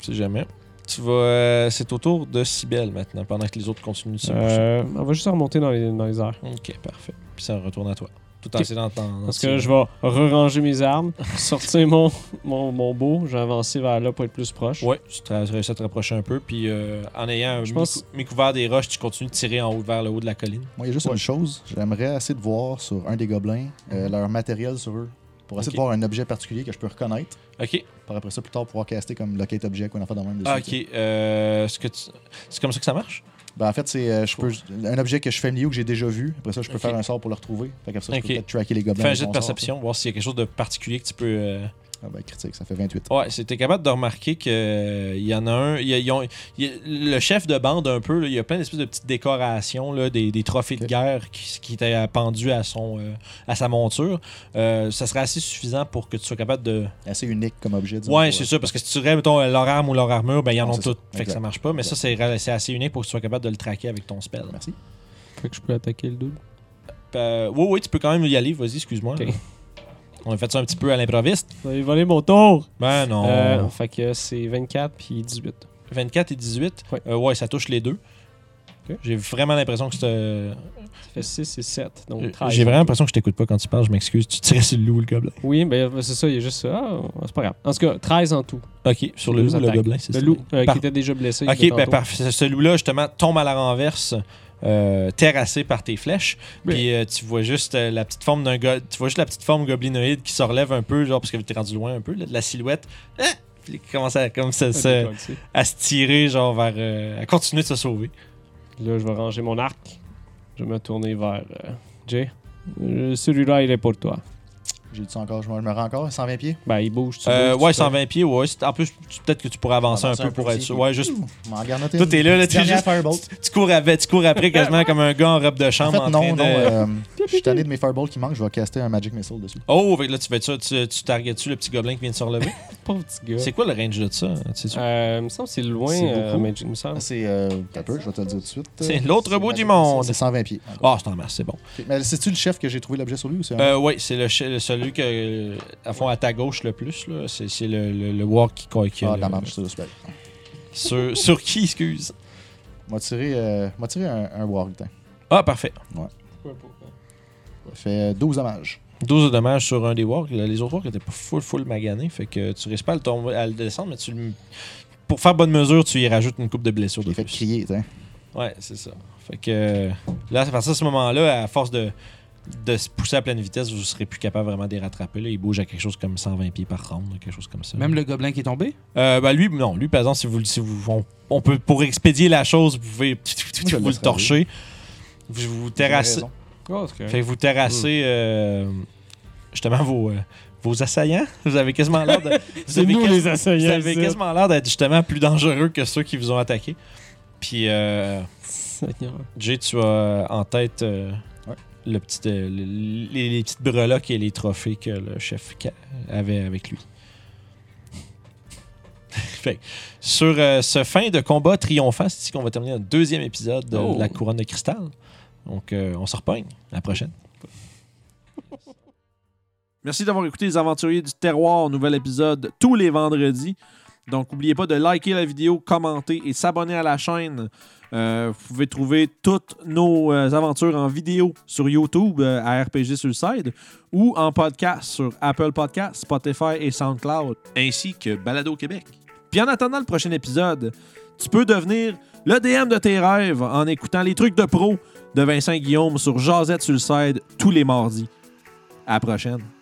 Speaker 1: Tu sais jamais. Tu vas. euh, c'est au tour de Cybèle maintenant, pendant que les autres continuent de se pousser.
Speaker 2: Euh, on va juste remonter dans les, dans les airs.
Speaker 1: Ok, parfait. Puis ça retourne à toi. Tout en
Speaker 2: Ok.
Speaker 1: essayant d'entendre.
Speaker 2: Parce que je vais ranger mes armes, [LAUGHS] sortir mon, mon, mon beau, j'ai avancé vers là pour être plus proche.
Speaker 1: Ouais, tu te- tu réussis à te rapprocher un peu, puis euh, en ayant
Speaker 2: Je
Speaker 1: mis,
Speaker 2: pense-
Speaker 1: mis couvert des roches, tu continues de tirer en haut, vers le haut de la colline.
Speaker 3: Moi, il y a juste une chose. J'aimerais assez de voir sur un des gobelins euh, leur matériel sur eux. Pour essayer
Speaker 1: Mhm. Ok.
Speaker 3: de voir un objet particulier que je peux reconnaître.
Speaker 1: Ok,
Speaker 3: Par après ça, plus tard, pouvoir caster comme Locate Object ou un affaire de même dessus.
Speaker 1: Ah,
Speaker 3: tu sais.
Speaker 1: ok. Euh, est-ce que tu- C'est comme ça que ça marche?
Speaker 3: Ben, en fait, c'est euh, je peux, un objet que je fais mieux ou que j'ai déjà vu. Après ça, je peux
Speaker 1: Ok.
Speaker 3: faire un sort pour le retrouver. Fait qu'après ça, je
Speaker 1: Ok.
Speaker 2: Ah ben,
Speaker 3: peux peut-être tracker les gobelins.
Speaker 1: Fais un
Speaker 3: avec
Speaker 1: jet de
Speaker 3: mon sort,
Speaker 1: perception, voir s'il y a quelque chose de particulier que tu peux. euh,
Speaker 3: ça. Ah ben, critique, ça fait 28.
Speaker 1: Ouais, c'était capable de remarquer qu'il y en a un. il y a- ils ont- il y a- le chef de bande, un peu, là, il y a plein d'espèces de petites décorations, là, des, des trophées de
Speaker 3: Ok.
Speaker 1: guerre qui, qui étaient pendus à, son, euh, à sa monture. Euh, ça serait assez suffisant pour que tu sois capable de.
Speaker 3: Assez unique comme objet. disons,
Speaker 1: Ouais,
Speaker 3: pour- euh,
Speaker 1: c'est ça, parce que si tu aurais, mettons, leur arme ou leur armure, ben, ils en
Speaker 3: Non,
Speaker 1: ont
Speaker 3: c'est ça.
Speaker 1: toutes. Fait que ça
Speaker 3: Exact.
Speaker 1: marche pas, mais ça, c'est ra- c'est assez unique pour que tu sois capable de le traquer avec ton spell.
Speaker 3: Merci.
Speaker 2: Fait que je peux attaquer le double.
Speaker 1: Euh, oui, oui, tu peux quand même y aller, vas-y, excuse-moi.
Speaker 2: Ok.
Speaker 1: On a fait ça un petit peu à l'improviste.
Speaker 2: Vous avez volé mon tour!
Speaker 1: Ben non.
Speaker 2: Euh, fait que c'est 24 puis 18.
Speaker 1: 24 et 18.
Speaker 2: Ouais.
Speaker 1: Euh, ouais, ça touche les deux.
Speaker 2: Ok.
Speaker 1: J'ai vraiment l'impression que c'est. euh,
Speaker 2: Ça fait 6 et 7. Donc
Speaker 1: euh,
Speaker 2: 13.
Speaker 1: J'ai vraiment l'impression que je t'écoute pas quand tu parles, je m'excuse. Tu tirais sur le loup ou le gobelin.
Speaker 2: Oui, ben c'est ça, il y a juste ça. Ah, c'est pas grave. En tout cas, 13 en tout.
Speaker 1: Ok, sur le
Speaker 2: Deux
Speaker 1: loup ou le
Speaker 2: attaques.
Speaker 1: gobelin, c'est
Speaker 2: Le
Speaker 1: ça.
Speaker 2: loup euh,
Speaker 1: Par-
Speaker 2: qui était déjà blessé. de
Speaker 1: Ok, ben
Speaker 2: tantôt.
Speaker 1: parfait. Ce loup-là, justement, tombe à la renverse, euh, terrassé par tes flèches.
Speaker 2: Oui.
Speaker 1: Puis euh, tu vois juste euh, la petite forme d'un go- Tu vois juste la petite forme gobelinoïde qui se relève un peu, genre parce que t'es rendu loin un peu, là, de la silhouette. Ah! Puis qui commence à, comme ça,
Speaker 2: Ah,
Speaker 1: ça-
Speaker 2: d'accord, tu sais.
Speaker 1: à se tirer, genre vers. euh, à continuer de se sauver.
Speaker 2: Là, je vais ranger mon arc. Je vais me tourner vers euh, Jay. Euh, Celui-là, il est pour toi.
Speaker 3: J'ai dit ça encore, je me je me rends encore, 120 pieds.
Speaker 2: Ben, il bouge. Tu
Speaker 1: Euh,
Speaker 2: bouges, tu
Speaker 1: ouais,
Speaker 2: fais-
Speaker 1: 120 pieds, ouais. C'est- En plus, tu- peut-être que tu pourrais avancer,
Speaker 3: Avancer
Speaker 1: un peu
Speaker 3: un peu
Speaker 1: pour
Speaker 3: aussi.
Speaker 1: être sûr. Ouais,
Speaker 3: [LAUGHS]
Speaker 1: juste.
Speaker 3: Je m'en garde noté.
Speaker 1: Toi, t'es là, là, t'es
Speaker 3: Dernière
Speaker 1: juste.
Speaker 3: Firebolt.
Speaker 1: [LAUGHS] Tu cours, avec, tu cours après quasiment comme un gars en robe de
Speaker 3: En
Speaker 1: chambre
Speaker 3: fait,
Speaker 1: en train
Speaker 3: non,
Speaker 1: de- [LAUGHS]
Speaker 3: non. euh, je suis tanné de mes Fireballs qui manquent, je vais caster un Magic Missile dessus.
Speaker 1: Oh, fait que là, tu fais ça, tu, tu targetes-tu le petit gobelin qui vient de se relever?
Speaker 2: Pauvre petit gars.
Speaker 1: C'est quoi le range de ça? Tu sais-tu?
Speaker 2: Euh, il me semble que c'est loin,
Speaker 3: C'est
Speaker 2: euh,
Speaker 3: beaucoup.
Speaker 2: mais il me semble.
Speaker 3: Ah, C'est. Euh, t'as peu, je vais te le dire tout de suite.
Speaker 1: C'est l'autre
Speaker 3: C'est
Speaker 1: bout du
Speaker 3: Magic
Speaker 1: monde.
Speaker 3: Missile, C'est 120 pieds.
Speaker 1: Ah, c'est en masse, c'est bon.
Speaker 3: Ok, Mais c'est-tu le chef que j'ai trouvé l'objet sur lui ou c'est un-
Speaker 1: Euh, oui, c'est le, ch- celui que, euh, à fond, à ta gauche le plus. là. C'est c'est le, le, le walk qui, qui a
Speaker 3: Ah,
Speaker 1: le-
Speaker 3: de la marche, c'est super.
Speaker 1: sur, sur qui, excuse?
Speaker 3: M'a tiré, euh, m'a tiré un, un Warg, tiens.
Speaker 1: Ah, parfait.
Speaker 3: Ça fait 12 hommages.
Speaker 1: 12 de dommages sur un des walks. Les autres walks étaient pas full, full maganés. Fait que tu risques pas à le, tomber- à le descendre, mais tu le- pour faire bonne mesure, tu y rajoutes une coupe de blessure
Speaker 3: Je
Speaker 1: de
Speaker 3: l'ai fait
Speaker 1: plus.
Speaker 3: crier, tiens.
Speaker 1: Ouais, c'est ça. Fait que euh, là, à partir de ce moment-là, à force de, de se pousser à pleine vitesse, vous serez plus capable vraiment de les rattraper. Là. Il bouge à quelque chose comme 120 pieds par ronde, quelque chose comme ça.
Speaker 4: Même le gobelin qui est tombé?
Speaker 1: Euh, ben, lui, non, lui, par exemple, si vous, le- si vous on, on peut pour expédier la chose, vous pouvez
Speaker 3: je le
Speaker 1: vous le
Speaker 3: laisserai
Speaker 1: torcher. Vous, vous terrassez.
Speaker 3: Raison.
Speaker 2: Oh, c'est correct.
Speaker 1: Fait que vous terrassez
Speaker 2: Hmm.
Speaker 1: euh, justement vos, euh, vos assaillants. [LAUGHS] Vous avez quasiment
Speaker 2: [LAUGHS]
Speaker 1: l'air de. Vous
Speaker 2: C'est
Speaker 1: avez,
Speaker 2: nous
Speaker 1: quas-
Speaker 2: les
Speaker 1: vous
Speaker 2: assaillants.
Speaker 1: avez
Speaker 2: ici.
Speaker 1: quasiment l'air d'être justement plus dangereux que ceux qui vous ont attaqué. Puis euh,
Speaker 2: Seigneur.
Speaker 1: Jay, tu as en tête euh,
Speaker 3: Ouais.
Speaker 1: le petit, euh, le- les, les petites breloques et les trophées que le chef ca- avait avec lui. [LAUGHS] Fait que sur euh, ce fin de combat triomphant, c'est ici qu'on va terminer le deuxième épisode de
Speaker 2: Oh.
Speaker 1: La Couronne de Cristal. Donc, euh, on se repogne. À la prochaine. Merci d'avoir écouté Les Aventuriers du Terroir, nouvel épisode tous les vendredis. Donc, n'oubliez pas de liker la vidéo, commenter et s'abonner à la chaîne. Euh, vous pouvez trouver toutes nos euh, aventures en vidéo sur YouTube euh, à RPG Suicide ou en podcast sur Apple Podcasts, Spotify et SoundCloud, ainsi que Balado Québec. Puis en attendant le prochain épisode, tu peux devenir le DM de tes rêves en écoutant les trucs de pro de Vincent Guillaume sur Jazette Suicide tous les mardis. À la prochaine.